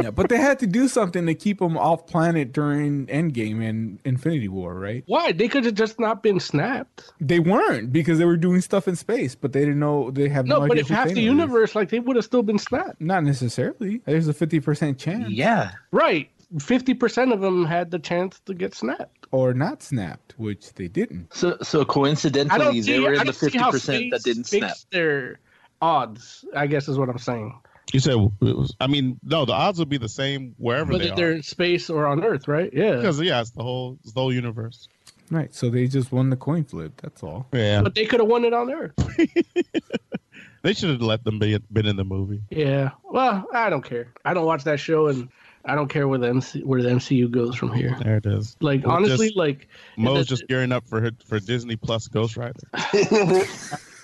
S7: Yeah, but they had to do something to keep them off planet during Endgame and Infinity War, right?
S2: Why? They could have just not been snapped.
S7: They weren't because they were doing stuff in space, but they didn't know they have no,
S2: No, but
S7: idea
S2: if
S7: who
S2: half the
S7: Thanos is.
S2: universe, like they would have still been snapped.
S7: Not necessarily. There's a fifty percent chance.
S11: Yeah.
S2: Right. Fifty percent of them had the chance to get snapped.
S7: Or not snapped, which they didn't.
S10: So, so coincidentally,
S2: I don't
S10: they
S2: see.
S10: were
S2: I
S10: in the
S2: don't see
S10: fifty
S2: how
S10: percent that
S2: space
S10: didn't
S2: fixed
S10: snap.
S2: Their odds, I guess, is what I'm saying.
S9: You said it was, I mean, no, the odds would be the same wherever
S2: Whether
S9: they
S2: they're
S9: are.
S2: in space or on Earth, right? Yeah.
S9: Because yeah, it's the whole it's the whole universe.
S7: Right. So they just won the coin flip. That's all.
S9: Yeah,
S2: But they could have won it on Earth.
S9: they should have let them be been in the movie.
S2: Yeah. Well, I don't care. I don't watch that show, and I don't care where the MC, where the MCU goes from here.
S9: There it is.
S2: Like
S9: Well,
S2: honestly,
S9: just-
S2: like
S9: Mo's
S2: that's-
S9: just gearing up for her, for Disney Plus Ghost Rider.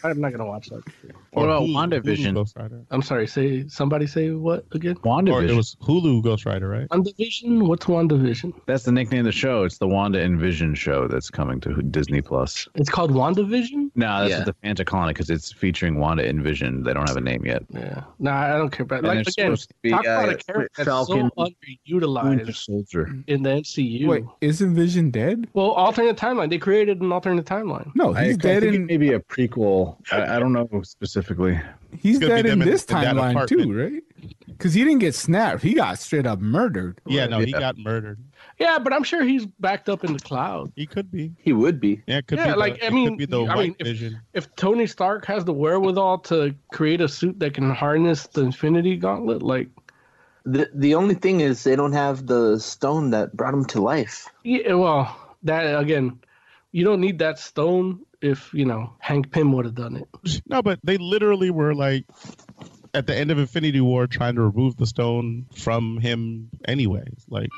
S2: I'm not gonna watch that.
S9: Or
S2: What about
S9: Hulu- Hulu
S2: WandaVision?
S9: Ghost Rider.
S2: I'm sorry. Say somebody say what again?
S9: Or it
S11: WandaVision.
S9: was Hulu Ghost Rider, right?
S2: WandaVision. What's WandaVision?
S11: That's the nickname of the show. It's the Wanda and Vision show that's coming to Disney Plus.
S2: It's called WandaVision.
S11: No, that's
S2: Yeah.
S11: what the fans are calling it because it's featuring Wanda and Vision. They don't have a name yet.
S2: Yeah. Nah, I don't care about.
S11: And
S2: Like
S11: it's
S2: again,
S11: supposed to be,
S2: talk about
S11: uh,
S2: a character that's
S11: Falcon-
S2: so
S11: Winter
S2: underutilized
S11: Soldier.
S2: in the MCU.
S7: Wait, isn't Vision dead?
S2: Well, alternate timeline. They created an alternate timeline.
S7: No,
S11: I-
S7: he's
S11: I
S7: dead
S11: think it
S7: in
S11: may uh, be a prequel. I, I don't know specifically.
S7: he's
S9: gonna be
S7: dead in
S9: them in-
S7: this
S9: in that
S7: timeline too, right? Because he didn't get snapped. He got straight up murdered.
S9: Yeah, no, he got murdered.
S2: Yeah, but I'm sure he's backed up in the cloud.
S9: He could be.
S10: He would be.
S9: Yeah, it could
S2: Yeah,
S9: be.
S2: like,
S9: the,
S2: I
S9: it
S2: mean-
S9: could be the
S2: I
S9: White
S2: mean, if-
S9: Vision.
S2: If Tony Stark has the wherewithal to create a suit that can harness the Infinity Gauntlet, like
S10: The the only thing is they don't have the stone that brought him to life.
S2: Yeah, well, that again, you don't need that stone if you know Hank Pym would have done it.
S9: No, but they literally were like at the end of Infinity War trying to remove the stone from him anyways. Like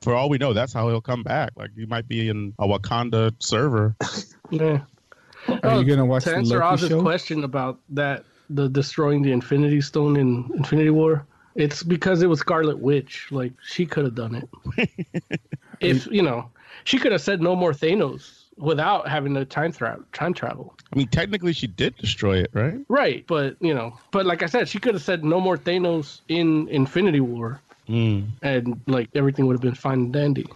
S9: for all we know, that's how he'll come back. Like you might be in a Wakanda server.
S2: Yeah.
S7: Are you gonna watch
S2: Oh, to
S7: the
S2: answer
S7: Loki
S2: Oz's
S7: show?
S2: question about that, the destroying the Infinity Stone in Infinity War? It's because it was Scarlet Witch. Like she could have done it. if you know, she could have said no more Thanos without having the time tra- time travel.
S9: I mean, technically she did destroy it, right?
S2: Right, but you know, but like I said, she could have said no more Thanos in Infinity War,
S9: Mm,
S2: and like everything would have been fine and dandy.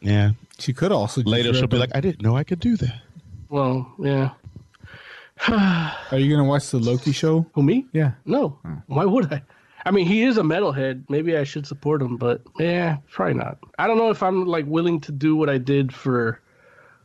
S9: yeah.
S7: She could also just
S9: Later she'll
S7: rip
S9: be
S7: up-
S9: like, I didn't know I could do that.
S2: Well, yeah.
S7: Are you gonna watch the Loki show?
S2: Who me?
S7: Yeah.
S2: No. Why would I? I mean, he is a metalhead. Maybe I should support him, but yeah, probably not. I don't know if I'm like willing to do what I did for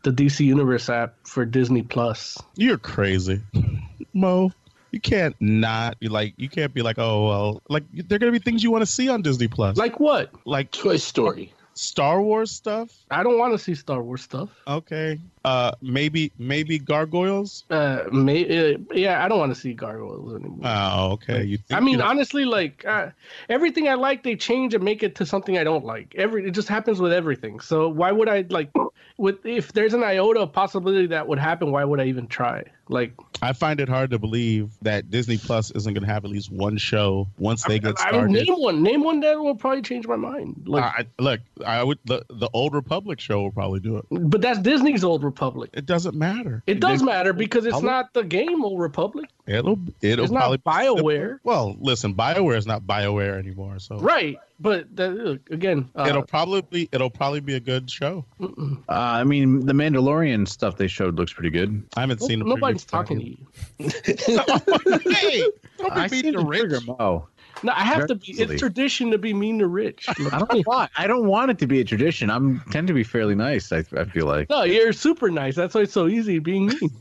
S2: the DC Universe app for Disney Plus.
S9: You're crazy. Mo. You can't not you like you can't be like, oh well like there are gonna be things you wanna see on Disney Plus. Like
S2: Like what?
S9: like
S10: Toy Story.
S9: Star Wars stuff.
S2: I don't want to see Star Wars stuff.
S9: Okay. Uh maybe maybe gargoyles.
S2: Uh, may, uh yeah, I don't want to see Gargoyles anymore.
S9: Oh, okay. You think
S2: I mean,
S9: you-
S2: honestly, like uh, everything I like, they change and make it to something I don't like. Every it just happens with everything. So why would I like with if there's an iota of possibility that would happen? Why would I even try? Like
S9: I find it hard to believe that Disney Plus isn't going to have at least one show once they get
S2: I mean,
S9: started. Uh,
S2: name one, name one that will probably change my mind. Like,
S9: I, I- look, I would the, the Old Republic show will probably do it.
S2: but that's Disney's Old Republic.
S9: It doesn't matter.
S2: It does
S9: They-
S2: matter because it's
S9: Republic?
S2: not the game Old Republic.
S9: It'll it'll
S2: It's
S9: probably
S2: not Bioware,
S9: well, listen, Bioware is not Bioware anymore, so
S2: right? But that, look, again, uh,
S9: it'll probably it'll probably be a good show.
S2: mm-mm.
S11: Uh, I mean, the Mandalorian stuff they showed looks pretty good.
S9: I haven't seen the
S2: nobody's
S9: previews.
S2: talking to you.
S9: hey, don't
S11: I
S9: be mean
S11: seen
S9: to
S11: the
S9: Rich.
S11: trigger Mo.
S2: No, I have
S11: Very
S2: to be.
S11: easily.
S2: It's tradition to be mean to Rich.
S11: I don't know why. I don't want it to be a tradition. I'm tend to be fairly nice. I, I feel like
S2: No, you're super nice. That's why it's so easy being mean.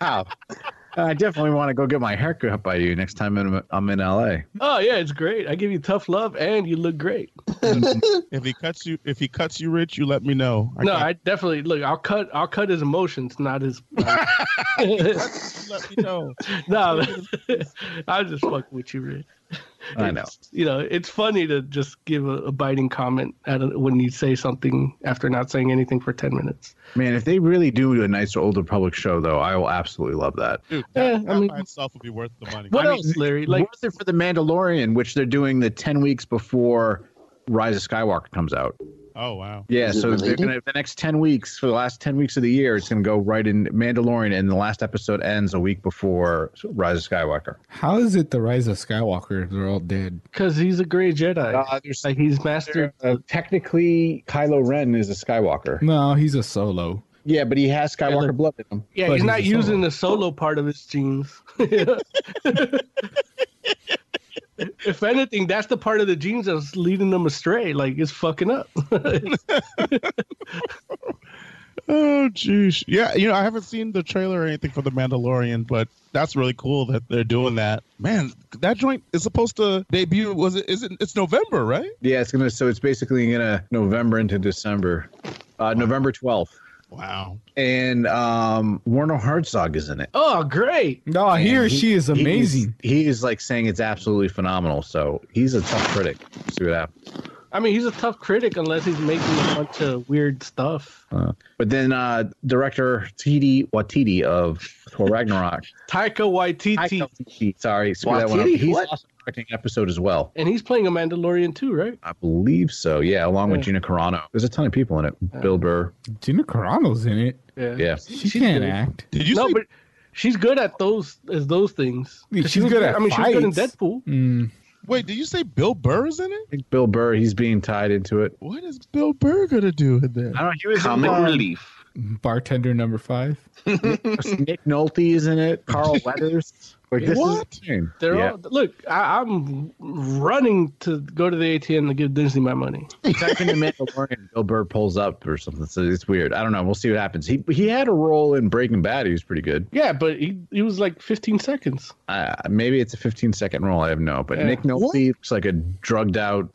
S11: wow. I definitely want to go get my hair cut by you next time I'm, I'm in LA.
S2: oh yeah, it's great. I give you tough love, and you look great.
S9: If he cuts you if he cuts you rich, you let me know.
S2: no,
S9: can't-
S2: I definitely look. I'll cut. I'll cut his emotions, not his.
S9: you let me know.
S2: no, I just fuck with you, Rich.
S11: I know.
S2: You know, it's funny to just give a, a biting comment at a, when you say something after not saying anything for ten minutes.
S11: Man, if they really do a nice old Republic show, though, I will absolutely love that.
S9: Dude, that,
S2: Yeah, I
S9: that
S2: mean-
S9: by itself would be worth the money.
S2: What
S11: I mean,
S2: else, Larry? Like,
S11: worth it for the Mandalorian, which they're doing the ten weeks before Rise of Skywalker comes out.
S9: Oh wow.
S11: Yeah, so they're gonna, the next ten weeks, for the last ten weeks of the year, it's gonna go right in Mandalorian, and the last episode ends a week before Rise of Skywalker.
S7: How is it the Rise of Skywalker if they're all dead?
S2: Because he's a gray Jedi. like he's mastered.
S11: Uh, technically, Kylo Ren is a Skywalker.
S7: No, he's a solo.
S11: Yeah, but he has Skywalker blood in him.
S2: Yeah,
S11: But
S2: he's not
S11: a solo.
S2: using the solo part of his genes. if anything, that's the part of the genes that's leading them astray. Like it's fucking up.
S9: Oh jeez. Yeah, you know, I haven't seen the trailer or anything for The Mandalorian, but that's really cool that they're doing that. Man, that joint is supposed to debut was it is it it's November, right?
S11: Yeah, it's gonna. So it's basically gonna November into December, uh, November twelfth.
S9: Wow.
S11: And um, Warner Herzog is in it.
S2: Oh, great!
S7: No, he or she is amazing.
S11: He is, like saying it's absolutely phenomenal. So he's a tough critic. See what happens.
S2: I mean, he's a tough critic unless he's making a bunch of weird stuff.
S11: Uh, but then uh, director Titi Watiti of Thor Ragnarok.
S2: Taika Waititi,
S11: Waititi, Sorry, screw that one up.
S2: Waititi?
S11: He's
S2: What?
S11: also directing an episode as well.
S2: and he's playing a Mandalorian too, right?
S11: I believe so. Yeah, along with
S2: Yeah.
S11: Gina Carano. There's a ton of people in it. Bill Burr.
S7: Gina Carano's in it.
S2: Yeah.
S11: Yeah.
S7: She can't
S2: good.
S7: act.
S9: Did you
S2: no, but she's good at those as those things.
S7: She's
S2: She was
S7: good at
S2: I mean, she's good in
S7: fights.
S2: Deadpool.
S7: Mm.
S9: Wait, did you say Bill Burr is in it?
S11: I think Bill Burr, he's being tied into it.
S9: What is Bill Burr gonna do in there?
S11: I don't know. He was in,
S7: Comic
S11: um,
S7: relief. Bartender number five.
S11: Nick Nolte is in it. Carl Weathers. Like this
S2: What?
S11: is insane.
S2: They're
S11: yeah.
S2: all look. I, I'm running to go to the ATM to give Disney my money.
S11: Type in the Mandalorian, Bill Burr pulls up or something. So it's weird. I don't know. We'll see what happens. He he had a role in Breaking Bad. He was pretty good.
S2: Yeah, but he, he was like 15 seconds.
S11: Uh, maybe it's a 15 second role. I have no. But
S2: Yeah.
S11: Nick Nolte looks like a drugged out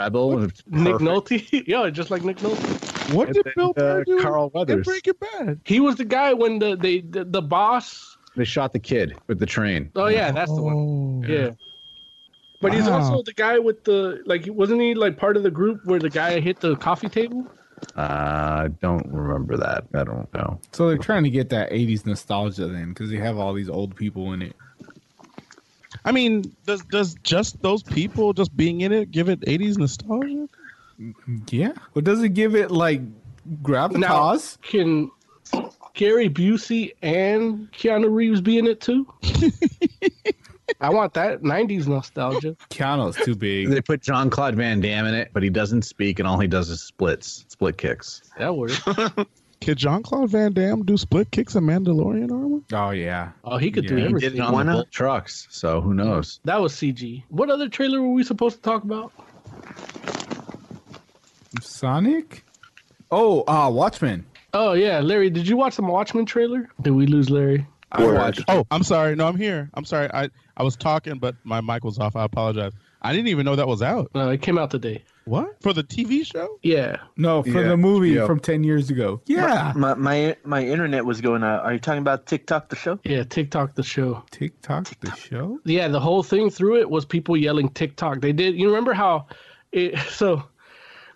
S11: rebel. and it's
S2: Nick
S11: perfect.
S2: Nolte, yo, just like Nick Nolte.
S9: What
S11: And
S9: did
S11: then,
S9: Bill Burr
S11: uh,
S9: do?
S11: Carl
S9: in
S11: Weathers.
S9: Breaking Bad.
S2: He was the guy when the they the, the boss.
S11: They shot the kid with the train.
S2: Oh yeah, that's the one.
S9: Oh.
S2: Yeah. But he's
S7: Wow.
S2: also the guy with the like. Wasn't he like part of the group where the guy hit the coffee table?
S11: Uh, I don't remember that. I don't know.
S7: So they're trying to get that 80s nostalgia then because they have all these old people in it.
S9: I mean, does does just those people just being in it give it eighties nostalgia?
S7: Yeah. Well, does it give it like gravitas?
S2: Can Gary Busey and Keanu Reeves be in it too? I want that 90s nostalgia.
S7: Keanu's too big.
S11: They put John Claude Van Damme in it, but he doesn't speak, and all he does is splits, split kicks.
S2: That works.
S9: Can John Claude Van Damme do split kicks in Mandalorian armor?
S7: Oh, yeah.
S2: Oh, he could do
S7: Yeah, he
S11: He did
S2: everything.
S11: it on the Bolt trucks, so who knows?
S2: That was CG. What other trailer were we supposed to talk about?
S7: Sonic? Oh, uh, Watchmen.
S2: Oh yeah, Larry, did you watch the Watchmen trailer? Did we lose Larry?
S9: I watched. Oh, I'm sorry. No, I'm here. I'm sorry. I I was talking, but my mic was off. I apologize. I didn't even know that was out.
S2: No, it came out today.
S9: What for the TV show?
S2: Yeah.
S7: No, from
S11: Yeah,
S7: the movie
S11: yeah.
S7: from 10 years ago. Yeah.
S10: My, my my internet was going out. Are you talking about TikTok the show?
S2: Yeah, TikTok the show.
S7: TikTok, the show?
S2: Yeah, the whole thing through it was people yelling TikTok. They did. You remember how it so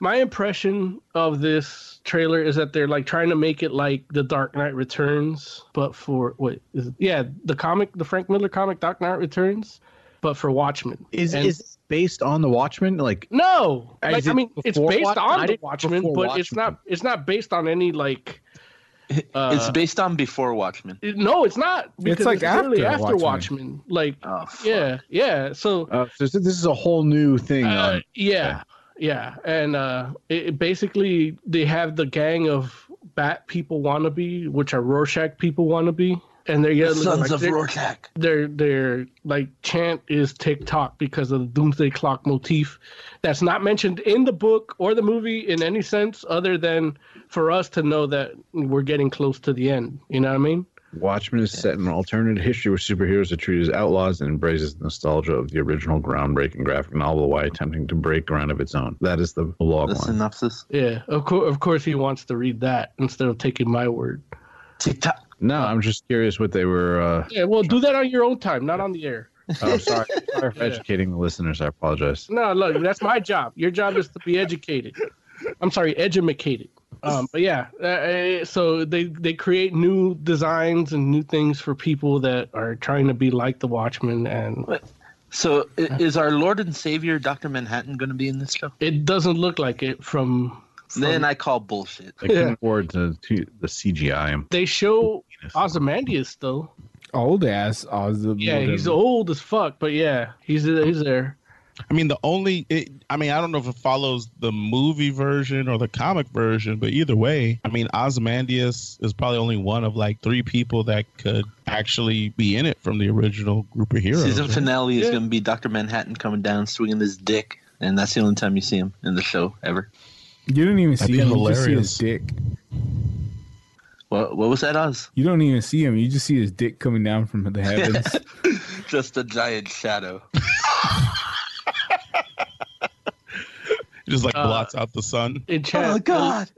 S2: my impression of this trailer is that they're like trying to make it like The Dark Knight Returns, but for what is it? Yeah, the comic, the Frank Miller comic Dark Knight Returns, but for Watchmen.
S11: Is
S2: And-
S11: is this based on the Watchmen? Like,
S2: No,
S11: Uh,
S2: like
S11: is
S2: I
S11: it
S2: mean, it's
S11: before
S2: based
S11: Watchmen? I
S2: on the
S11: didn't-
S2: Watchmen, but
S11: before
S2: it's not. It's not based on any like.
S10: it's
S2: Uh,
S10: based on Before Watchmen.
S2: it- no, it's not. because
S7: like
S2: literally
S7: after
S2: after
S7: Watchmen.
S2: Watchmen. Like,
S10: Oh, fuck.
S2: yeah, yeah. So,
S11: uh, so this this is a whole new thing.
S2: uh,
S11: on,
S2: yeah, yeah, and uh, it, it basically they have the gang of Bat people wannabe, which are Rorschach people wannabe, and they're yelling
S10: Sons
S2: like,
S10: of
S2: they're-
S10: Rorschach.
S2: their their like chant is TikTok because of the doomsday clock motif that's not mentioned in the book or the movie in any sense other than for us to know that we're getting close to the end. You know what I mean?
S11: Watchmen is set in an alternate history where superheroes are treated as outlaws and embraces the nostalgia of the original groundbreaking graphic novel while attempting to break ground of its own. That is the log
S10: The
S11: one.
S10: synopsis.
S2: Yeah. Of course of course he wants to read that instead of taking my word.
S10: TikTok.
S11: No, I'm just curious what they were. Uh,
S2: Yeah, well do that on your own time, not on the air.
S11: oh, sorry, sorry for educating the listeners. I apologize.
S2: No, look, that's my job. Your job is to be educated. I'm sorry, edumacated. Um, but yeah, uh, uh, so they they create new designs and new things for people that are trying to be like the Watchmen, and
S10: So i- is our Lord and Savior Doctor Manhattan going to be in this show?
S2: It doesn't look like it from.
S10: Then I call bullshit.
S11: I couldn't afford to, to the CGI him.
S2: They show Ozymandias though.
S7: Old ass Ozzy.
S2: Yeah, he's old as fuck, but yeah, he's he's there.
S9: I mean, the only, it, I mean, I don't know if it follows the movie version or the comic version, but either way, I mean, Ozymandias is probably only one of like three people that could actually be in it from the original group of heroes.
S10: Season
S9: right?
S10: finale is going to be Doctor Manhattan coming down, swinging his dick, and that's the only time you see him in the show ever.
S7: You didn't even
S10: That'd
S7: see
S10: be
S7: him. You
S10: hilarious.
S7: just see his dick.
S10: What what was that, Oz?
S7: You don't even see him. You just see his dick coming down from the heavens.
S10: Just a giant shadow.
S9: Just
S10: Uh,
S9: like blots out the sun.
S2: In
S10: Oh,
S2: chat, God!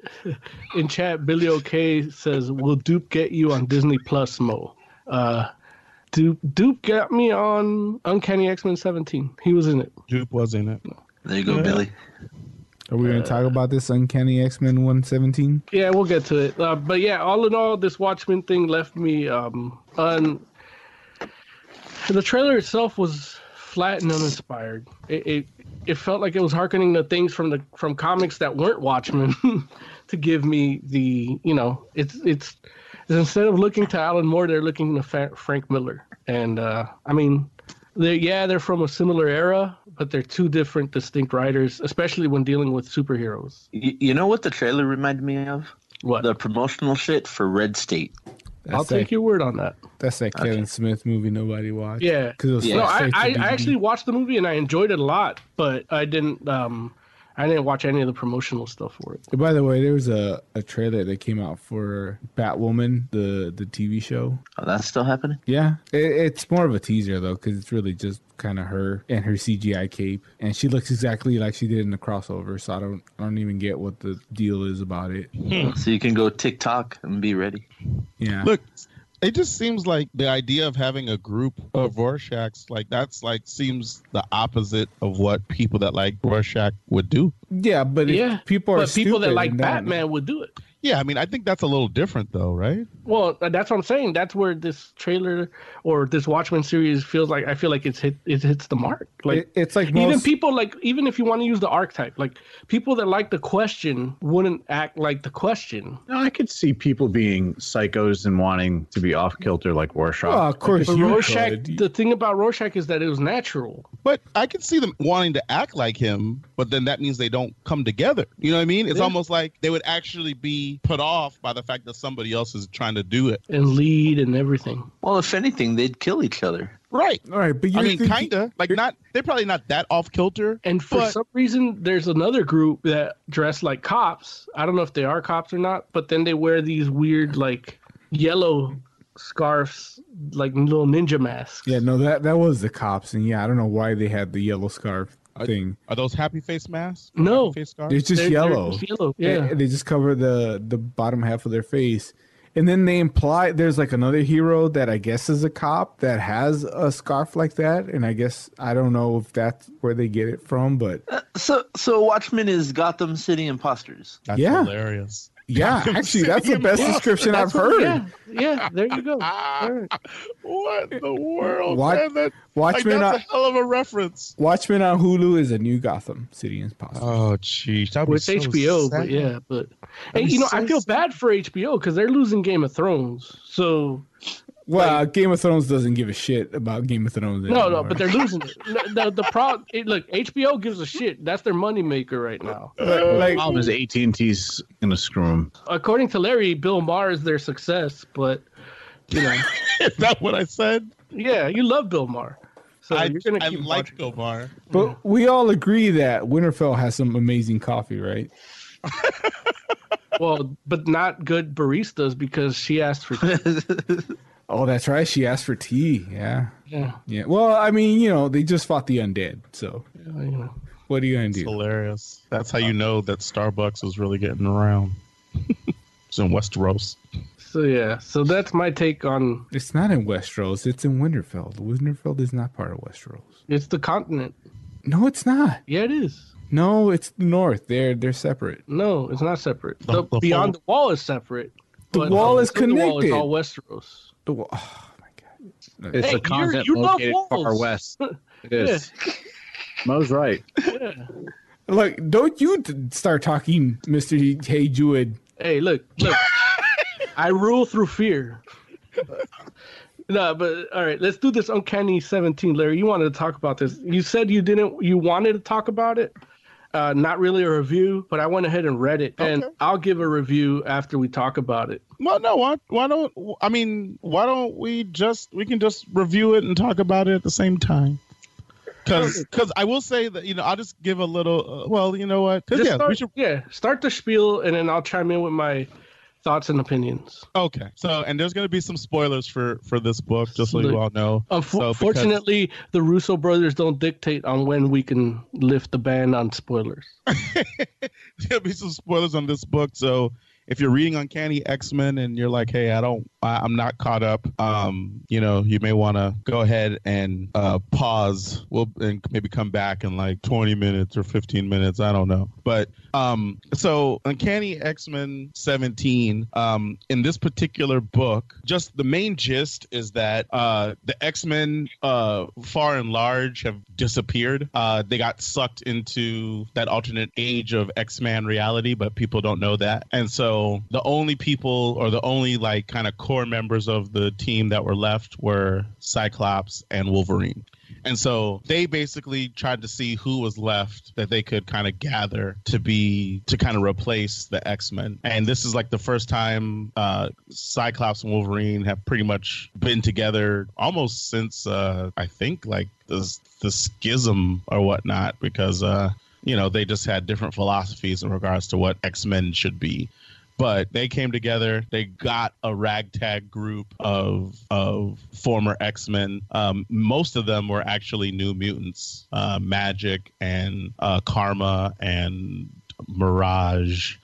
S2: In chat, Billy OK says, "Will Dupe get you on Disney Plus, Mo?" Uh, Dupe Dupe got me on Uncanny X Men 17. He was in it.
S9: Dupe was in it.
S10: There you go, Billy.
S7: Are we going to talk about this Uncanny X Men 117?
S2: Yeah, we'll get to it. Uh, but yeah, all in all, this Watchmen thing left me um un. The trailer itself was flat and uninspired. It, it it felt like it was hearkening to things from the from comics that weren't Watchmen to give me the you know it's it's instead of looking to Alan Moore, they're looking to Fa- Frank Miller. And uh, I mean, they're yeah, they're from a similar era, but they're two different, distinct writers, especially when dealing with superheroes.
S10: You, you know what the trailer reminded me of?
S2: What
S10: the promotional shit for Red State.
S2: I'll take your word on that.
S7: That's that Kevin Smith movie nobody watched.
S2: Yeah,
S7: Because it was
S2: no, I,
S7: straight to
S2: I, I
S7: DVD.
S2: actually watched the movie and I enjoyed it a lot, but I didn't um I didn't watch any of the promotional stuff for it.
S7: By the way, there was a, a trailer that came out for Batwoman, the, the TV show.
S10: Oh, that's still happening?
S7: Yeah. It, it's more of a teaser, though, because it's really just kind of her and her CGI cape. And she looks exactly like she did in the crossover, so I don't, I don't even get what the deal is about it.
S10: So you can go TikTok and be ready.
S7: Yeah.
S9: Look, it just seems like the idea of having a group of Rorschachs, like that's like seems the opposite of what people that like Rorschach would do.
S7: Yeah, but if
S2: yeah,
S7: people are
S2: but people that
S7: stupid
S2: like
S7: and don't-
S2: Batman would do it.
S9: Yeah, I mean, I think that's a little different though, right?
S2: Well, uh, that's what I'm saying. That's where this trailer or this Watchmen series feels like I feel like it's hit it hits the mark. Like
S7: It- it's like
S2: even
S7: most-
S2: people like even if you want to use the archetype, like people that like the question wouldn't act like the question.
S11: No, I could see people being psychos and wanting to be off kilter like Rorschach.
S7: Well, of course
S2: But
S7: you
S2: Rorschach,
S7: could.
S2: the thing about Rorschach is that it was natural.
S9: But I could see them wanting to act like him, but then that means they don't come together. You know what I mean? It's
S2: Yeah.
S9: almost like they would actually be put off by the fact that somebody else is trying to do it.
S2: And lead and everything.
S10: Well, if anything, they'd kill each other.
S9: Right.
S7: All right, but
S9: I
S2: you're
S9: mean,
S2: thinking-
S9: kinda like not. They're probably not that off kilter.
S2: And for
S9: but-
S2: some reason, there's another group that dress like cops. I don't know if they are cops or not, but then they wear these weird like yellow scarves, like little ninja masks.
S7: Yeah, no, that that was the cops, and yeah, I don't know why they had the yellow scarf thing.
S9: Are those happy face masks?
S2: No.
S9: Happy face scarves?
S7: It's just
S2: they're- they're
S7: yellow.
S2: just yellow,
S7: They-
S2: yeah.
S7: they, just cover the the bottom half of their face, and then they imply there's like another hero that I guess is a cop that has a scarf like that, and I guess I don't know if that's where they get it from, but
S10: So, so Watchmen is Gotham City imposters.
S9: That's
S7: Yeah.
S9: hilarious.
S7: yeah, actually, that's the best description I've
S2: That's what-
S7: heard.
S2: Yeah, yeah, there you go.
S9: Ah,
S2: All right.
S9: What in the world?
S7: Wat-
S9: man? That-
S7: Watchmen
S9: Like,
S7: on-
S9: that's a hell of a reference.
S7: Watchmen on Hulu is a new Gotham City Impossible.
S9: Oh, jeez, that
S2: With HBO, but yeah, but and you know, I feel bad for HBO because they're losing Game of Thrones. So
S7: Well, uh, Game of Thrones doesn't give a shit about Game of Thrones.
S2: no, no,
S7: anymore.
S2: but they're losing it. No, The the problem, look, HBO gives a shit. That's their moneymaker right now.
S11: the problem is AT and T's gonna screw him.
S2: according to Larry, Bill Maher is their success, but you know,
S9: is that what I said?
S2: Yeah, you love Bill Maher, so
S9: I,
S2: you're gonna
S9: I
S2: keep
S9: like Gomar.
S7: But we all agree that Winterfell has some amazing coffee, right?
S2: well, but not good baristas because she asked for.
S7: Oh, that's right. She asked for tea. Yeah.
S2: yeah,
S7: Yeah. Well, I mean, you know, they just fought the undead. So
S2: you know.
S7: what are you going
S9: It's
S7: to do?
S9: hilarious. That's how you know that Starbucks was really getting around. it's in Westeros.
S2: So yeah, so that's my take on
S7: It's not in Westeros. It's in Winterfell. Winterfell is not part of Westeros.
S2: it's the continent.
S7: No, it's not.
S2: Yeah, it is.
S7: No, it's the north. They're they're separate.
S2: No, it's not separate. The,
S7: The- the
S2: beyond
S7: whole-
S2: the wall is separate.
S7: The
S2: but
S7: wall is
S2: within The wall is
S7: connected.
S2: all Westeros.
S7: The wa- oh,
S11: It's
S2: Hey,
S11: a continent
S2: you're- you love
S11: located far
S2: walls.
S11: west. It is. Mo's right.
S7: Look, don't you t- start talking, Mister Hey Jewid.
S2: Hey, look, look. I rule through fear. no, but all right, let's do this uncanny 17, Larry. You wanted to talk about this. You said you didn't you wanted to talk about it. Uh, not really a review, but I went ahead and read it, and I'll give a review after we talk about it.
S9: Well, no, why, why don't I mean why don't we just we can just review it and talk about it at the same time? Because I will say that you know I'll just give a little. Uh, well, you know what? 'Cause,
S2: Just
S9: yeah,
S2: start,
S9: we should,
S2: yeah, start the spiel, and then I'll chime in with my thoughts and opinions.
S9: okay. So and there's going to be some spoilers for for this book, just so you all know. So because-
S2: Unfortunately, the Russo brothers don't dictate on when we can lift the ban on spoilers.
S9: there'll be some spoilers on this book. So if you're reading Uncanny X Men and you're like, hey, I don't, I, I'm not caught up, um, you know, you may want to go ahead and uh, pause. We'll and maybe come back in like 20 minutes or 15 minutes. I don't know, but um, so Uncanny X Men 17. Um, in this particular book, just the main gist is that uh, the X Men, uh, far and large, have disappeared. Uh, they got sucked into that alternate age of X Men reality, but people don't know that. And so the only people, or the only like kind of core members of the team that were left were Cyclops and Wolverine. And so they basically tried to see who was left that they could kind of gather to be to kind of replace the X Men. And this is like the first time uh, Cyclops and Wolverine have pretty much been together almost since uh, I think like the the schism or whatnot because uh, you know they just had different philosophies in regards to what X Men should be but they came together. They got a ragtag group of of former X Men. Um, most of them were actually New Mutants, uh, Magic and uh, Karma and Mirage.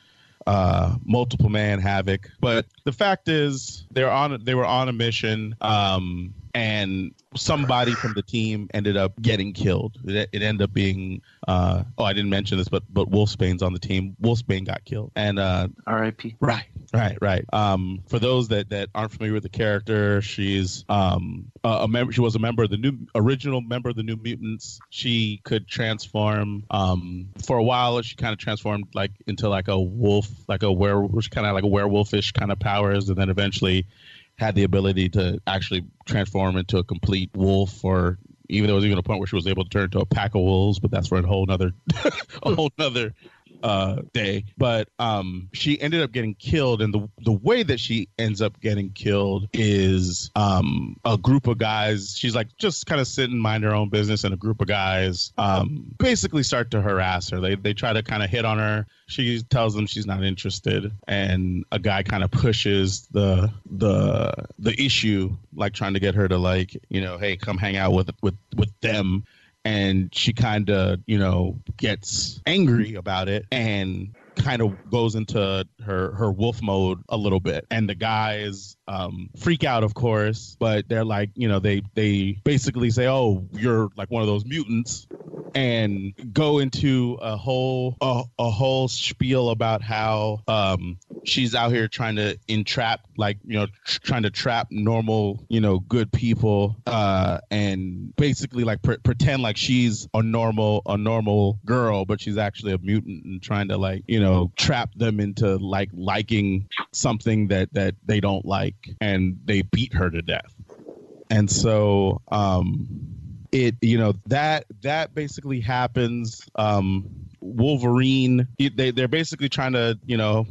S9: Uh, multiple man havoc, but the fact is they're on. They were on a mission, um, and somebody from the team ended up getting killed. It, it ended up being uh, oh, I didn't mention this, but but Wolfsbane's on the team. Wolfsbane got killed, and uh, R.I.P. Right, right, right. Um, for those that that aren't familiar with the character, she's um a, a member. She was a member of the new original member of the New Mutants. She could transform. Um, for a while, she kind of transformed like into like a wolf, like a werewolf, kind of like a werewolfish kind of powers, and then eventually had the ability to actually transform into a complete wolf or even there was even a point where she was able to turn into a pack of wolves but that's for a whole nother a whole nother uh day but um she ended up getting killed and the the way that she ends up getting killed is um a group of guys she's like just kind of sitting mind her own business and a group of guys um basically start to harass her they they try to kind of hit on her she tells them she's not interested and a guy kind of pushes the the the issue like trying to get her to like you know hey come hang out with with with them and she kind of you know gets angry about it and kind of goes into her her wolf mode a little bit and the guys um freak out of course but they're like you know they they basically say oh you're like one of those mutants and go into a whole a, a whole spiel about how um she's out here trying to entrap like you know tr- trying to trap normal you know good people uh and basically like pre- pretend like she's a normal a normal girl but she's actually a mutant and trying to like you know trap them into like liking something that that they don't like and they beat her to death and so um it you know that that basically happens um wolverine it- they, they're basically trying to you know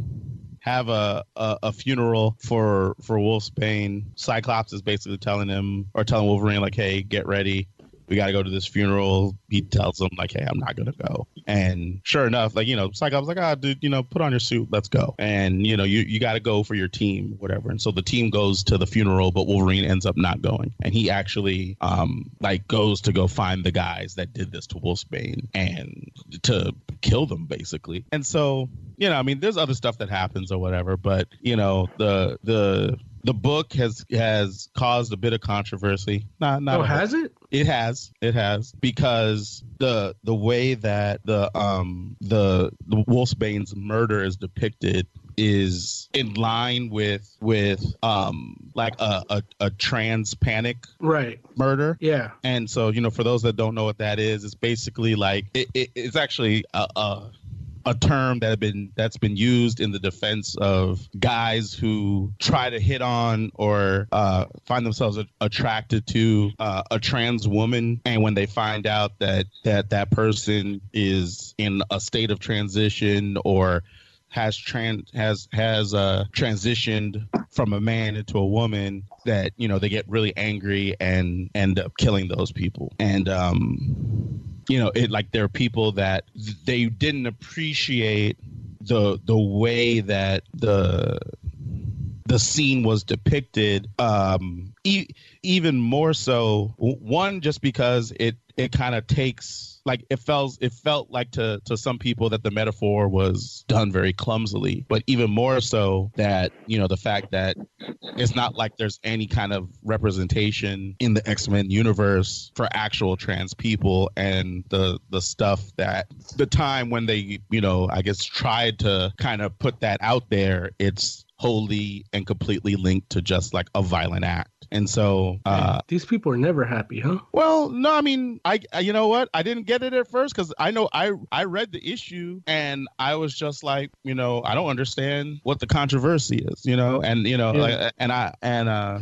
S9: have a, a a funeral for for wolfsbane cyclops is basically telling him or telling wolverine like hey get ready we got to go to this funeral. He tells him like, "Hey, I'm not gonna go." And sure enough, like you know, Cyclops like, "Ah, dude, you know, put on your suit, let's go." And you know, you you got to go for your team, whatever. And so the team goes to the funeral, but Wolverine ends up not going, and he actually um like goes to go find the guys that did this to Wolfsbane and to kill them basically. And so you know, I mean, there's other stuff that happens or whatever, but you know, the the the book has has caused a bit of controversy. Not not
S2: Oh,
S9: a-
S2: has it?
S9: it has. It has because the the way that the um the, the Wolfsbane's murder is depicted is in line with with um like a a, a trans panic
S2: right
S9: murder.
S2: Yeah.
S9: And so you know, for those that don't know what that is, it's basically like it, it, it's actually a. a a term that have been that's been used in the defense of guys who try to hit on or uh, find themselves a- attracted to uh, a trans woman, and when they find out that that that person is in a state of transition or has trans has has uh transitioned from a man into a woman that you know they get really angry and end up killing those people and um you know it like there are people that they didn't appreciate the the way that the the scene was depicted um e- even more so w- one just because it it kind of takes like it felt it felt like to to some people that the metaphor was done very clumsily but even more so that you know the fact that it's not like there's any kind of representation in the x-men universe for actual trans people and the the stuff that the time when they you know i guess tried to kind of put that out there it's wholly and completely linked to just like a violent act and so uh
S2: These people are never happy, huh?
S9: well, no, I mean, I, I you know what? I didn't get it at first because I know I I read the issue and I was just like, you know, I don't understand what the controversy is, you know, and you know,
S2: Yeah.
S9: like, and I and uh.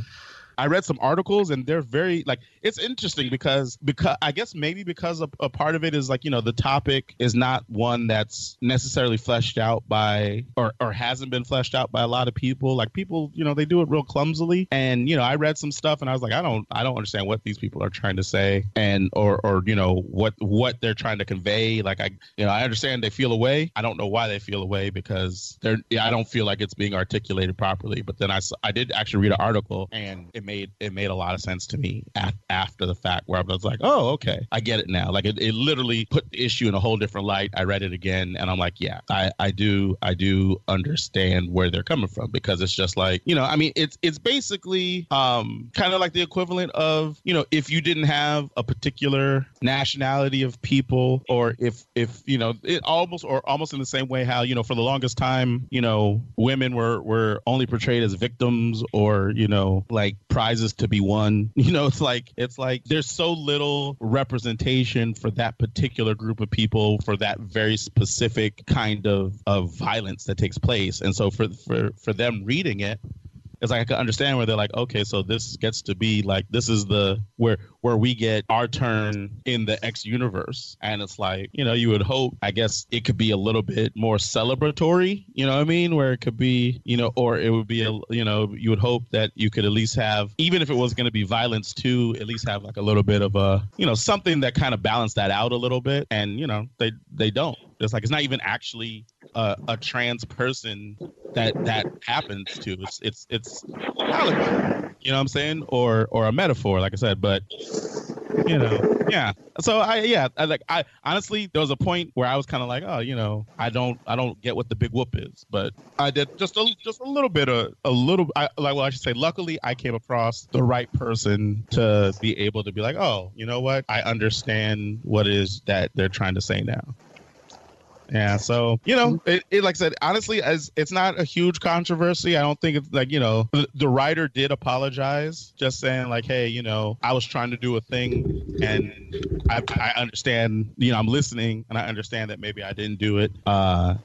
S9: I read some articles and they're very like it's interesting because because I guess maybe because a, a part of it is like you know the topic is not one that's necessarily fleshed out by or or hasn't been fleshed out by a lot of people like people you know they do it real clumsily and you know I read some stuff and I was like I don't I don't understand what these people are trying to say and or or you know what what they're trying to convey like I you know I understand they feel away I don't know why they feel away because they're yeah, I don't feel like it's being articulated properly but then I s- I did actually read an article and it made it made a lot of sense to me af- after the fact where I was like oh okay I get it now like it, it literally put the issue in a whole different light I read it again and I'm like yeah I I do I do understand where they're coming from because it's just like you know I mean it's it's basically um kind of like the equivalent of you know if you didn't have a particular nationality of people or if if you know it almost or almost in the same way how you know for the longest time you know women were were only portrayed as victims or you know like prizes to be won you know it's like it's like there's so little representation for that particular group of people for that very specific kind of of violence that takes place and so for for for them reading it it's like I can understand where they're like, okay, so this gets to be like this is the where where we get our turn in the X universe, and it's like you know you would hope I guess it could be a little bit more celebratory, you know what I mean? Where it could be you know, or it would be a you know you would hope that you could at least have even if it was going to be violence too, at least have like a little bit of a you know something that kind of balanced that out a little bit, and you know they they don't. It's like it's not even actually a, a trans person that that happens to. It's it's it's allegory, you know what I'm saying, or or a metaphor, like I said. But you know, yeah. So I yeah, I, like I honestly, there was a point where I was kind of like, oh, you know, I don't I don't get what the big whoop is, but I did just a just a little bit of a little I, like well I should say, luckily I came across the right person to be able to be like, oh, you know what, I understand what it is that they're trying to say now. Yeah, so you know, it, it like I said, honestly, as it's not a huge controversy. I don't think it's like you know, the, the writer did apologize, just saying like, hey, you know, I was trying to do a thing, and I, I understand, you know, I'm listening, and I understand that maybe I didn't do it uh,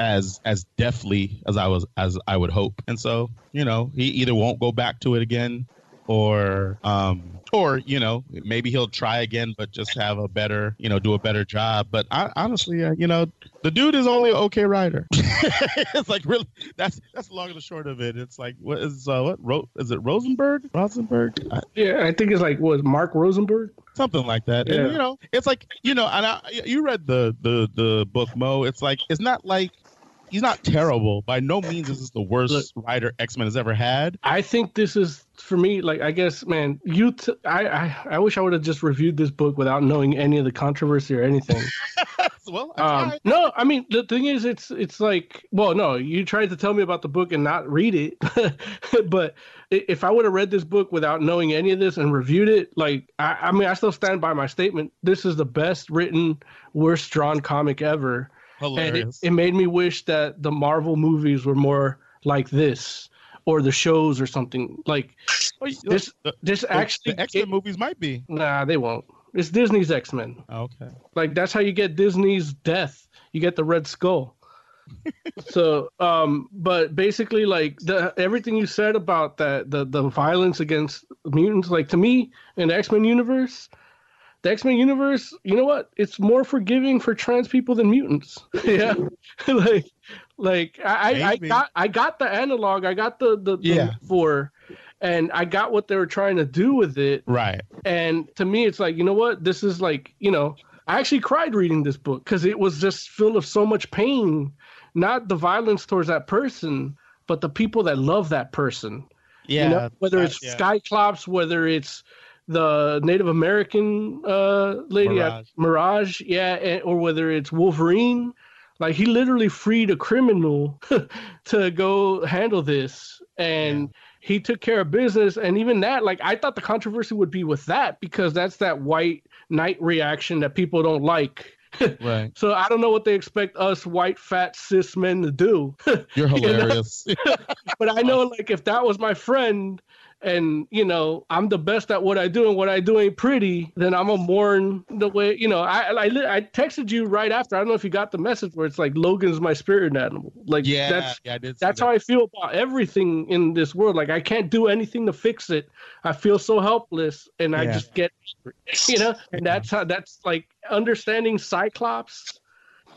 S9: as as deftly as I was as I would hope, and so you know, he either won't go back to it again, or um or you know maybe he'll try again but just have a better you know do a better job but I, honestly uh, you know the dude is only an okay writer it's like really that's that's long and the short of it it's like what is uh what Ro- is it rosenberg rosenberg I,
S2: Yeah, I think it's like what Mark Rosenberg.
S9: something like that and
S2: Yeah.
S9: you know it's like you know and I, you read the the the book mo it's like it's not like he's not terrible by no means is this the worst writer x-men has ever had
S2: I think this is for me. Like, I guess, man, you. T- I, I I wish I would have just reviewed this book without knowing any of the controversy or anything.
S9: well
S2: um, no, I mean the thing is, it's it's like, well, no, you tried to tell me about the book and not read it, but i- if I would have read this book without knowing any of this and reviewed it, like, I, I mean, I still stand by my statement. This is the best written, worst drawn comic ever. And it,
S9: Hilarious.
S2: it made me wish that the Marvel movies were more like this, or the shows, or something like this. this actually,
S9: the X Men movies might be.
S2: Nah, they won't. It's Disney's X Men.
S9: Okay.
S2: Like that's how you get Disney's death. You get the Red Skull. so, um, but basically, like the everything you said about that, the the violence against mutants, like to me in the X Men universe, the X Men universe, you know what? It's more forgiving for trans people than mutants. yeah, like, like I, I, I
S9: Maybe.
S2: got I got the analog, I got the the, the
S9: Yeah.
S2: for, and I got what they were trying to do with it.
S9: Right.
S2: And to me, it's like, you know what? This is like, you know, I actually cried reading this book because it was just filled of so much pain, not the violence towards that person, but the people that love that person.
S9: Yeah,
S2: whether
S9: that-
S2: it's
S9: yeah.
S2: Skyclops, whether it's the Native American uh, lady Mirage,
S9: Mirage.
S2: Mirage yeah, and, or whether it's Wolverine. Like he literally freed a criminal to go handle this, and he took care of business. And even that, like I thought the controversy would be with that because that's that white knight reaction that people don't like.
S9: Right.
S2: So I don't know what they expect us white fat cis men to do.
S9: You're
S2: You know?
S9: hilarious.
S2: but I know like if that was my friend and you know I'm the best at what I do and what I do ain't pretty, then I'm gonna mourn the way you know. I I, li- I texted you right after. I don't know if you got the message where it's like Logan's my spirit animal. Like
S9: Yeah,
S2: that's
S9: yeah, I did see
S2: that's how I feel about everything in this world. Like I can't do anything to fix it. I feel so helpless and I
S9: Yeah.
S2: just get you know. And that's how that's like understanding Cyclops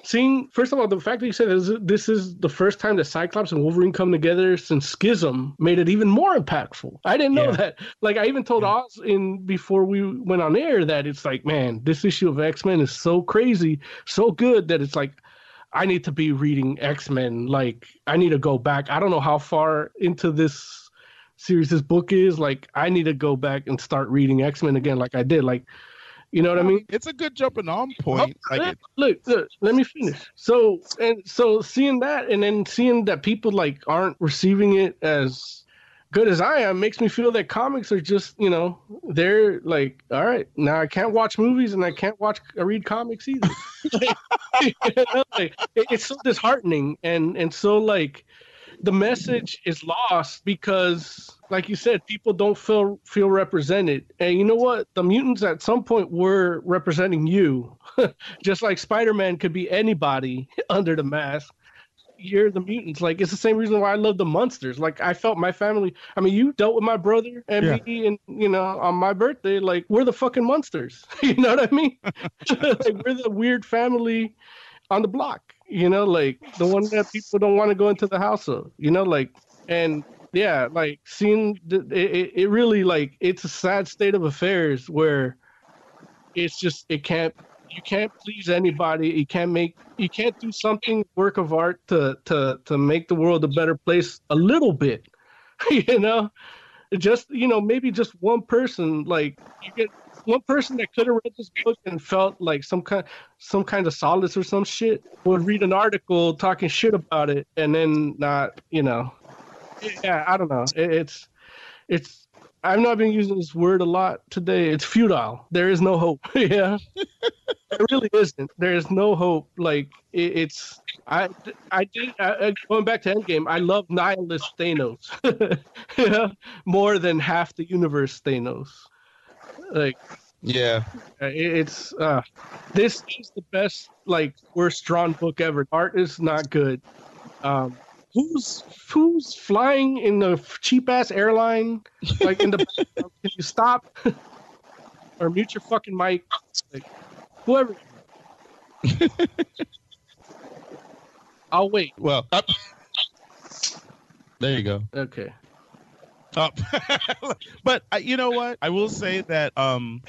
S2: seeing first of all the fact that you said this, this is the first time that cyclops and wolverine come together since schism made it even more impactful i didn't know
S9: Yeah.
S2: that like i even told oz in before we went on air that it's like man this issue of x-men is so crazy so good that it's like i need to be reading x-men like i need to go back i don't know how far into this series this book is like i need to go back and start reading x-men again like i did like you know what i mean
S9: it's a good jumping on point.
S2: Oh,
S9: Like,
S2: look, look, look, let me finish. So and so seeing that and then seeing that people like aren't receiving it as good as I am makes me feel that comics are just, you know, they're like, all right, now I can't watch movies and I can't watch I read comics either. like, you know, like, it- it's so disheartening and and so like the message is lost because like you said people don't feel feel represented and you know what the mutants at some point were representing you just like spider-man could be anybody under the mask you're the mutants like it's the same reason why i love the monsters like i felt my family i mean you dealt with my brother and
S9: Yeah.
S2: me and you know on my birthday like we're the fucking monsters you know what i mean like we're the weird family on the block, you know, like the one that people don't want to go into the house of, you know, like, and yeah, like seeing th- it, it, it really like it's a sad state of affairs where it's just it can't you can't please anybody you can't make you can't do something work of art to to to make the world a better place a little bit you know just you know maybe just one person like you get one person that could have read this book and felt like some kind some kind of solace or some shit would read an article talking shit about it and then not you know yeah i don't know it, it's it's i've not been using this word a lot today it's futile there is no hope yeah there really isn't there is no hope like it, it's i i did I, I- going back to endgame i love nihilist thanos yeah, more than half the universe thanos like
S9: yeah.
S2: uh, it- it's uh this is the best like worst drawn book ever art is not good um who's who's flying in the cheap ass airline like in the background? can you stop or mute your fucking mic like, whoever i'll wait
S9: Well, up. There you go.
S2: okay
S9: Up. but I, you know what? I will say that um,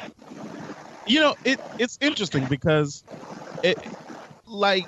S9: you know it it's interesting because it like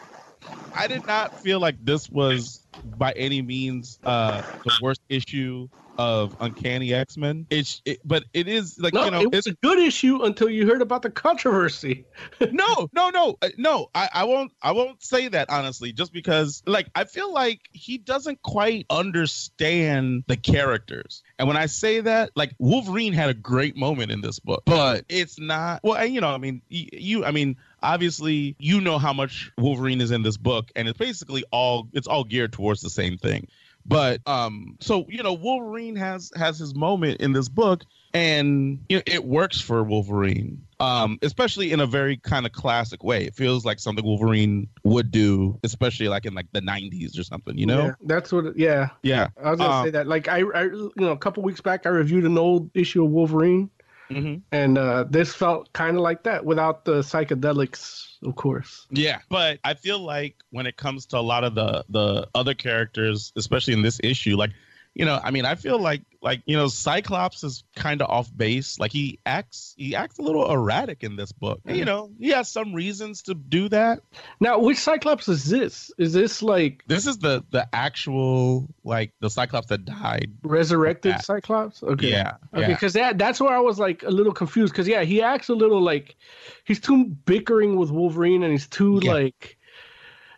S9: I did not feel like this was by any means uh the worst issue of Uncanny X Men. It's it, but it is like
S2: no,
S9: you know
S2: it was a good issue until you heard about the controversy.
S9: no, no, no, uh, no. I, I won't. I won't say that honestly, just because like I feel like he doesn't quite understand the characters. And when I say that, like Wolverine had a great moment in this book, but it's not. Well, and, you know, I mean, y- you, I mean, obviously, you know how much Wolverine is in this book, and it's basically all. It's all geared towards the same thing but um so you know wolverine has has his moment in this book and you know, it works for wolverine um especially in a very kind of classic way it feels like something wolverine would do especially like in like the 90s or something you know
S2: Yeah, that's what. Yeah,
S9: yeah,
S2: I was gonna
S9: Um,
S2: say that. Like I, I, you know, a couple weeks back, I reviewed an old issue of Wolverine,
S9: Mm-hmm.
S2: and uh, this felt kind of like that without the psychedelics, of course.
S9: Yeah, but I feel like when it comes to a lot of the the other characters, especially in this issue, like you know, I mean, I feel like like you know, Cyclops is kind of off base. Like he acts he acts a little erratic in this book.
S2: Mm-hmm.
S9: You know, he has some reasons to do that.
S2: Now, which Cyclops is this? Is this like
S9: this is the the actual like the Cyclops that died
S2: resurrected
S9: That.
S2: Cyclops? Okay.
S9: Yeah,
S2: Okay,
S9: yeah.
S2: because that that's where I was like a little confused because yeah, he acts a little like he's too bickering with Wolverine and he's too like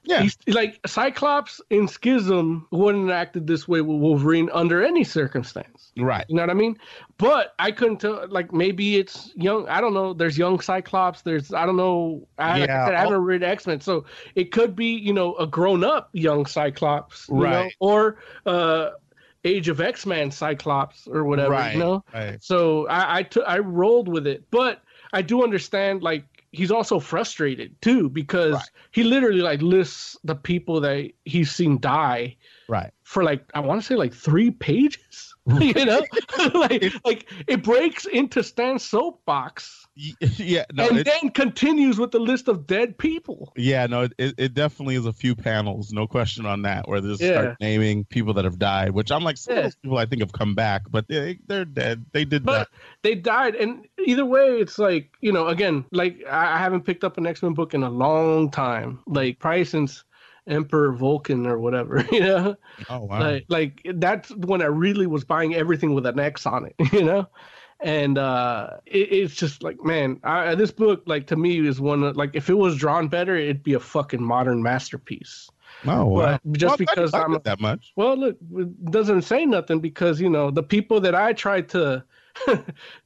S9: yeah,
S2: he's like Cyclops in Schism wouldn't have acted this way with Wolverine under any circumstance.
S9: Right.
S2: You know what I mean? But I couldn't tell. Like maybe it's young. I don't know. There's young Cyclops. There's I don't know. I, like I,
S9: Yeah, oh.
S2: said, I
S9: all-
S2: haven't read X Men, so it could be you know a grown up young Cyclops, you know,
S9: Right.
S2: or uh, Age of X Men Cyclops or whatever.
S9: Right,
S2: You know.
S9: right.
S2: So I I, took I rolled with it, but I do understand like. He's also frustrated too because he literally like lists the people that he's seen die
S9: Right.
S2: for like I want to say like three pages. you know, like like it breaks into Stan's soapbox
S9: Yeah, no,
S2: and
S9: it-
S2: then continues with the list of dead people.
S9: Yeah, no, it, it definitely is a few panels, no question on that, where they just
S2: Yeah.
S9: start naming people that have died, which I'm like, some of those people I think have come back, but they, they're dead. They did
S2: But they died, and either way, it's like you know. Again, like I I haven't picked up an X Men book in a long time, like probably since Emperor Vulcan or whatever. You know,
S9: that. Oh, wow.
S2: Like, like that's when I really was buying everything with an X on it, you know. And uh, it, it's just like, man, I, this book, like to me, is one of, like if it was drawn better, it'd be a fucking modern masterpiece.
S9: Oh, wow.
S2: But just
S9: Well, I'm glad you
S2: because
S9: liked
S2: I'm
S9: it that much.
S2: Well, look, it doesn't say nothing because you know the people that I tried to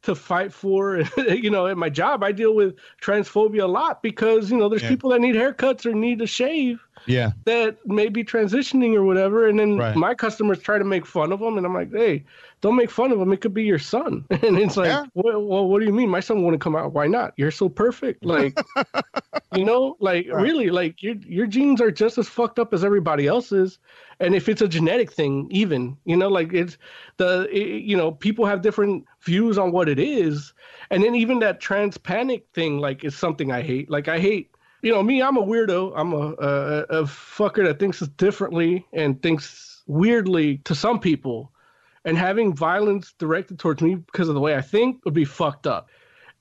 S2: to fight for, you know, at my job, I deal with transphobia a lot because you know there's
S9: Yeah.
S2: people that need haircuts or need a shave
S9: Yeah.
S2: that may be transitioning or whatever. And then
S9: Right.
S2: my customers try to make fun of them, and I'm like, hey, don't make fun of him. It could be your son. And it's like,
S9: Yeah.
S2: well, well, what do you mean? My son wouldn't come out. Why not? You're so perfect. Like, you know, like really, like your your genes are just as fucked up as everybody else's. And if it's a genetic thing, even you know, like it's the it, you know people have different views on what it is. And then even that trans panic thing, like, is something I hate. Like I hate you know me i'm a weirdo i'm a, a, a fucker that thinks differently and thinks weirdly to some people and having violence directed towards me because of the way i think would be fucked up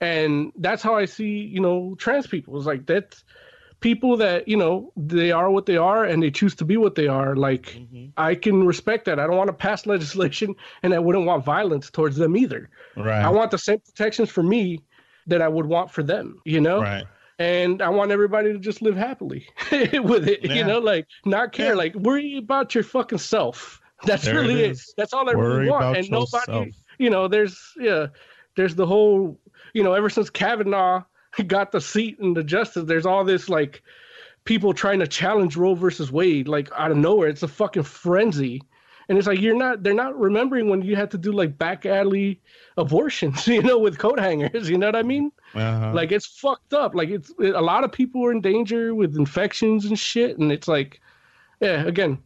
S2: and that's how i see you know trans people it's like that's people that you know they are what they are and they choose to be what they are like
S9: Mm-hmm.
S2: i can respect that i don't want to pass legislation and i wouldn't want violence towards them either
S9: Right.
S2: I want the same protections for me that I would want for them, you know?
S9: Right.
S2: And I want everybody to just live happily with it, you
S9: Yeah.
S2: know, like not care, like worry about your fucking self. That's
S9: There it
S2: really it.
S9: is.
S2: That's all I
S9: Worry
S2: really want.
S9: about
S2: And nobody,
S9: yourself.
S2: you know, there's yeah, there's the whole, you know, ever since Kavanaugh got the seat in the justice, there's all this like people trying to challenge Roe versus Wade, like out of nowhere. It's a fucking frenzy. And it's like you're not they're not remembering when you had to do like back alley abortions, you know, with coat hangers, you know what I mean?
S9: Uh-huh.
S2: Like it's fucked up. Like it's it, a lot of people are in danger with infections and shit and it's like yeah, again,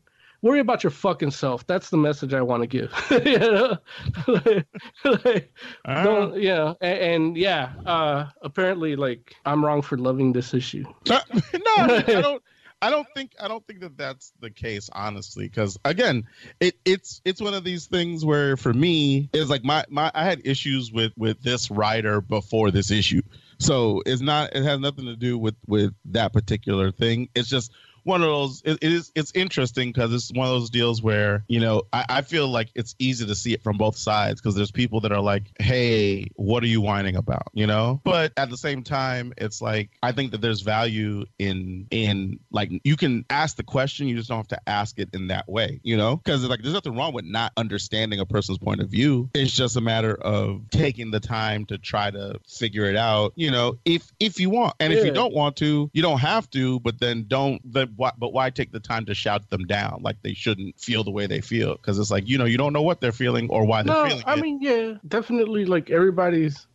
S2: worry about your fucking self. That's the message I want to give. you know? like, like, don't, yeah, and, and yeah, uh apparently like I'm wrong for loving this issue.
S9: no, I, mean, I don't. I don't think. I don't think that that's the case, honestly. Because again, it, it's it's one of these things where for me is like my my I had issues with with this writer before this issue, so it's not. It has nothing to do with with that particular thing. It's just one of those. It, it is. It's interesting because it's one of those deals where you know I, I feel like it's easy to see it from both sides because there's people that are like, "Hey, what are you whining about?" You know. But at the same time, it's like I think that there's value in in like you can ask the question, you just don't have to ask it in that way. You know, because like there's nothing wrong with not understanding a person's point of view. It's just a matter of taking the time to try to figure it out. You know, if if you want, and if you
S11: Yeah.
S9: don't want to, you don't have to. But then don't. But why, but why take the time to shout them down? Like they shouldn't feel the way they feel because it's like you know you don't know what they're feeling or why they're
S2: No,
S9: feeling.
S2: I
S9: it.
S2: mean, yeah, definitely. Like everybody's,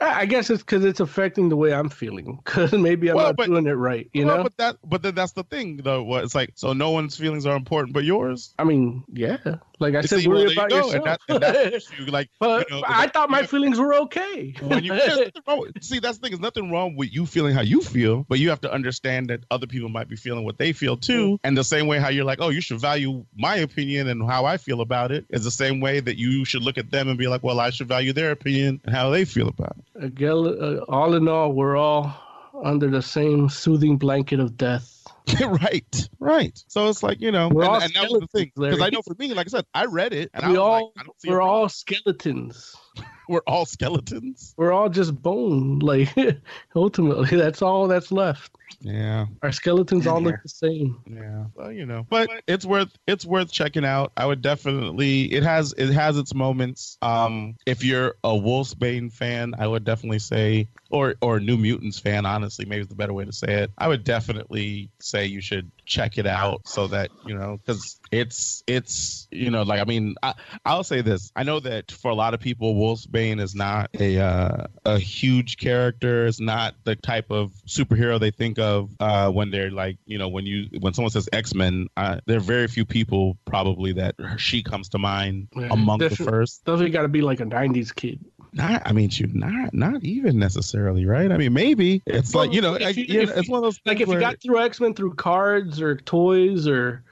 S2: I I guess it's because it's affecting the way I'm feeling. Because maybe I'm not doing it right. You
S9: Well,
S2: know.
S9: but that but then that's the thing though. What it's like so no one's feelings are important but yours.
S2: I mean, yeah. Like I said,
S9: See,
S2: worry
S9: well, there
S2: about
S9: you go,
S2: yourself.
S9: and that- and that's the issue, like,
S2: but
S9: you know,
S2: I thought my feelings were okay.
S9: when you there's nothing wrong with- see that's the thing there's nothing wrong with you feeling how you feel but you have to understand that other people might be feeling what they feel too
S2: Mm-hmm.
S9: and the same way how you're like oh you should value my opinion and how i feel about it is the same way that you should look at them and be like well i should value their opinion and how they feel about it
S2: Again, uh, all in all, we're all under the same soothing blanket of death.
S9: right, right. So it's like you know,
S2: We're
S9: and,
S2: all
S9: and that was the thing because I
S2: Larry.
S9: know for me, like I said, I read it and
S2: we
S9: I was
S2: all
S9: like, I don't see
S2: we're
S9: a-
S2: all skeletons.
S9: we're all skeletons.
S2: We're all just bone. Like ultimately, that's all that's left.
S9: Yeah,
S2: our skeletons all look the same.
S9: Yeah. Well, you know, but it's worth it's worth checking out. I would definitely it has it has its moments. Um, if you're a Wolfsbane fan, I would definitely say, or or New Mutants fan, honestly, maybe is the better way to say it. I would definitely say you should check it out so that you know because it's it's you know like I mean I I'll say this. I know that for a lot of people, Wolfsbane is not a uh, a huge character. It's not the type of superhero they think of uh, when they're like, you know, when you when someone says X Men, uh, there are very few people probably that she comes to mind among the
S2: Definitely-
S9: first.
S2: Definitely got to be like a '90s kid.
S9: Not, I mean, shoot, not not even necessarily, right? I mean, maybe it's like you know,
S2: If
S9: I,
S2: you-
S9: you know,
S2: if
S9: it's one of those
S2: Like
S9: things
S2: if you
S9: where-
S2: got through X Men through cards or toys or,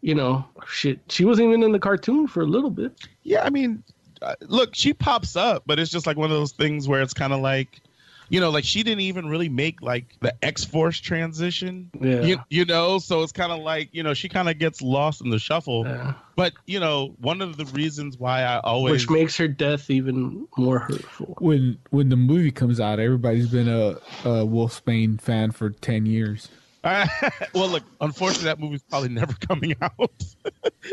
S2: you know, shit. She wasn't even in the cartoon for a little bit.
S9: Yeah, I mean, uh, look, she pops up, but it's just like one of those things where it's kind of like, you know, like she didn't even really make like the X Force transition.
S2: Yeah.
S9: You, you know, so it's kind of like, you know, she kind of gets lost in the shuffle. But, you know, one of the reasons why I always.
S2: which makes her death even more hurtful.
S7: When when the movie comes out, everybody's been a, a Wolfsbane fan for ten years.
S9: well, look, unfortunately, that movie's probably never coming out.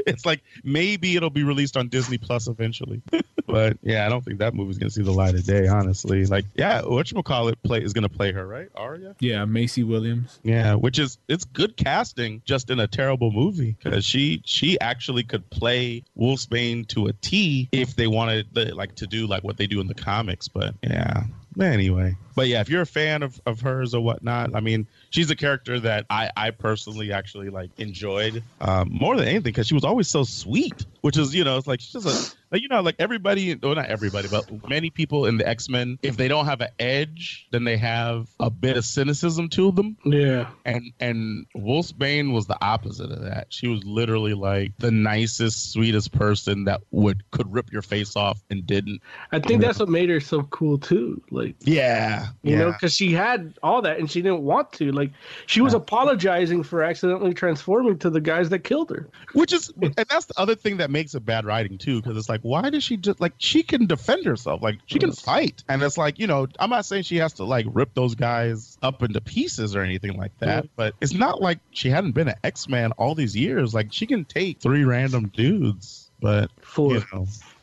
S9: it's like maybe it'll be released on Disney Plus eventually. but yeah, I don't think that movie's going to see the light of day, honestly. Like, yeah, whatchamacallit play is going to play her, right? Arya?
S7: Yeah, Macy Williams.
S9: Yeah, which is it's good casting, just in a terrible movie because she she actually could play Wolfsbane to a T if they wanted the, like to do like what they do in the comics. But yeah, anyway, but yeah, if you're a fan of of hers or whatnot, I mean, she's a character that I I personally actually like enjoyed um, more than anything because she was always so sweet, which is you know it's like she's just a like you know like everybody well not everybody but many people in the X Men if they don't have an edge then they have a bit of cynicism to them
S2: yeah
S9: and and Wolfsbane was the opposite of that she was literally like the nicest sweetest person that would could rip your face off and didn't
S2: I think that's what made her so cool too. Like
S9: yeah
S2: you know,
S9: yeah.
S2: because she had all that and she didn't want to. Like she was apologizing for accidentally transforming to the guys that killed her.
S9: Which is, and that's the other thing that makes it bad writing too, because it's like, why does she just like she can defend herself, like she can fight, and it's like, you know, I'm not saying she has to like rip those guys up into pieces or anything like that, but it's not like she hadn't been an X Man all these years. Like she can take three random dudes, but
S2: four.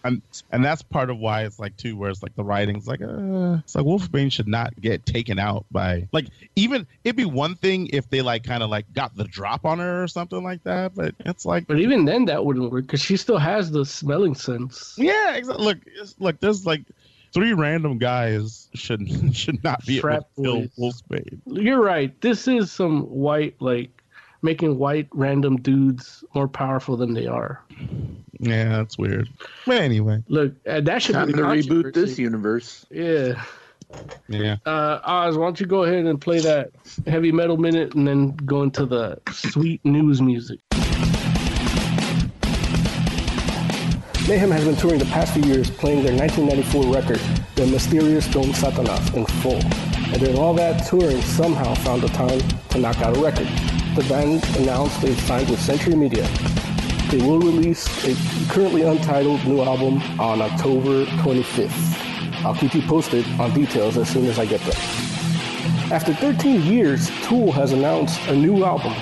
S9: and and that's part of why it's like too, where it's like the writing's like, uh, it's like Wolfbane should not get taken out by like even it'd be one thing if they like kind of like got the drop on her or something like that, but it's like,
S2: But even then, that wouldn't work because she still has the smelling sense.
S9: yeah, exactly. Look, it's- look, there's like three random guys should should not be able to
S2: Frat
S9: kill
S2: boys.
S9: Wolfsbane.
S2: You're right. This is some white like making white random dudes more powerful than they are.
S9: Yeah, that's weird. But anyway,
S2: Look, uh, that should
S10: Time
S2: be
S10: to
S2: the
S10: reboot this
S2: controversy.
S10: universe.
S2: Yeah.
S9: Yeah.
S2: Uh, Oz, why don't you go ahead and play that heavy metal minute and then go into the sweet news music.
S1: Mayhem has been touring the past few years playing their 1994 record, The Mysterious Don Satanas, in full. And during all that touring, somehow found the time to knock out a record.
S2: the band announced they've signed with Century Media. They will release a currently untitled new album on October 25th. I'll keep you posted on details as soon as I get them. After 13 years, Tool has announced a new album.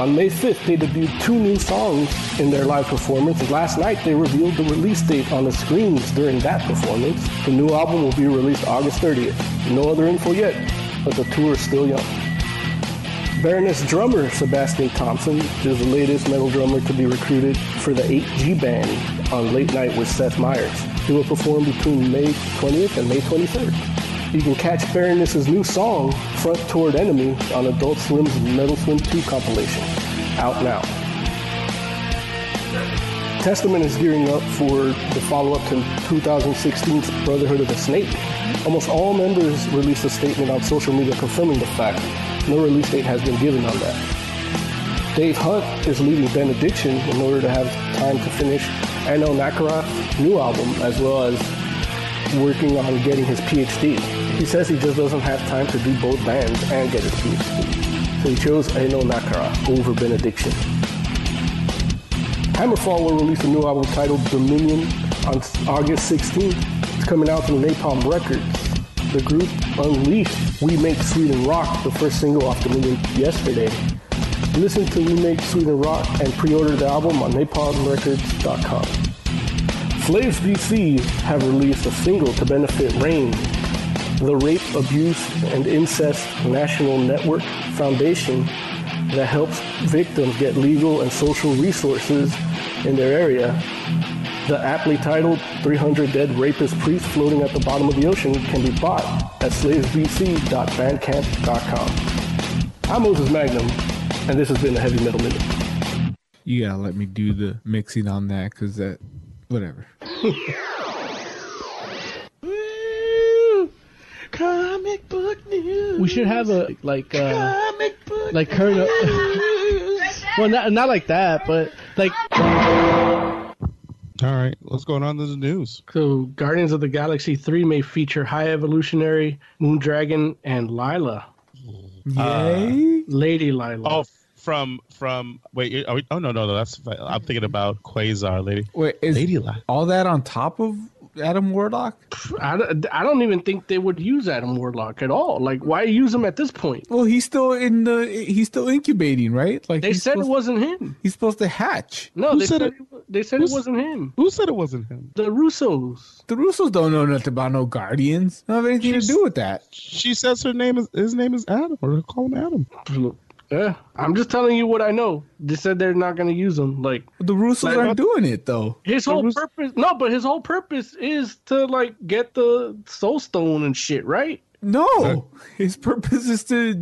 S2: On May 5th, they debuted two new songs in their live performance. And last night, they revealed the release date on the screens during that performance. The new album will be released August 30th. No other info yet, but the tour is still young. Baroness drummer Sebastian Thompson is the latest metal drummer to be recruited for the 8G Band on Late Night with Seth Meyers. He will perform between May 20th and May 23rd. You can catch Baroness's new song, Front Toward Enemy, on Adult Swim's Metal Swim 2 compilation, out now. Testament is gearing up for the follow-up to 2016's Brotherhood of the Snake. Almost all members released a statement on social media confirming the fact. No release date has been given on that. Dave Hunt is leaving Benediction in order to have time to finish Anno Nakaroth's new album, as well as working on getting his PhD. He says he just doesn't have time to do both bands and get his PhD. So he chose Anno Nakaroth over Benediction. Hammerfall will release a new album titled Dominion on August 16th. It's coming out from Napalm Records. The group unleashed We Make Sweden Rock, the first single off Dominion, yesterday. Listen to We Make Sweden Rock and pre-order the album on napalmrecords.com. Flaves DC have released a single to benefit Rain. The Rape, Abuse, and Incest National Network Foundation that helps victims get legal and social resources in their area. The aptly titled 300 Dead Rapist Priests Floating at the Bottom of the Ocean can be bought at slavesbc.bandcamp.com. I'm Moses Magnum, and this has been the Heavy Metal Minute.
S7: You gotta let me do the mixing on that, cause that, whatever.
S2: Comic book news. We should have a like uh, comic book like current. well, not not like that, but like.
S9: All right, what's going on in the news?
S2: So, Guardians of the Galaxy three may feature High Evolutionary, Moondragon, and Lila.
S7: Yay,
S2: Lady Lila.
S9: Oh, from from wait, are we, oh no, no, no, that's I'm thinking about Quasar, lady.
S7: Wait, is
S9: Lady Lila.
S7: all that on top of Adam Warlock?
S2: I, don't- I don't even think they would use Adam Warlock at all. Like, why use him at this point?
S7: Well, he's still in the he's still incubating, right? Like
S2: They
S7: he's
S2: said it
S7: supposed-
S2: wasn't him.
S7: He's supposed to hatch.
S2: No,
S9: Who
S2: they
S9: said
S2: said,
S9: it-
S2: it, wa- they said
S9: who
S2: it
S9: s-
S2: wasn't him.
S9: Who said it wasn't him?
S2: The Russos.
S7: The Russos don't know nothing about no guardians. Don't have anything to do with that.
S9: She says her name is his name is Adam, or call him Adam.
S2: Yeah, I'm just telling you what I know. They said they're not going to use him. Like
S7: The Russos
S2: Like,
S7: aren't
S2: what-
S7: doing it though.
S2: his whole
S9: Rus-
S2: purpose. No, but his whole purpose is to like get the Soul Stone and shit, right?
S7: No, his purpose is to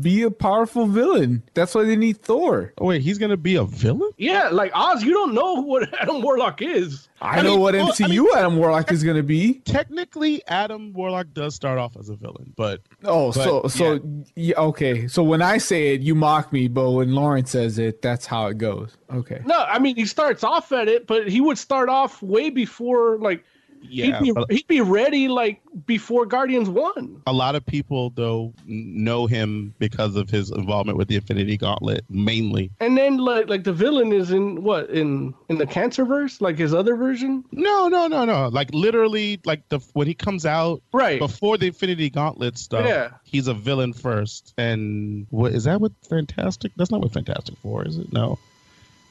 S7: be a powerful villain. That's why they need Thor.
S9: Oh, wait, he's gonna be a villain?
S2: Yeah, like Oz, you don't know what Adam Warlock is.
S7: I,
S9: I
S7: know
S9: mean,
S7: what
S9: well, I
S7: MCU Adam Warlock is going to be.
S9: Technically, Adam Warlock does start off as a villain, but
S7: Oh,
S9: But,
S7: so so yeah, okay. So when I say it, you mock me, but when Lauren says it, that's how it goes. Okay.
S2: No, I mean he starts off at it, but he would start off way before like
S9: yeah,
S2: he'd be
S9: but
S2: he'd be ready like before Guardians One.
S9: a lot of people though n- know him because of his involvement with the Infinity Gauntlet, mainly.
S2: And then like like the villain is in what in in the Cancerverse, like his other version,
S9: No, no, no, no. Like literally, like the when he comes out
S2: right?
S9: before the Infinity Gauntlet stuff,
S2: Yeah.
S9: he's a villain first. And what is that? What Fantastic? That's not what Fantastic Four is. It no,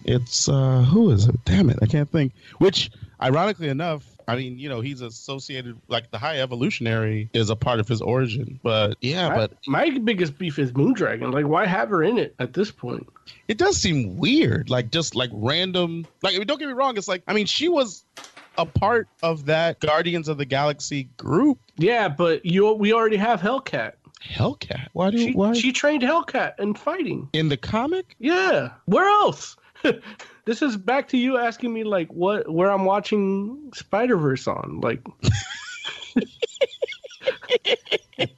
S9: it's uh, who is it? Damn it, I can't think. Which, ironically enough, I mean, you know, he's associated like the High Evolutionary is a part of his origin. But yeah,
S2: I-
S9: but
S2: my biggest beef is Moondragon. Like, why have her in it at this point?
S9: it does seem weird like just like random like I mean, don't get me wrong it's like i mean she was a part of that guardians of the galaxy group
S2: Yeah, but you we already have Hellcat.
S9: hellcat why do
S2: She,
S9: why
S2: she trained Hellcat in fighting.
S9: in the comic
S2: Yeah, where else? this is back to you asking me like what where I'm watching Spider Verse on. Like,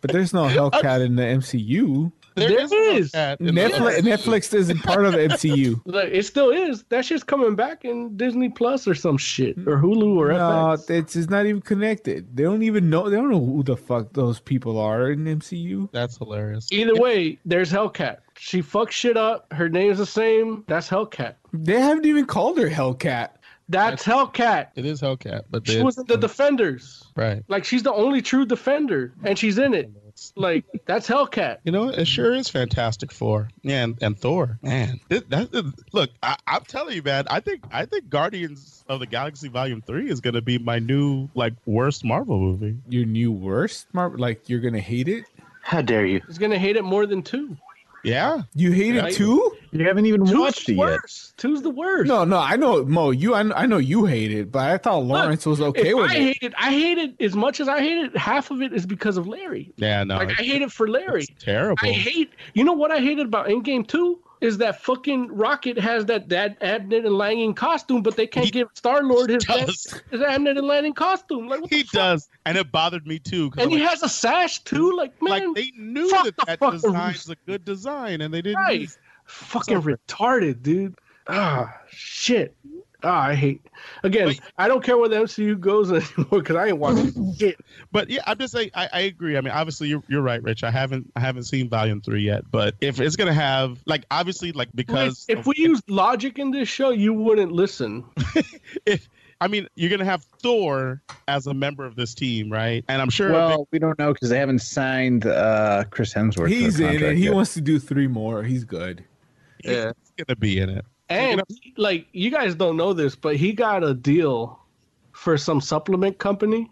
S7: But there's no Hellcat in the MCU.
S2: there is.
S7: Netflix, Netflix isn't part of the MCU.
S2: Like, it still is. That shit's coming back in Disney Plus or some shit or Hulu or
S7: No, it's, it's not even connected. They don't even know. They don't know who the fuck those people are in MCU.
S9: That's hilarious.
S2: Either way, there's Hellcat. She fucks shit up. Her name's the same. That's Hellcat.
S7: They haven't even called her Hellcat.
S2: That's, Hellcat.
S9: It is Hellcat, but
S2: She
S9: they-
S2: was in the Defenders.
S9: right.
S2: Like she's the only true defender, and she's in it. Like that's Hellcat.
S9: You know, it sure is Fantastic Four. Yeah, and, and Thor. Man, Th- that, th- look, I, I'm telling you, man. I think I think Guardians of the Galaxy Volume Three is gonna be my new like worst Marvel movie.
S7: Your new worst Marvel? Like you're gonna hate it?
S10: How dare you?
S2: He's gonna hate it more than two.
S9: Yeah.
S7: You hate
S2: Yeah.
S7: it too?
S11: You haven't even
S2: watched it worse. yet. Two's the worst.
S7: No, no, I know Mo. You, I, I know you hate it, but I thought Lawrence was okay
S2: if
S7: with
S2: I
S7: it.
S2: hate it. I hate it as much as I hate it. Half of it is because of Larry.
S9: Yeah, no,
S2: like I
S9: it's
S2: hate it for Larry.
S9: terrible.
S2: I hate. You know what I hated about Endgame Two is that fucking Rocket has that that Abnett and Langan costume, but they can't give Star Lord his, that-
S9: does.
S2: his Abnett and Langan costume. Like what the
S9: He does, and it bothered me too. 'cause
S2: and
S9: I'm
S2: he
S9: like,
S2: has a sash too. Like man,
S9: like they knew
S2: fuck
S9: that
S2: the
S9: that
S2: fucking
S9: design's a good design, and they didn't.
S2: Right.
S9: use-
S2: fucking retarded, dude. Ah, shit. Ah, I hate. Again, I don't care where the MCU goes anymore because I ain't watching shit.
S9: But yeah, I'm just saying, I, I agree. I mean, obviously, you're, you're right, Rich. I haven't I haven't seen Volume Three yet, but if it's gonna have like obviously like because
S2: if we used logic in this show, you wouldn't listen.
S9: if I mean, you're gonna have Thor as a member of this team, right? And I'm sure.
S11: Well, we don't know because they haven't signed uh, Chris Hemsworth.
S7: He's in it. He
S11: wants.
S7: wants to do three more. He's good.
S9: yeah. he's gonna be in it.
S2: And like you guys don't know this, but he got a deal for some supplement company,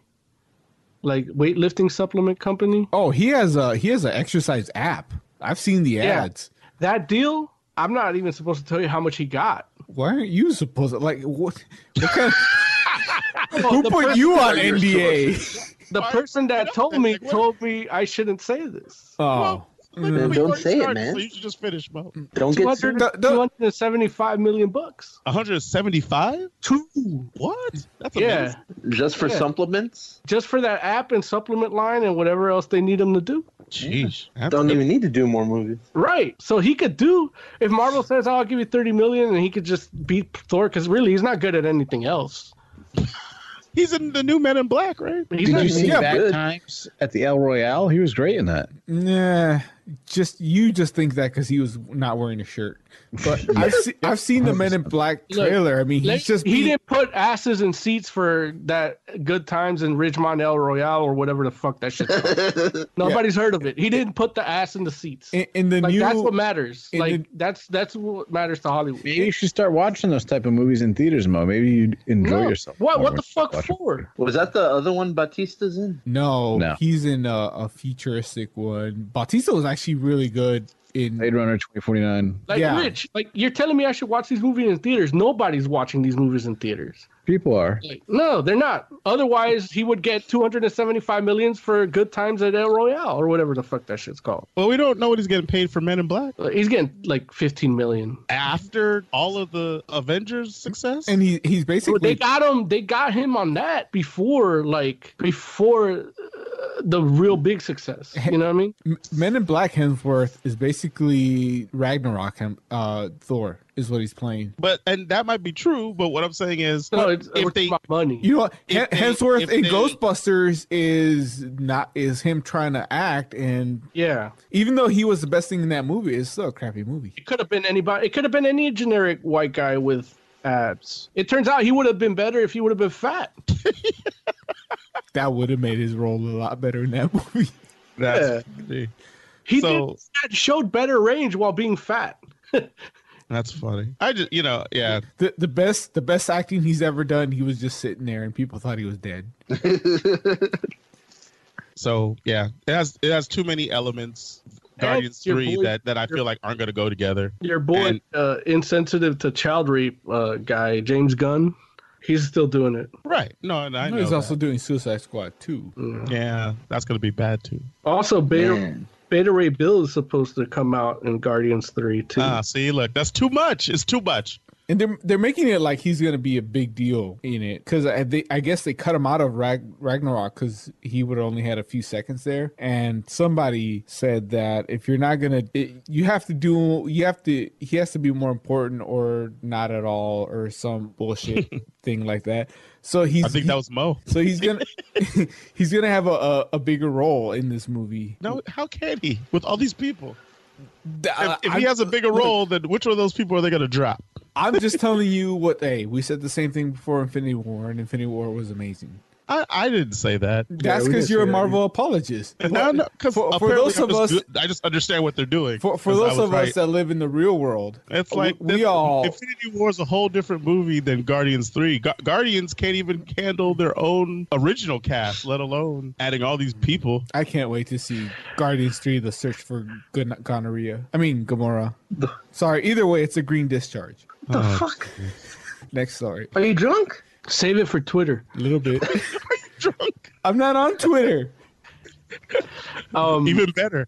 S2: like weightlifting supplement company.
S7: Oh, he has a he has an exercise app. I've seen the
S2: Yeah.
S7: ads.
S2: That deal, I'm not even supposed to tell you how much he got.
S7: Why aren't you supposed to like what? what kind
S2: Well,
S7: who
S2: the
S7: put
S2: person-
S7: you on NDA?
S2: The person that told me told me I shouldn't say this.
S7: Oh,
S10: Man,
S9: Look, we
S10: Mm-hmm. don't
S9: already
S10: say it,
S9: started,
S10: man.
S9: So you should just finish, Mo.
S2: Mm.
S10: Don't get sued.
S2: 200 275 million bucks.
S9: 175?
S2: Two.
S9: What? That's
S2: yeah.
S9: amazing.
S10: just for
S2: Yeah.
S10: supplements.
S2: Just for that app and supplement line and whatever else they need him to do.
S9: Jeez. That's-
S10: Don't even need to do more movies.
S2: Right. So he could do if Marvel says, "Oh, "I'll give you thirty million, and he could just beat Thor because really he's not good at anything else.
S9: He's in the new Men in Black, right?
S2: He's
S11: Did
S2: not
S11: you see
S7: Yeah,
S11: back
S10: good.
S11: times at the El Royale? He was great in that.
S7: nah. Just you just think that because he was not wearing a shirt. But I've seen I've seen the Men in Black
S2: Look,
S7: trailer. I mean,
S2: let-
S7: he's just
S2: he
S7: being-
S2: didn't put asses in seats for that good times in Ridgemont El Royale or whatever the fuck that shit. Nobody's heard of it. He didn't put the ass in the seats.
S7: in, in the
S2: like
S7: new.
S2: that's what matters.
S7: in
S2: Like
S7: the-
S2: that's that's what matters to Hollywood.
S11: Maybe you should start watching those type of movies in theaters, Mo. Maybe you'd enjoy
S2: No.
S11: yourself.
S2: What
S11: more
S2: what
S11: when
S2: the
S11: you
S2: fuck
S11: watch it.
S2: for?
S10: Was that the other one Batista's in?
S7: no,
S11: No.
S7: he's in a, a futuristic one. Bautista was actually really good in
S11: Blade Runner 2049.
S2: Like
S7: Yeah.
S2: Rich, like you're telling me I should watch these movies in theaters. Nobody's watching these movies in theaters.
S11: People are.
S2: Like, no, they're not. Otherwise, he would get 275 millions for good times at El Royale or whatever the fuck that shit's called.
S9: Well, we don't know what he's getting paid for Men in Black
S2: Like, He's getting like 15 million.
S9: after all of the Avengers success.
S7: and he
S2: Well,
S7: he's
S2: they
S7: basically
S2: got him. They got him on that before, like before uh, the real big success. You know what I mean?
S7: Men in Black Hemsworth is basically Ragnarok Hem, uh, Thor is what he's playing.
S9: but and that might be true. But what I'm saying is,
S2: No, it's, uh,
S9: if
S2: we're
S9: they-
S2: talking about money.
S7: You know, what? He-
S9: If they-
S7: Hemsworth
S9: if
S7: in
S9: they-
S7: Ghostbusters is not is him trying to act, and
S2: yeah,
S7: even though he was the best thing in that movie, it's still a crappy movie.
S2: it could have been anybody. It could have been any generic white guy with abs. It turns out he would have been better if he would have been fat.
S7: That would have made his role a lot better in that movie.
S9: that's
S2: He
S9: So-
S2: did, that showed better range while being fat.
S9: that's funny. I just you know yeah.
S7: The the best the best acting he's ever done. He was just sitting there, and people thought he was dead.
S9: So yeah, it has it has too many elements. Guardians
S2: your
S9: three
S2: boy-
S9: that that I feel like aren't going to go together.
S2: Your boy,
S9: And-
S2: uh, insensitive to child rape uh, guy, James Gunn, he's still doing it.
S9: Right? No, and I know.
S7: he's
S9: that.
S7: also doing Suicide Squad too.
S9: yeah, that's going to be bad too.
S2: Also, Beta,
S10: Man.
S2: Beta Ray Bill is supposed to come out in Guardians 3, too.
S9: Ah, see, look, that's too much. It's too much.
S7: And they're they're making it like he's gonna be a big deal in it because I, they- I guess they cut him out of Rag, Ragnarok because he would only had a few seconds there. And somebody said that if you're not gonna, it, you have to do you have to he has to be more important or not at all or some bullshit thing like that. So he's
S9: I think that was Mo.
S7: So he's gonna he's gonna have a, a, a bigger role in this movie.
S9: No, how can he with all these people?
S7: Uh,
S9: if, if he
S7: I-
S9: has a bigger
S7: look.
S9: role, then which one of those people are they going to drop?
S7: I'm just telling you what. Hey, we said the same thing before Infinity War, and Infinity War was amazing.
S9: I, I didn't say that.
S7: That's because you're a Marvel apologist.
S9: No, no, because
S7: for, for those of us,
S9: I just understand what they're doing.
S7: for, for
S9: 'cause I
S7: those
S9: was
S7: of
S9: right.
S7: us that live in the real world,
S9: It's
S7: we-
S9: like
S7: we,
S9: this-
S7: all.
S9: Infinity War is a whole different movie than Guardians Three. Gu- Guardians can't even handle their own original cast, let alone adding all these people.
S7: I can't wait to see Guardians Three: The Search for Gon- Gonorrhea. I mean, Gamora. Sorry. Either way, it's a green discharge.
S2: The Oh, fuck?
S7: Next story.
S2: Are you drunk? Save it for Twitter.
S7: A little bit. I'm not on Twitter. Mm.
S2: Um,
S9: Even better.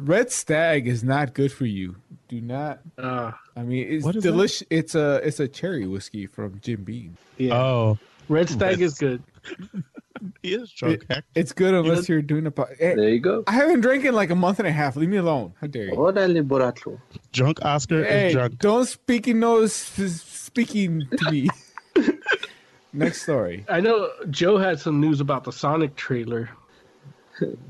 S7: Red Stag is not good for you. Do not.
S2: uh,
S7: I mean, it's
S2: What is
S7: delicious. It's a it's a cherry whiskey from Jim Beam.
S2: Yeah.
S9: Oh,
S2: Red Stag is good.
S9: He is
S7: It- it's good unless you're doing a. Po- there
S10: you go.
S7: I haven't drank in like a month and a half. Leave me alone. How dare you?
S9: Drunk Oscar
S7: Hey,
S9: is drunk.
S7: don't speak in those speaking to me. Next story.
S2: I know Joe had some news about the Sonic trailer.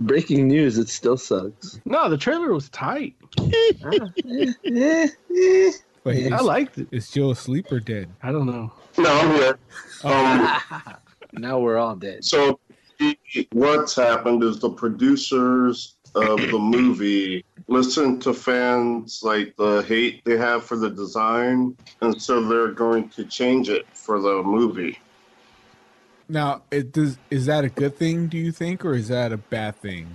S10: Breaking news, it still sucks.
S2: No, the trailer was tight.
S7: Wait,
S2: I
S7: is-
S2: liked it.
S7: Is Joe asleep or dead?
S2: I don't know.
S6: No, I'm here. Um,
S10: now we're all dead.
S6: So what's happened is the producers of the movie listen to fans like the hate they have for the design, and so they're going to change it for the movie.
S7: Now, it does. Is that a good thing? Do you think, or is that a bad thing?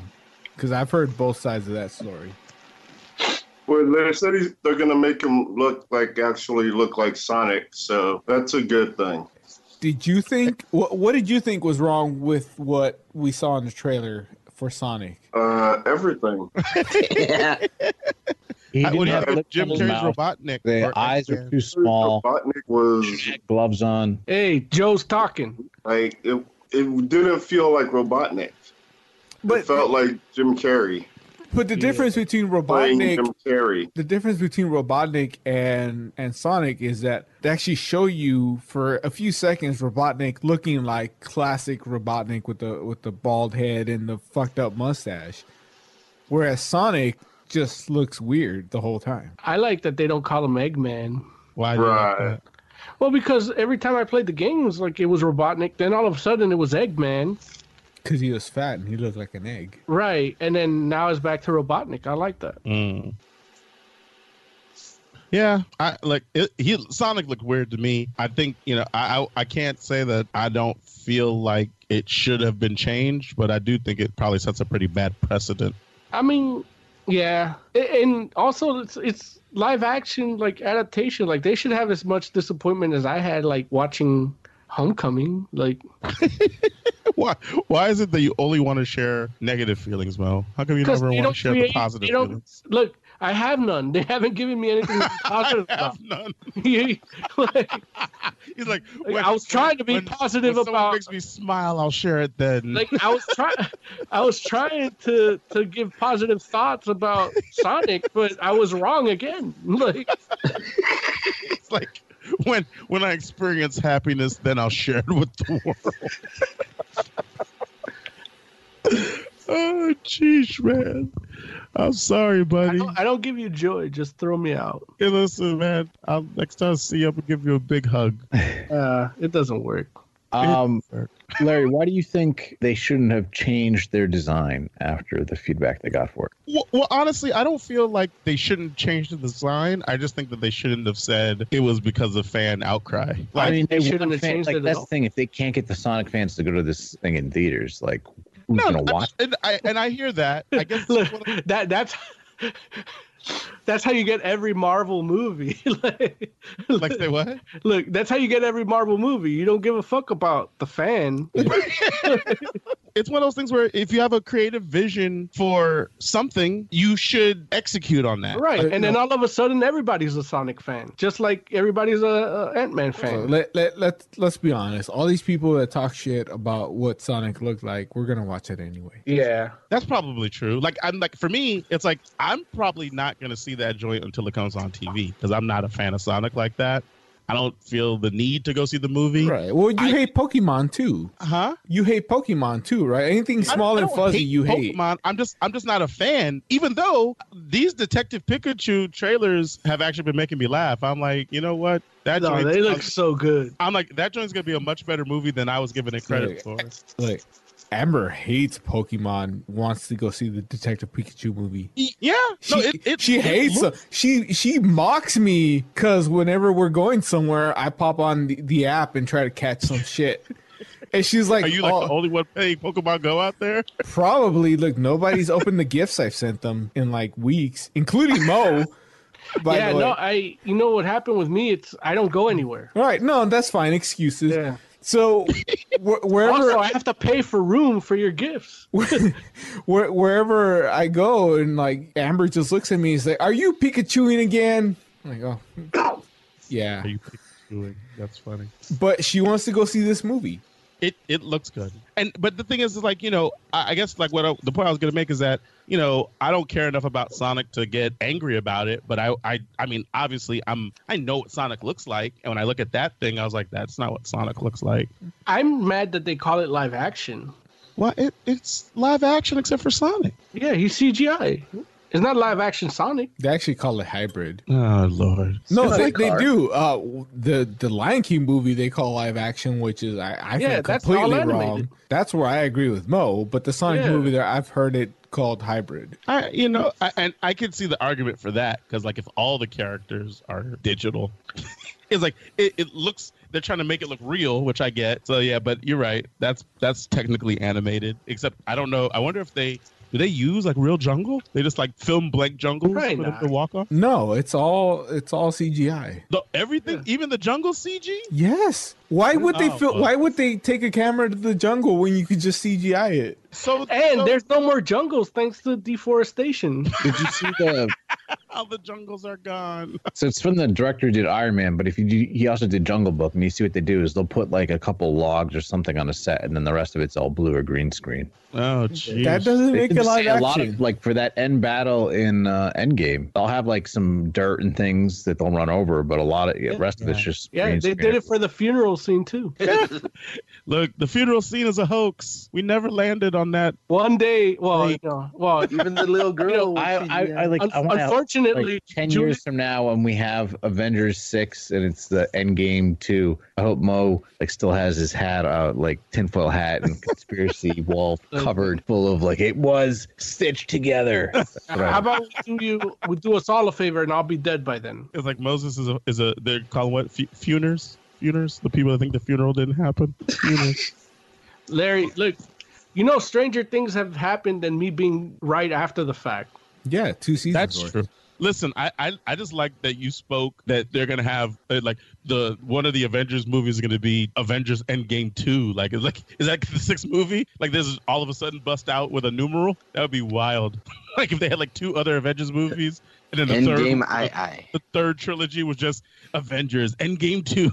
S7: Because I've heard both sides of that story.
S6: Well, they said he's, they're going to make him look like actually look like Sonic, so that's a good thing.
S7: Did you think? What What did you think was wrong with what we saw in the trailer for Sonic?
S6: Uh, everything.
S11: He
S9: I-
S11: didn't
S9: what do you
S11: have
S9: have
S11: lips
S9: Jim
S11: on
S9: Carrey's
S11: his mouth.
S9: Robotnik?
S11: The
S9: or
S11: eyes are
S9: X-Man?
S11: too small.
S6: Robotnik was
S11: Had gloves on.
S2: Hey, Joe's talking.
S6: like it. It didn't feel like Robotnik.
S7: But-
S6: it felt like Jim Carrey
S7: But the difference between
S6: playing
S7: Robotnik
S6: Jim Carrey.
S7: the difference between Robotnik and and Sonic is that they actually show you for a few seconds Robotnik looking like classic Robotnik with the with the bald head and the fucked up mustache, whereas Sonic just looks weird the whole time.
S2: I like that they don't call him Eggman.
S9: Why? do you like
S6: Right.
S9: that?
S2: Well, because every time I played the games, like it was Robotnik, then all of a sudden it was Eggman,
S7: Cause he was fat and he looked like an egg.
S2: right? And then now it's back to Robotnik. I like that.
S9: Mm. Yeah, I like it, he. Sonic looked weird to me. I think you know. I, I I can't say that I don't feel like it should have been changed, but I do think it probably sets a pretty bad precedent.
S2: I mean, yeah, A- and also it's it's live action like adaptation. Like they should have as much disappointment as I had like watching Homecoming. Like
S9: Why? Why is it that you only want to share negative feelings, Mo? How come you
S2: because
S9: never
S2: they
S9: want to
S2: don't
S9: share
S2: create,
S9: the positive
S2: they don't-
S9: feelings?
S2: Look, I have none. They haven't given me anything positive.
S9: I
S2: about.
S9: have none.
S2: Like,
S9: He's like,
S2: I was trying to be positive
S9: when someone
S2: about-
S9: Makes me smile. I'll share it then.
S2: like I was trying, I was trying to to give positive thoughts about Sonic, but I was wrong again. Like,
S9: It's like when when I experience happiness, then I'll share it with the world. oh, jeez, man. I'm sorry,
S2: I
S9: buddy.
S2: don't, I don't give you joy; just throw me out.
S9: Hey, listen, man. I'll, next time I see you, I'm gonna give you a big hug.
S2: Uh, it doesn't work.
S11: Um, Larry, why do you think they shouldn't have changed their design after the feedback they got for it?
S9: Well, well, honestly, I don't feel like they shouldn't change the design. I just think that they shouldn't have said it was because of fan outcry. Like,
S11: I mean, they
S2: they shouldn't
S11: want
S2: have
S11: fan-
S2: changed it
S11: like,
S2: at
S11: that's
S2: all.
S11: the thing. If they can't get the Sonic fans to go to this thing in theaters, like who's
S9: no,
S11: gonna
S9: I-
S11: watch?
S9: and I and I hear that. I guess that's
S2: Look,
S9: what
S2: that that's that's how you get every Marvel movie. like,
S9: like say what?
S2: look, that's how you get every Marvel movie. You don't give a fuck about the fan.
S9: it's one of those things where if you have a creative vision for something, you should execute on that.
S2: Right,
S7: Uh,
S9: Like,
S2: and
S9: you
S2: then
S9: know,
S2: all of a sudden, everybody's a Sonic fan, just like everybody's a, a Ant Man fan.
S7: Uh, Let, let, let, let's be honest. All these people that talk shit about what Sonic looked like, we're going to watch it anyway.
S2: yeah,
S9: that's probably true. Like I'm like for me, it's like I'm probably not gonna see that joint until it comes on TV because I'm not a fan of Sonic like that. I don't feel the need to go see the movie.
S7: Right. Well, you hate Pokemon too.
S9: Huh?
S7: You hate Pokemon too, right? Anything
S9: I-
S7: small
S9: I
S7: and
S9: don't
S7: fuzzy, you hate.
S9: Pokemon. I'm just I'm just not a fan. Even though these Detective Pikachu trailers have actually been making me laugh. I'm like, you know what? That
S2: No,
S9: joint-
S2: they
S9: I'm-
S2: look so good.
S9: I'm like, that joint's gonna be a much better movie than I was giving it credit for.
S7: Like, Amber hates Pokemon, wants to go see the Detective Pikachu movie.
S9: Y- Yeah,
S7: She,
S9: no, it, it,
S7: she
S9: it
S7: hates
S9: looked-
S7: them. She she mocks me because whenever we're going somewhere, I pop on the, the app and try to catch some shit. And she's like,
S9: Are you like oh,
S7: "Oh,
S9: the only one playing Pokemon Go out there?
S7: probably look, nobody's opened the gifts I've sent them in like weeks, including Mo. By
S2: yeah,
S7: the way.
S2: no, I. You know what happened with me? It's I don't go anywhere.
S7: All right, no, that's fine. Excuses. So wh- wherever
S2: Also, I have to pay for room for your gifts.
S7: where, wherever I go, and like Amber just looks at me, and is like, "Are you Pikachuing again?" I'm like, "Oh, yeah."
S9: Are you doing? That's funny.
S7: But she wants to go see this movie.
S9: It it looks good. And but the thing is, is like you know, I, I guess like what I, the point I was gonna make is that you know I don't care enough about Sonic to get angry about it. But I I I mean obviously I'm I know what Sonic looks like, and when I look at that thing, I was like, that's not what Sonic looks like.
S2: I'm mad that they call it live action.
S9: Well, it, it's live action except for Sonic.
S2: Yeah, he's CGI. It's not live action Sonic.
S7: They actually call it hybrid.
S9: Oh lord.
S7: No,
S2: It's
S7: they,
S2: like
S7: they
S2: art.
S7: do. Uh, the the Lion King movie they call live action, which is I, I
S2: Yeah,
S7: think
S2: that's
S7: completely
S2: all animated.
S7: wrong. That's where I agree with Mo. But the Sonic
S2: Yeah.
S7: movie there, I've heard it called hybrid.
S9: I, you know, I, and I can see the argument for that because, like, if all the characters are digital, it's like it, it looks. They're trying to make it look real, which I get. So yeah, but you're right. That's that's technically animated. Except I don't know. I wonder if they do they use like real jungle. They just like film blank jungles
S2: Probably
S9: for them
S2: not.
S9: to walk on.
S7: No, it's all it's all CGI.
S9: The, everything, even the jungle CG.
S7: Yes. Why would they
S9: Oh,
S7: feel?
S9: well.
S7: Why would they take a camera to the jungle when you could just CGI it?
S9: So
S2: And
S9: so
S2: there's no more jungles thanks to deforestation.
S11: Did you see the?
S9: all the jungles are gone.
S11: So it's from the director who did Iron Man, but if you do, he also did Jungle Book, and you see what they do is they'll put like a couple logs or something on a set, and then the rest of it's all blue or green screen.
S9: Oh, jeez.
S7: That doesn't
S11: They
S7: make
S11: did
S7: a lot
S11: say
S7: of
S11: a lot
S7: action.
S11: of like for that end battle in uh, Endgame, they'll have like some dirt and things that they'll run over, but a lot of the rest of it's just
S2: Yeah,
S11: green
S2: they
S11: screen.
S2: did it for the funeral scene too.
S9: Look, the funeral scene is a hoax. We never landed on that.
S2: One day, well,
S9: Wait.
S2: no, well,
S10: Even the little girl. was
S11: I, I,
S10: CGI.
S11: I like. I
S2: un-
S11: wanna have,
S2: unfortunately,
S11: like, ten
S2: Julie-
S11: years from now, when we have Avengers six and it's the end game two, I hope Mo like still has his hat out, like tinfoil hat and conspiracy wall covered full of like it was stitched together. That's what I
S2: How
S11: hope.
S2: about we do you? We do us all a favor, and I'll be dead by then.
S9: It's like Moses is a is a they're calling what Fu- funers funers the people that think the funeral didn't happen. Funers.
S2: Larry, look, you know, stranger things have happened than me being right after the fact.
S7: Yeah, two seasons.
S9: That's
S7: worth.
S9: true. Listen, I, I I just like that you spoke that they're gonna have uh, like the one of the Avengers movies is gonna be Avengers Endgame two. Like is like is that the sixth movie? Like this is all of a sudden bust out with a numeral. That would be wild. like if they had like two other Avengers movies and then the third
S10: Endgame. I. I.
S9: the third trilogy was just Avengers Endgame 2.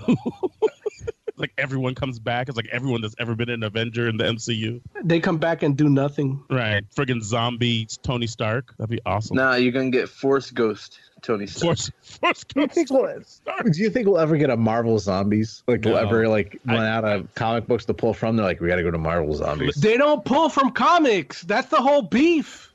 S9: like everyone comes back. It's like everyone that's ever been an Avenger in the MCU.
S2: They come back and do nothing.
S9: Right. Friggin' zombie Tony Stark. That'd be awesome.
S10: Nah, you're gonna get Force Ghost, Tony Stark.
S9: Force, Force
S11: Do you
S9: Ghost.
S11: think we'll, do you think we'll ever get a Marvel zombies? Like we'll
S9: No.
S11: ever like
S9: I-
S11: run out of comic books to pull from? They're like, we got to go to Marvel zombies.
S2: They don't pull from comics. That's the whole beef.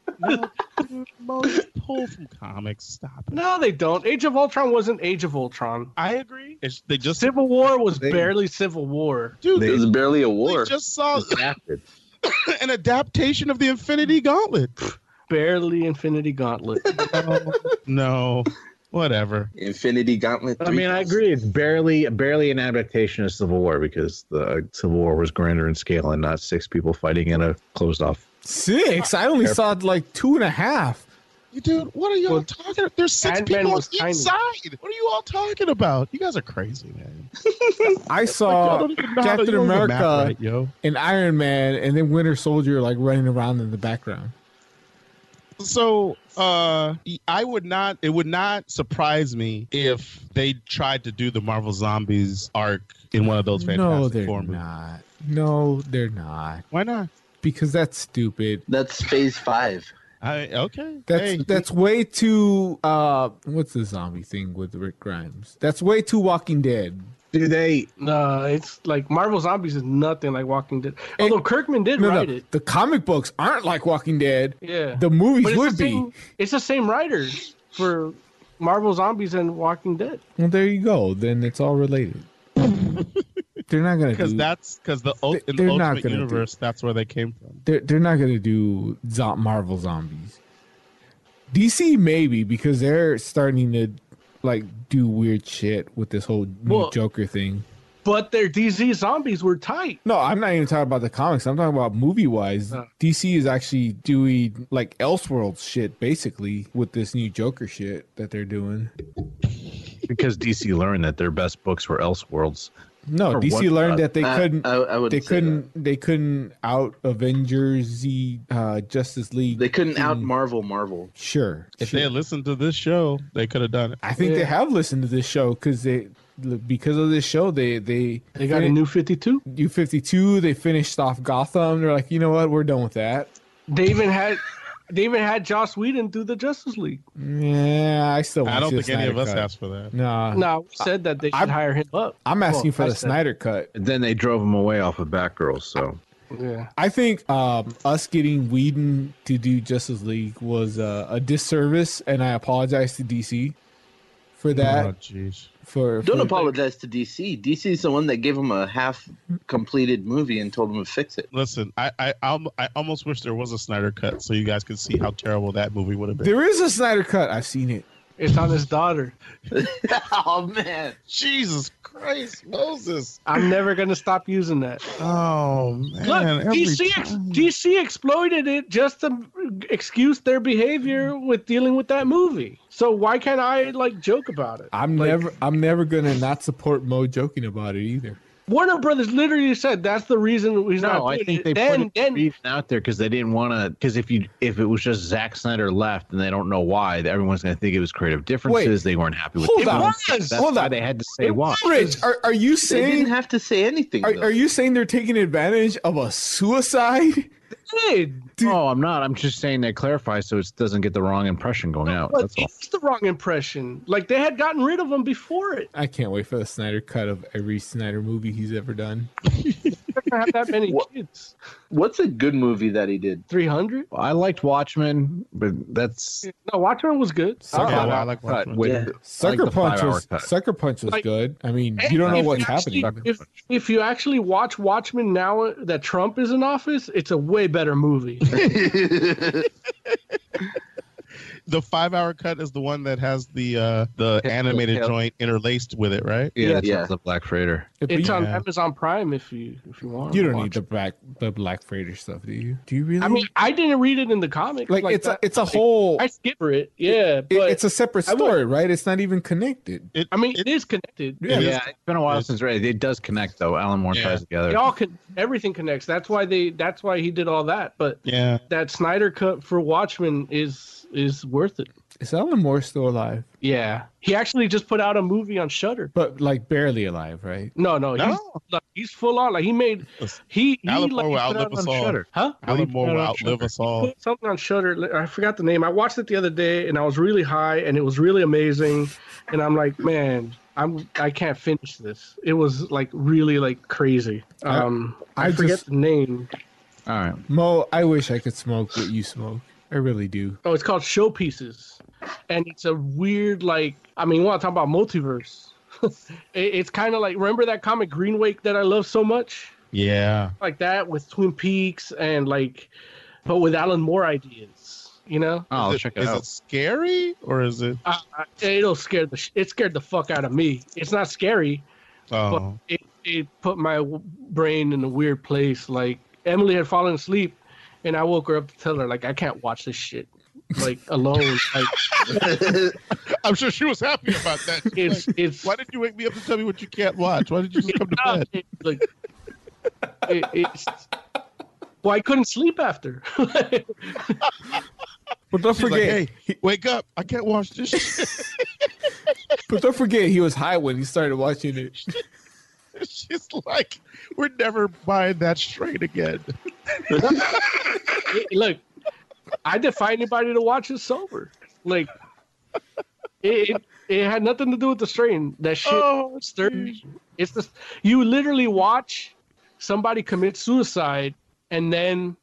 S9: Moses, pull from comics. Stop it.
S2: No, they don't. Age of Ultron wasn't Age of Ultron.
S9: I agree. It's, they just
S2: Civil War was
S11: They-
S2: barely Civil War.
S9: dude.
S10: It
S9: They,
S10: was barely a
S9: they
S10: war.
S9: just saw
S11: Adapted.
S9: an adaptation of the Infinity Gauntlet.
S2: Barely Infinity Gauntlet.
S9: no, no, whatever.
S10: Infinity Gauntlet.
S11: But I
S10: three
S11: mean, I
S10: times.
S11: agree. It's barely barely an adaptation of Civil War because the Civil War was grander in scale and not six people fighting in a closed off.
S7: Six. I only saw like two and a half.
S9: Dude, what are y'all
S2: Well,
S9: talking about? There's six
S2: Ant-Man
S9: people on
S2: was
S9: each
S2: tiny.
S9: side. What are you all talking about? You guys are crazy, man.
S7: I saw
S9: don't even know how to- you
S7: Uh, Captain
S9: don't even map
S7: America
S9: right, yo.
S7: and Iron Man and then Winter Soldier like running around in the background.
S9: So uh I would not it would not surprise me if they tried to do the Marvel Zombies arc in one of those
S7: no,
S9: fantastic
S7: they're
S9: Four movies.
S7: not. No, they're not.
S9: Why not?
S7: Because that's stupid.
S10: That's phase five.
S9: I okay.
S7: That's
S9: Hey,
S7: that's way too uh what's the zombie thing with Rick Grimes? That's way too Walking Dead.
S11: Do they
S2: Nah, it's like Marvel Zombies is nothing like Walking Dead. Although Kirkman did
S7: No, no,
S2: write it.
S7: the comic books aren't like Walking Dead.
S2: Yeah.
S7: The movies
S2: But it's
S7: would
S2: the
S7: be.
S2: same- It's the same writers for Marvel Zombies and Walking Dead.
S7: Well, there you go. Then it's all related. they're not gonna
S9: because
S7: do
S9: that's because the ult- in
S7: they're
S9: the
S7: not
S9: ultimate
S7: gonna do
S9: universe, that's where they came from.
S7: They're they're not gonna do zo- Marvel zombies. DC maybe because they're starting to like do weird shit with this whole new
S2: Well-
S7: Joker thing.
S2: But their DZ zombies were tight.
S7: No, I'm not even talking about the comics. I'm talking about movie wise.
S2: Uh.
S7: DC is actually doing like Elseworlds shit basically with this new Joker shit that they're doing.
S12: because DC learned that their best books were Elseworlds.
S7: No,
S12: Or
S7: DC
S12: what- uh,
S7: learned that they
S10: I-
S7: couldn't.
S10: I- I wouldn't
S7: they
S10: say
S7: couldn't. They couldn't out Avengers the uh, Justice League.
S10: They couldn't
S7: thing.
S10: out Marvel Marvel.
S7: Sure,
S9: If
S7: sure.
S9: they had listened to this show, they could have done it.
S7: I think they
S2: Yeah.
S7: have listened to this show because they because of this show they they
S2: They got a new 52.
S7: U fifty two. They finished off Gotham. They're like, you know what? We're done with that.
S2: They even had they even had Joss Whedon do the Justice League.
S7: Yeah, I still. Want
S9: I don't
S7: to see
S9: think
S7: the
S9: any of
S7: Snyder
S9: us
S7: Cut.
S9: asked for that.
S7: Nah,
S2: Now we said that they should
S7: Uh, I-
S2: hire him up.
S7: I'm asking
S2: Well,
S7: for
S2: I
S7: the
S2: said-
S7: Snyder cut.
S12: And then they drove him away off of Batgirl. So
S2: Yeah.
S7: I think um, us getting Whedon to do Justice League was uh, a disservice, and I apologize to DC for that.
S9: Oh, jeez.
S7: For,
S10: Don't
S7: for-
S10: apologize to DC. DC is the one that gave him a half completed movie and told him to fix it.
S9: Listen, I, I alm- I almost wish there was a Snyder cut so you guys could see how terrible that movie would have been.
S7: There is a Snyder cut. I've seen it.
S2: It's on his daughter.
S10: oh man.
S9: Jesus Christ, Moses!
S2: I'm never gonna stop using that.
S9: Oh man,
S2: Look,
S9: every
S2: DC, ex-
S9: time.
S2: DC exploited it just to excuse their behavior with dealing with that movie. So why can't I like joke about it?
S7: I'm
S2: Like-
S7: never. I'm never gonna not support Mo joking about it either.
S2: Warner Brothers literally said that's the reason he's
S12: no,
S2: not.
S12: I
S2: doing
S12: think
S2: it.
S12: they
S2: then
S12: put it
S2: then
S12: out there because they didn't want to. Because if you if it was just Zack Snyder left and they don't know why, everyone's going to think it was creative differences. they weren't happy with
S7: Hold
S12: the
S7: on.
S12: films.
S2: It was.
S12: That's
S7: Hold
S12: why
S7: on.
S12: they had to say
S2: It
S12: why.
S7: Rich, are, are you
S10: They
S7: saying?
S10: didn't have to say anything.
S7: are,
S10: though.
S7: are you saying they're taking advantage of a suicide?
S2: did.
S7: Dude.
S12: No, I'm not. I'm just saying that clarifies so it doesn't get the wrong impression going out.
S2: But
S12: That's all.
S2: it's the wrong impression. Like they had gotten rid of him before it.
S7: I can't wait for the Snyder cut of every Snyder movie he's ever done.
S2: They're gonna have that many
S10: What-
S2: kids.
S10: What's a good movie that he did?
S2: Three hundred?
S12: I liked Watchmen, but that's
S2: No, Watchmen was good.
S7: Sucker,
S9: Yeah,
S12: Uh,
S9: I like
S12: cut
S9: Watchmen.
S12: with
S10: Yeah.
S7: Sucker
S12: the
S7: Punch
S12: five-hour
S7: was
S12: cut.
S7: Sucker Punch was
S2: Like-
S7: good. I mean,
S2: And
S7: you don't know
S2: if
S7: what's
S2: actually-
S7: happening.
S2: If if you actually watch Watchmen now that Trump is in office, it's a way better movie.
S9: The five-hour cut is the one that has the uh, the
S12: Yeah,
S9: animated
S12: yeah.
S9: joint interlaced with it, right?
S12: yeah, that's
S10: Yeah.
S12: the Black Freighter.
S7: If
S2: It's
S7: you-
S2: on
S7: yeah.
S2: Amazon Prime if you if you want.
S7: You
S2: to
S7: don't
S2: watch
S7: need the
S2: it.
S7: black the Black Freighter stuff, do you? Do you really?
S2: I mean, I didn't read it in the comic.
S7: like,
S2: Like,
S7: it's
S2: that.
S7: a it's a whole.
S2: I skip it. Yeah,
S7: it-
S2: but
S7: it's a separate
S2: I would-
S7: story, right? It's not even connected.
S9: It,
S2: I mean,
S9: it,
S2: it is connected.
S7: Yeah.
S12: Yeah,
S9: it is-
S12: it's been a while since right. It does connect though. Alan Moore
S9: Yeah.
S12: ties together.
S2: They all con- everything connects. That's why they. That's why he did all that. But
S9: yeah.
S2: that Snyder cut for Watchmen is is worth it.
S7: Is Alan Moore still alive?
S2: Yeah, he actually just put out a movie on Shutter.
S7: But like barely alive, right?
S2: No, no, he's
S9: No.
S2: like, he's full on. Like he made he he
S9: Alan Moore
S2: like,
S9: will
S2: put
S9: outlive
S2: out
S9: us
S2: on
S9: all.
S2: Shudder. Huh?
S9: Alan Moore will outlive us all.
S2: put Oh, something on Shutter. I forgot the name. I watched it the other day, and I was really high, and it was really amazing. And I'm like, man, I'm I can't finish this. It was like really like crazy. Um,
S7: I-
S2: I,
S7: I
S2: forget
S7: just-
S2: the name.
S12: all right.
S7: Mo, I wish I could smoke what you smoke. I really do.
S2: Oh, it's called Showpieces, and it's a weird like. I mean, want to talk about multiverse? it, it's kind of like remember that comic Green Wake that I love so much,
S9: Yeah.
S2: like that with Twin Peaks and like, but with Alan Moore ideas. You know,
S12: Oh, I'll
S9: is
S12: check
S9: it,
S12: it
S9: is
S12: out.
S9: it scary or is it?
S2: I, I, Uh, it'll scare the sh- it scared the fuck out of me. It's not scary,
S9: Oh,
S2: but it, it put my w- brain in a weird place. Like Emily had fallen asleep, and I woke her up to tell her like I can't watch this shit. like alone. Like,
S9: I'm sure she was happy about that. She's
S2: It's-
S9: like, why did you wake me up to tell me what you can't watch? Why did you just come to bed?
S2: like, it, it's well, I couldn't sleep after.
S7: But don't
S9: She's like,
S7: forget,
S9: hey, wake up! I can't watch this. Shit.
S7: but don't forget, he was high when he started watching it.
S9: She's like, we're never buying that straight again.
S2: Hey, look, I defy anybody to watch it sober. Like, it, it it had nothing to do with the strain. That shit stirs. It's the you literally watch somebody commit suicide and then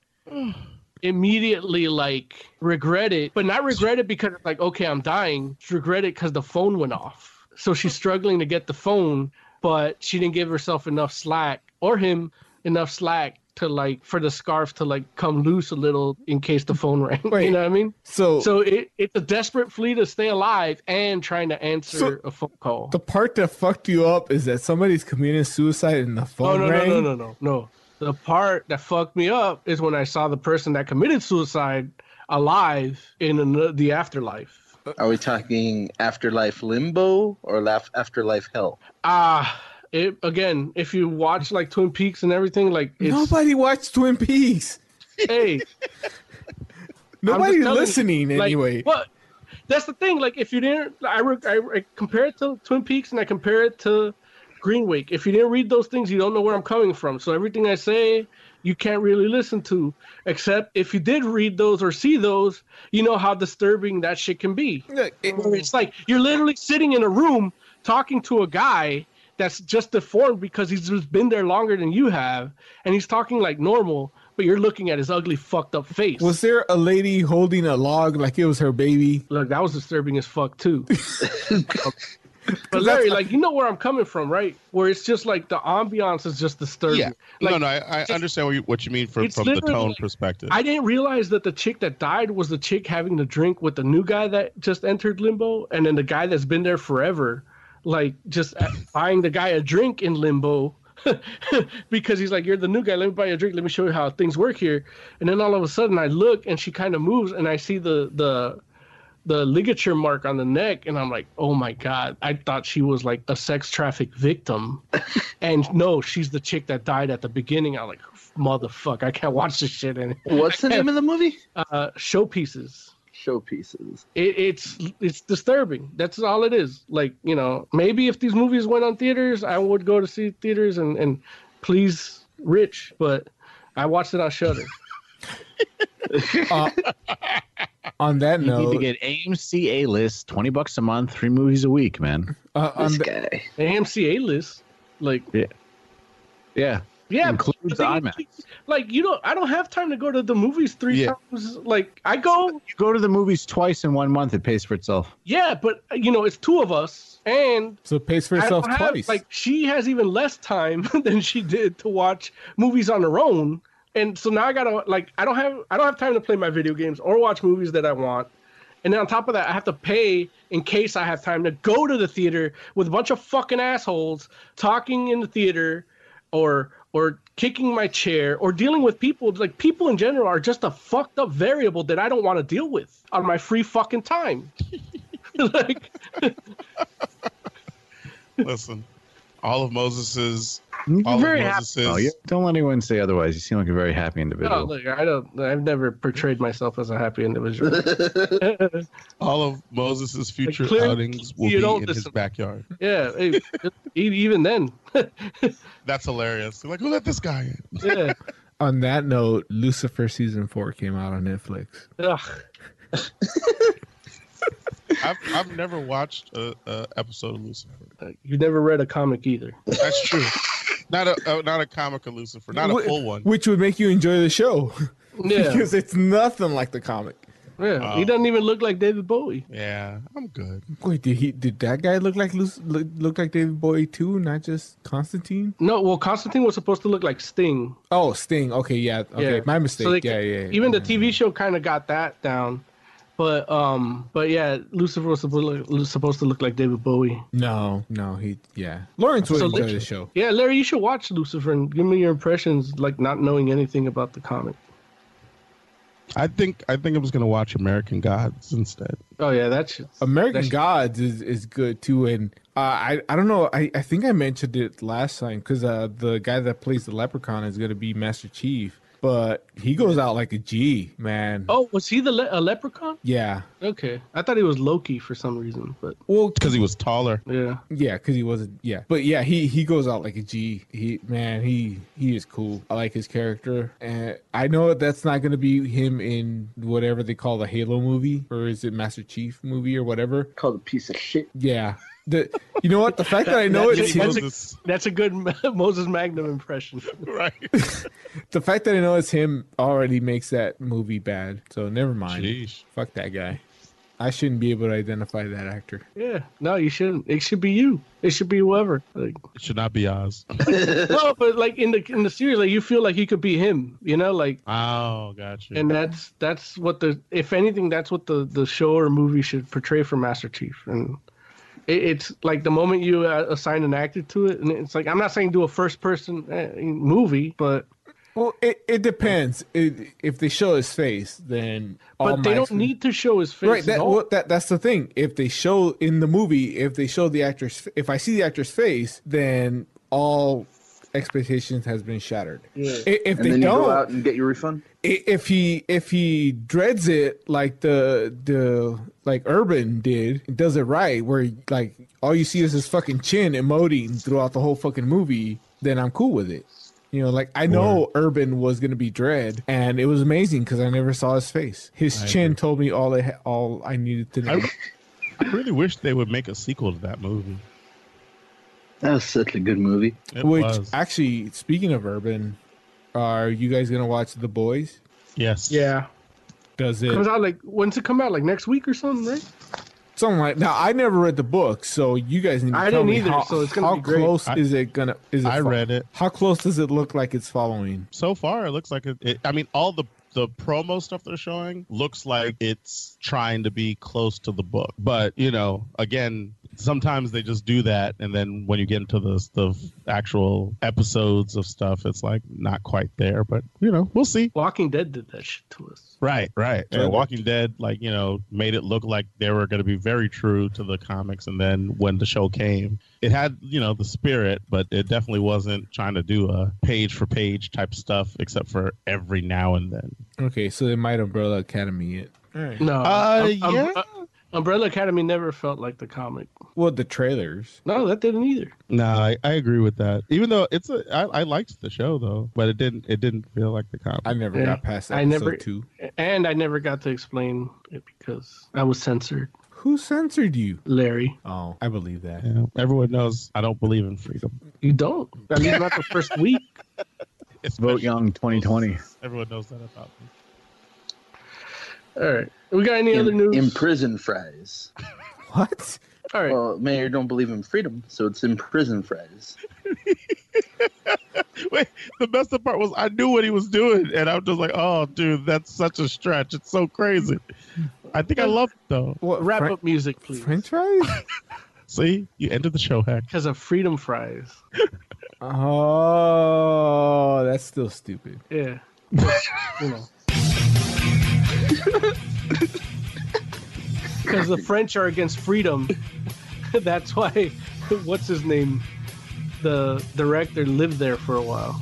S2: immediately like regret it, but not regret it because it's like okay, I'm dying. Just regret it because the phone went off. So she's struggling to get the phone, but she didn't give herself enough slack or him enough slack to like for the scarf to like come loose a little in case the phone rang. you know what I mean?
S7: So,
S2: So it, it's a desperate plea to stay alive and trying to answer
S7: So-
S2: a phone call.
S7: the part that fucked you up is that somebody's committing suicide and the
S2: Oh
S7: phone
S2: no, no,
S7: rang.
S2: no, no, no, no. The part that fucked me up is when I saw the person that committed suicide alive in an, the afterlife.
S10: Are we talking afterlife limbo or laugh afterlife hell?
S2: Ah, it again. If you watch like Twin Peaks and everything, like it's,
S7: Nobody watched Twin Peaks.
S2: hey, I'm just
S7: Nobody
S2: telling you,
S7: listening
S2: like,
S7: anyway.
S2: What? That's the thing. Like, if you didn't, I, re- I, I compare it to Twin Peaks and I compare it to Green Wake. If you didn't read those things, you don't know where I'm coming from. So everything I say, you can't really listen to, except if you did read those or see those, you know how disturbing that shit can be. Where it's like you're literally sitting in a room talking to a guy that's just deformed because he's just been there longer than you have, and he's talking like normal, but you're looking at his ugly, fucked up face.
S7: Was there a lady holding a log like it was her baby?
S2: Look, that was disturbing as fuck too. But Larry, like you know where I'm coming from, right? Where it's just like the ambiance is just disturbing.
S9: Yeah.
S2: Like,
S9: no, no, I, I understand what you, what you mean from,
S2: It's
S9: from the
S2: literally-
S9: tone perspective.
S2: I didn't realize that the chick that died was the chick having the drink with the new guy that just entered limbo, and then the guy that's been there forever, like just uh, buying the guy a drink in limbo. because he's like, You're the new guy, let me buy you a drink, let me show you how things work here. And then all of a sudden I look and she kind of moves and I see the the the ligature mark on the neck and I'm like, "Oh my god, I thought she was like a sex traffic victim." and no, she's the chick that died at the beginning. I'm like, "Motherfuck, I can't watch this shit anymore."
S10: What's the name of the movie?
S2: Uh, showpieces.
S10: Showpieces.
S2: It, it's it's disturbing. That's all it is. Like you know, maybe if these movies went on theaters, I would go to see theaters and and please Rich, but I watched it on Shutter.
S7: Uh, on that
S12: You need
S7: note,
S12: to get AMC A list, twenty bucks a month, three movies a week, man.
S7: uh, on
S10: This
S7: the-
S10: guy.
S2: The AMC A list, like
S12: Yeah, yeah,
S2: yeah,
S12: Includes
S2: but the thing
S12: IMAX.
S2: is, Like you don't, I don't have time to go to the movies three
S12: Yeah.
S2: times. Like I go,
S12: You go to the movies twice in one month; it pays for itself.
S2: yeah, but you know, it's two of us, and
S7: so it pays for
S2: I
S7: itself
S2: don't have-
S7: twice.
S2: like she has even less time than she did to watch movies on her own, and so now I gotta like I don't have I don't have time to play my video games or watch movies that I want, and then on top of that I have to pay in case I have time to go to the theater with a bunch of fucking assholes talking in the theater, or or kicking my chair or dealing with people like people in general are just a fucked up variable that I don't want to deal with on my free fucking time. like
S9: Listen, all of Moses's,
S12: You're
S9: all
S12: very
S9: of
S12: happy.
S9: Moses's,
S12: Oh, yeah. Don't let anyone say otherwise. You seem like a very happy individual.
S2: No, look, I don't. I've never portrayed myself as a happy individual.
S9: all of Moses's future
S2: clearly,
S9: outings will
S2: you
S9: be
S2: don't
S9: in his
S2: listen.
S9: backyard.
S2: yeah, it- e- even then.
S9: That's hilarious. Like, who let this guy in?
S2: yeah.
S7: on that note, Lucifer season four came out on Netflix.
S2: Ugh.
S9: I've, I've never watched a, a episode of Lucifer.
S2: You've never read a comic either.
S9: That's true. Not a, a not a comic of Lucifer, not a
S7: Wh-
S9: full one.
S7: which would make you enjoy the show
S2: Yeah,
S7: because it's nothing like the comic.
S2: yeah.
S7: uh,
S2: He doesn't even look like David Bowie.
S9: Yeah, I'm good.
S7: Wait, did he? Did that guy look like Luc- look, look like David Bowie too? Not just Constantine?
S2: No, well, Constantine was supposed to look like Sting.
S7: Oh, Sting. Okay, yeah. Okay,
S2: Yeah.
S7: my
S2: So
S7: mistake.
S2: they-
S7: yeah, yeah, Mm-hmm. yeah.
S2: Even the TV show kind of got that down, but um, but yeah, Lucifer was supposed to look, supposed to look like David Bowie.
S7: No, no, he. Yeah, Lawrence would
S2: So
S7: enjoy
S2: literally-
S7: the show.
S2: Yeah, Larry, you should watch Lucifer and give me your impressions, like not knowing anything about the comic.
S9: I think I think I was gonna watch American Gods instead.
S2: Oh yeah, that's
S7: American Gods is, is good too, and uh, I I don't know I, I think I mentioned it last time because uh, the guy that plays the leprechaun is gonna be Master Chief, but he goes out like a G man.
S2: Oh, was he the le- a leprechaun?
S7: Yeah,
S2: Okay, I thought he was Loki for some reason, but
S7: well,
S9: because he was taller.
S2: Yeah,
S7: yeah, because he wasn't. Yeah, but yeah, he he goes out like a G. He man, he he is cool. I like his character, and I know that's not gonna be him in whatever they call the Halo movie, or is it Master Chief movie or whatever.
S1: Called a piece of shit.
S7: Yeah. The, you know what? The fact that I know it's him,
S2: that's a, that's a good Moses Magnum impression,
S9: right?
S7: the fact that I know it's him already makes that movie bad. So never mind. Fuck that guy. I shouldn't be able to identify that actor.
S2: Yeah, no, you shouldn't. It should be you. It should be whoever. Like,
S9: It should not be Oz.
S2: no, but like in the in the series, like you feel like he could be him. You know, like
S9: Oh, gotcha.
S2: and that's that's what the if anything that's what the the show or movie should portray for master chief and it, it's like the moment you uh, assign an actor to it and it's like i'm not saying do a first person uh, movie but
S7: well it, it depends it, if they show his face then all
S2: but they
S7: my
S2: don't
S7: expe-
S2: need to show his face
S7: right
S2: at
S7: that,
S2: all.
S7: well, that that's the thing if they show in the movie if they show the actor's if i see the actor's face then all expectations has been shattered I- if
S10: and
S7: they
S10: then
S7: don't
S10: you go out and get your refund.
S7: I- if he if he dreads it like the the like Urban did, does it right where like all you see is his fucking chin emoting throughout the whole fucking movie, then I'm cool with it. You know, like I know Urban was gonna be Dread, and it was amazing because I never saw his face. His
S9: I
S7: chin told me all I ha- all I needed to know.
S9: I really wish they would make a sequel to that movie.
S10: That was such a good movie.
S9: It
S7: Which
S9: was.
S7: actually, speaking of Urban, are you guys gonna watch The Boys?
S9: Yes.
S2: yeah
S7: Does it
S2: comes out like when's it come out like next week or something right
S7: Something like now. I never read the book, so you guys need. To
S2: I
S7: tell
S2: didn't
S7: me
S2: either,
S7: How,
S2: so it's gonna
S7: how
S2: be great.
S7: close
S9: I-
S7: is it gonna? Is it
S9: I read it.
S7: How close does it look like it's following?
S9: So far, it looks like it. it I mean, all the the promo stuff they're showing looks like it's trying to be close to the book. But you know, again, sometimes they just do that, and then when you get into the the actual episodes of stuff, it's like not quite there. But you know, we'll see.
S2: walking dead did that shit to us
S9: Right, right.
S2: Sure.
S9: And Walking Dead, like you know, made it look like they were going to be very true to the comics, and then when the show came, it had you know the spirit, but it definitely wasn't trying to do a page for page type stuff, except for every now and then.
S7: Okay, so they might Umbrella Academy it.
S2: no
S9: Uh,
S2: Um, um,
S9: yeah.
S2: uh, umbrella academy never felt like the comic
S7: Well, the trailers.
S2: no that didn't either
S9: No, I, I agree with that. Even though it's a, I, I liked the show though, but it didn't, it didn't feel like the comic.
S7: I never
S2: Yeah.
S7: got past
S2: I
S7: episode
S2: never-
S7: two.
S2: and i never got to explain it because i was censored
S7: Who censored you?
S2: larry
S7: Oh, I believe that.
S9: You know, everyone knows I don't believe in freedom.
S2: you don't i mean not the first week
S11: Vote Young 2020.
S9: Everyone knows that about me.
S2: All right. We got any other news?
S10: Imprison fries.
S7: What?
S2: All right.
S10: Well, Mayor don't believe in freedom, so it's imprison fries.
S9: Wait, the best part was I knew what he was doing, and I'm just like, oh, dude, that's such a stretch. It's so crazy. I think I love it though.
S7: What
S2: Wrap
S7: Fren-
S2: up music, please.
S7: French fries?
S9: See, you ended the show hack.
S2: Because of freedom fries.
S7: oh, that's still stupid.
S2: Yeah. you know. Because the French are against freedom. That's why, what's his name? The director lived there for a while.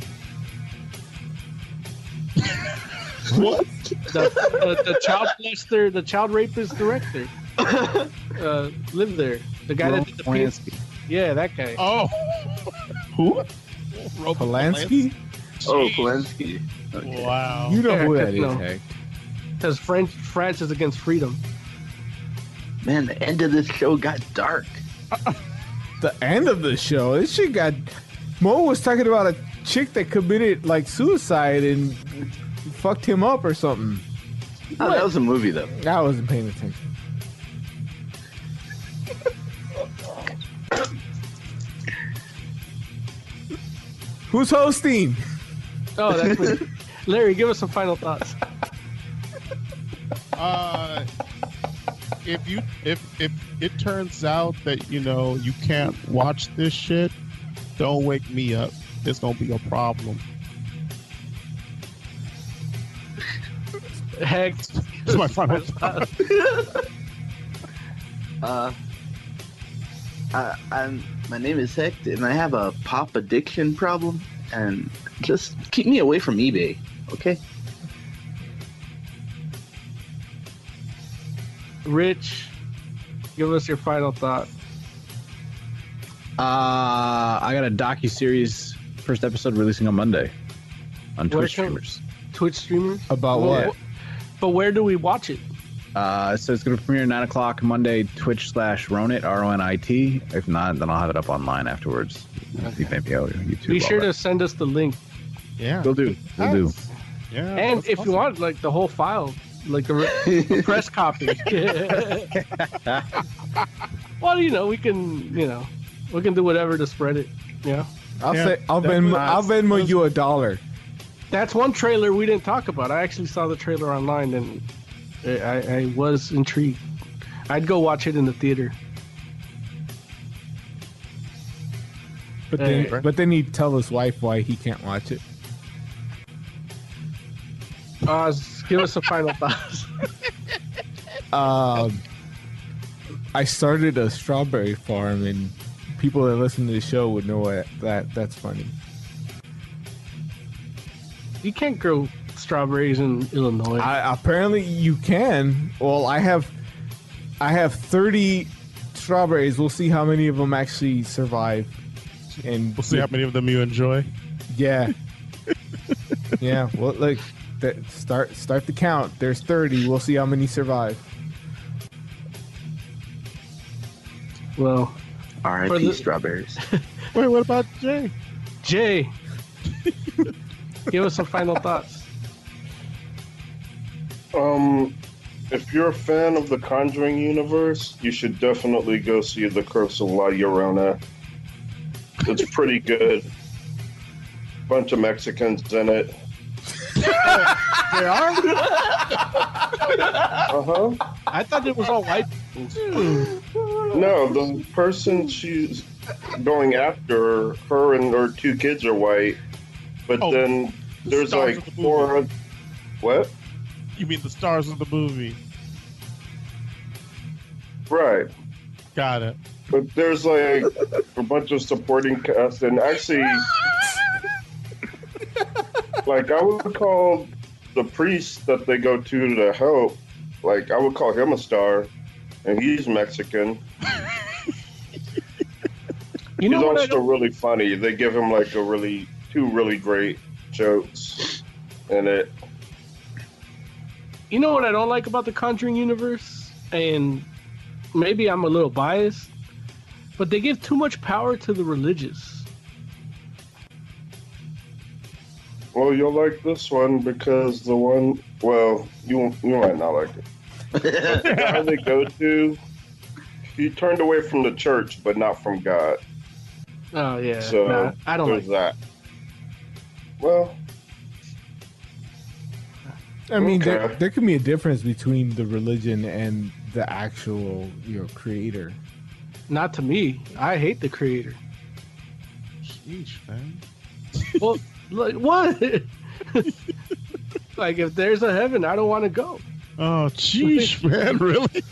S9: What?
S2: The, the, the child molester, the child rapist director, uh, lived there. The guy that did the penis. Yeah, that guy.
S9: Oh, who? Roman
S7: Polanski?
S10: Oh, Polanski. Okay.
S9: Wow.
S7: You know who
S2: Yeah,
S7: that is?
S2: no.
S7: Heck.
S2: Because French France is against freedom.
S10: Man, the end of this show got dark.
S7: the end of the show. This shit got. Mo was talking about a chick that committed like suicide and fucked him up or something.
S10: Oh, that was a movie though.
S7: I wasn't paying attention. Who's hosting?
S2: Oh, that's me. Larry, give us some final thoughts.
S9: Uh, if you if if it turns out that you know you can't watch this shit, don't wake me up. It's gonna be a problem.
S2: Heck,
S9: it's my final. thought.
S10: Uh, I, I'm. My name is Hecht, and I have a pop addiction problem. And just keep me away from eBay, okay?
S2: Rich, give us your final thought.
S11: Uh, I got a docu series first episode releasing on Monday on
S2: Where
S11: Twitch
S2: can-
S11: streamers.
S2: Twitch streamers
S7: About
S11: what?
S2: But where do we watch it?
S11: Uh, so it's going to premiere at nine o'clock Monday. Twitch slash Ronit R O N I T. If not, then I'll have it up online afterwards. You may be out on YouTube.
S2: Be
S11: all
S2: sure
S11: that.
S2: to send us the link.
S9: Yeah,
S11: Will do. Will do.
S9: Yeah,
S2: and if you want, like the whole file, like the re- press copy. well, you know, we can, you know, we can do whatever to spread it. Yeah.
S7: I'll say I'll Venmo, I'll Venmo you a dollar.
S2: That's one trailer we didn't talk about. I actually saw the trailer online and I, I, I was intrigued. I'd go watch it in the theater.
S7: But
S2: Yeah,
S7: then,
S2: yeah.
S7: but then he'd tell his wife why he can't watch it.
S2: Oz, give us a final thought.
S7: Um, I started a strawberry farm, and people that listen to the show would know what, that that's funny.
S2: You can't grow strawberries in Illinois.
S7: I, apparently, you can. Well, I have, I have thirty strawberries. We'll see how many of them actually survive. And
S9: We'll see how many of them you enjoy.
S7: Yeah. yeah. Well, look, that, start start the count. There's 30. We'll see how many survive.
S2: Well,
S10: R.I.P.
S2: For the-
S10: strawberries.
S9: Wait, what about Jay?
S2: Jay, give us some final thoughts.
S6: Um, if you're a fan of the Conjuring universe, you should definitely go see The Curse of La Llorona. It's pretty good. Bunch of Mexicans in it.
S2: They are?
S6: Uh huh.
S2: I thought it was all white people.
S6: No, the person she's going after, her and her two kids are white, but
S9: Oh,
S6: then there's
S9: stars
S6: like
S9: of the
S6: four. hun- What?
S9: You mean the stars of the movie?
S6: Right.
S9: Got it.
S6: But there's like a bunch of supporting cast, and actually, like I would call the priest that they go to to help, like I would call him a star, and he's Mexican.
S2: You know
S6: he's
S2: what I
S6: also really funny. They give him like a really two really great jokes in it.
S2: You know what I don't like about the Conjuring universe, and maybe I'm a little biased, but they give too much power to the religious.
S6: Well, you'll like this one because the one, well, you you might not like it. But the guy they go to, he turned away from the church, but not from God.
S2: Oh yeah,
S6: so
S2: nah, I don't like.
S6: there's that. Well,
S7: I mean,
S6: Okay.
S7: there, there can be a difference between the religion and the actual you know creator.
S2: Not to me. I hate the creator.
S9: Sheesh, man.
S2: Well, like what? like if there's a heaven, I don't want to go.
S9: Oh, sheesh, man, really?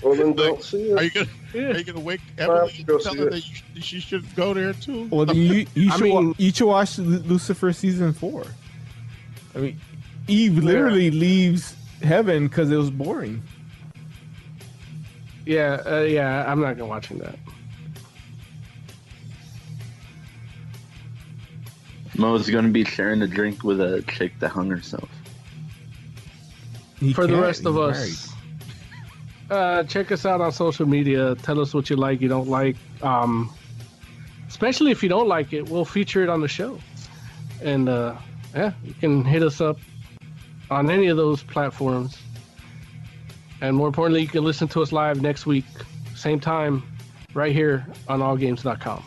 S6: well then don't see it.
S9: Are you gonna Are you gonna wake Emily and tell her that you, she should go there too?
S7: Well, then you you
S9: I
S7: should wa- you should watch Lu- Lucifer season four. I mean, Eve literally leaves heaven because it was boring.
S2: Yeah, uh, yeah, I'm not gonna watching that.
S10: Mo's gonna be sharing a drink with a chick that hung herself.
S2: For the rest of us, uh, check us out on social media. Tell us what you like, you don't like. Um, especially if you don't like it, we'll feature it on the show. And uh, yeah, you can hit us up on any of those platforms. And more importantly, you can listen to us live next week, same time, right here on allgames.com.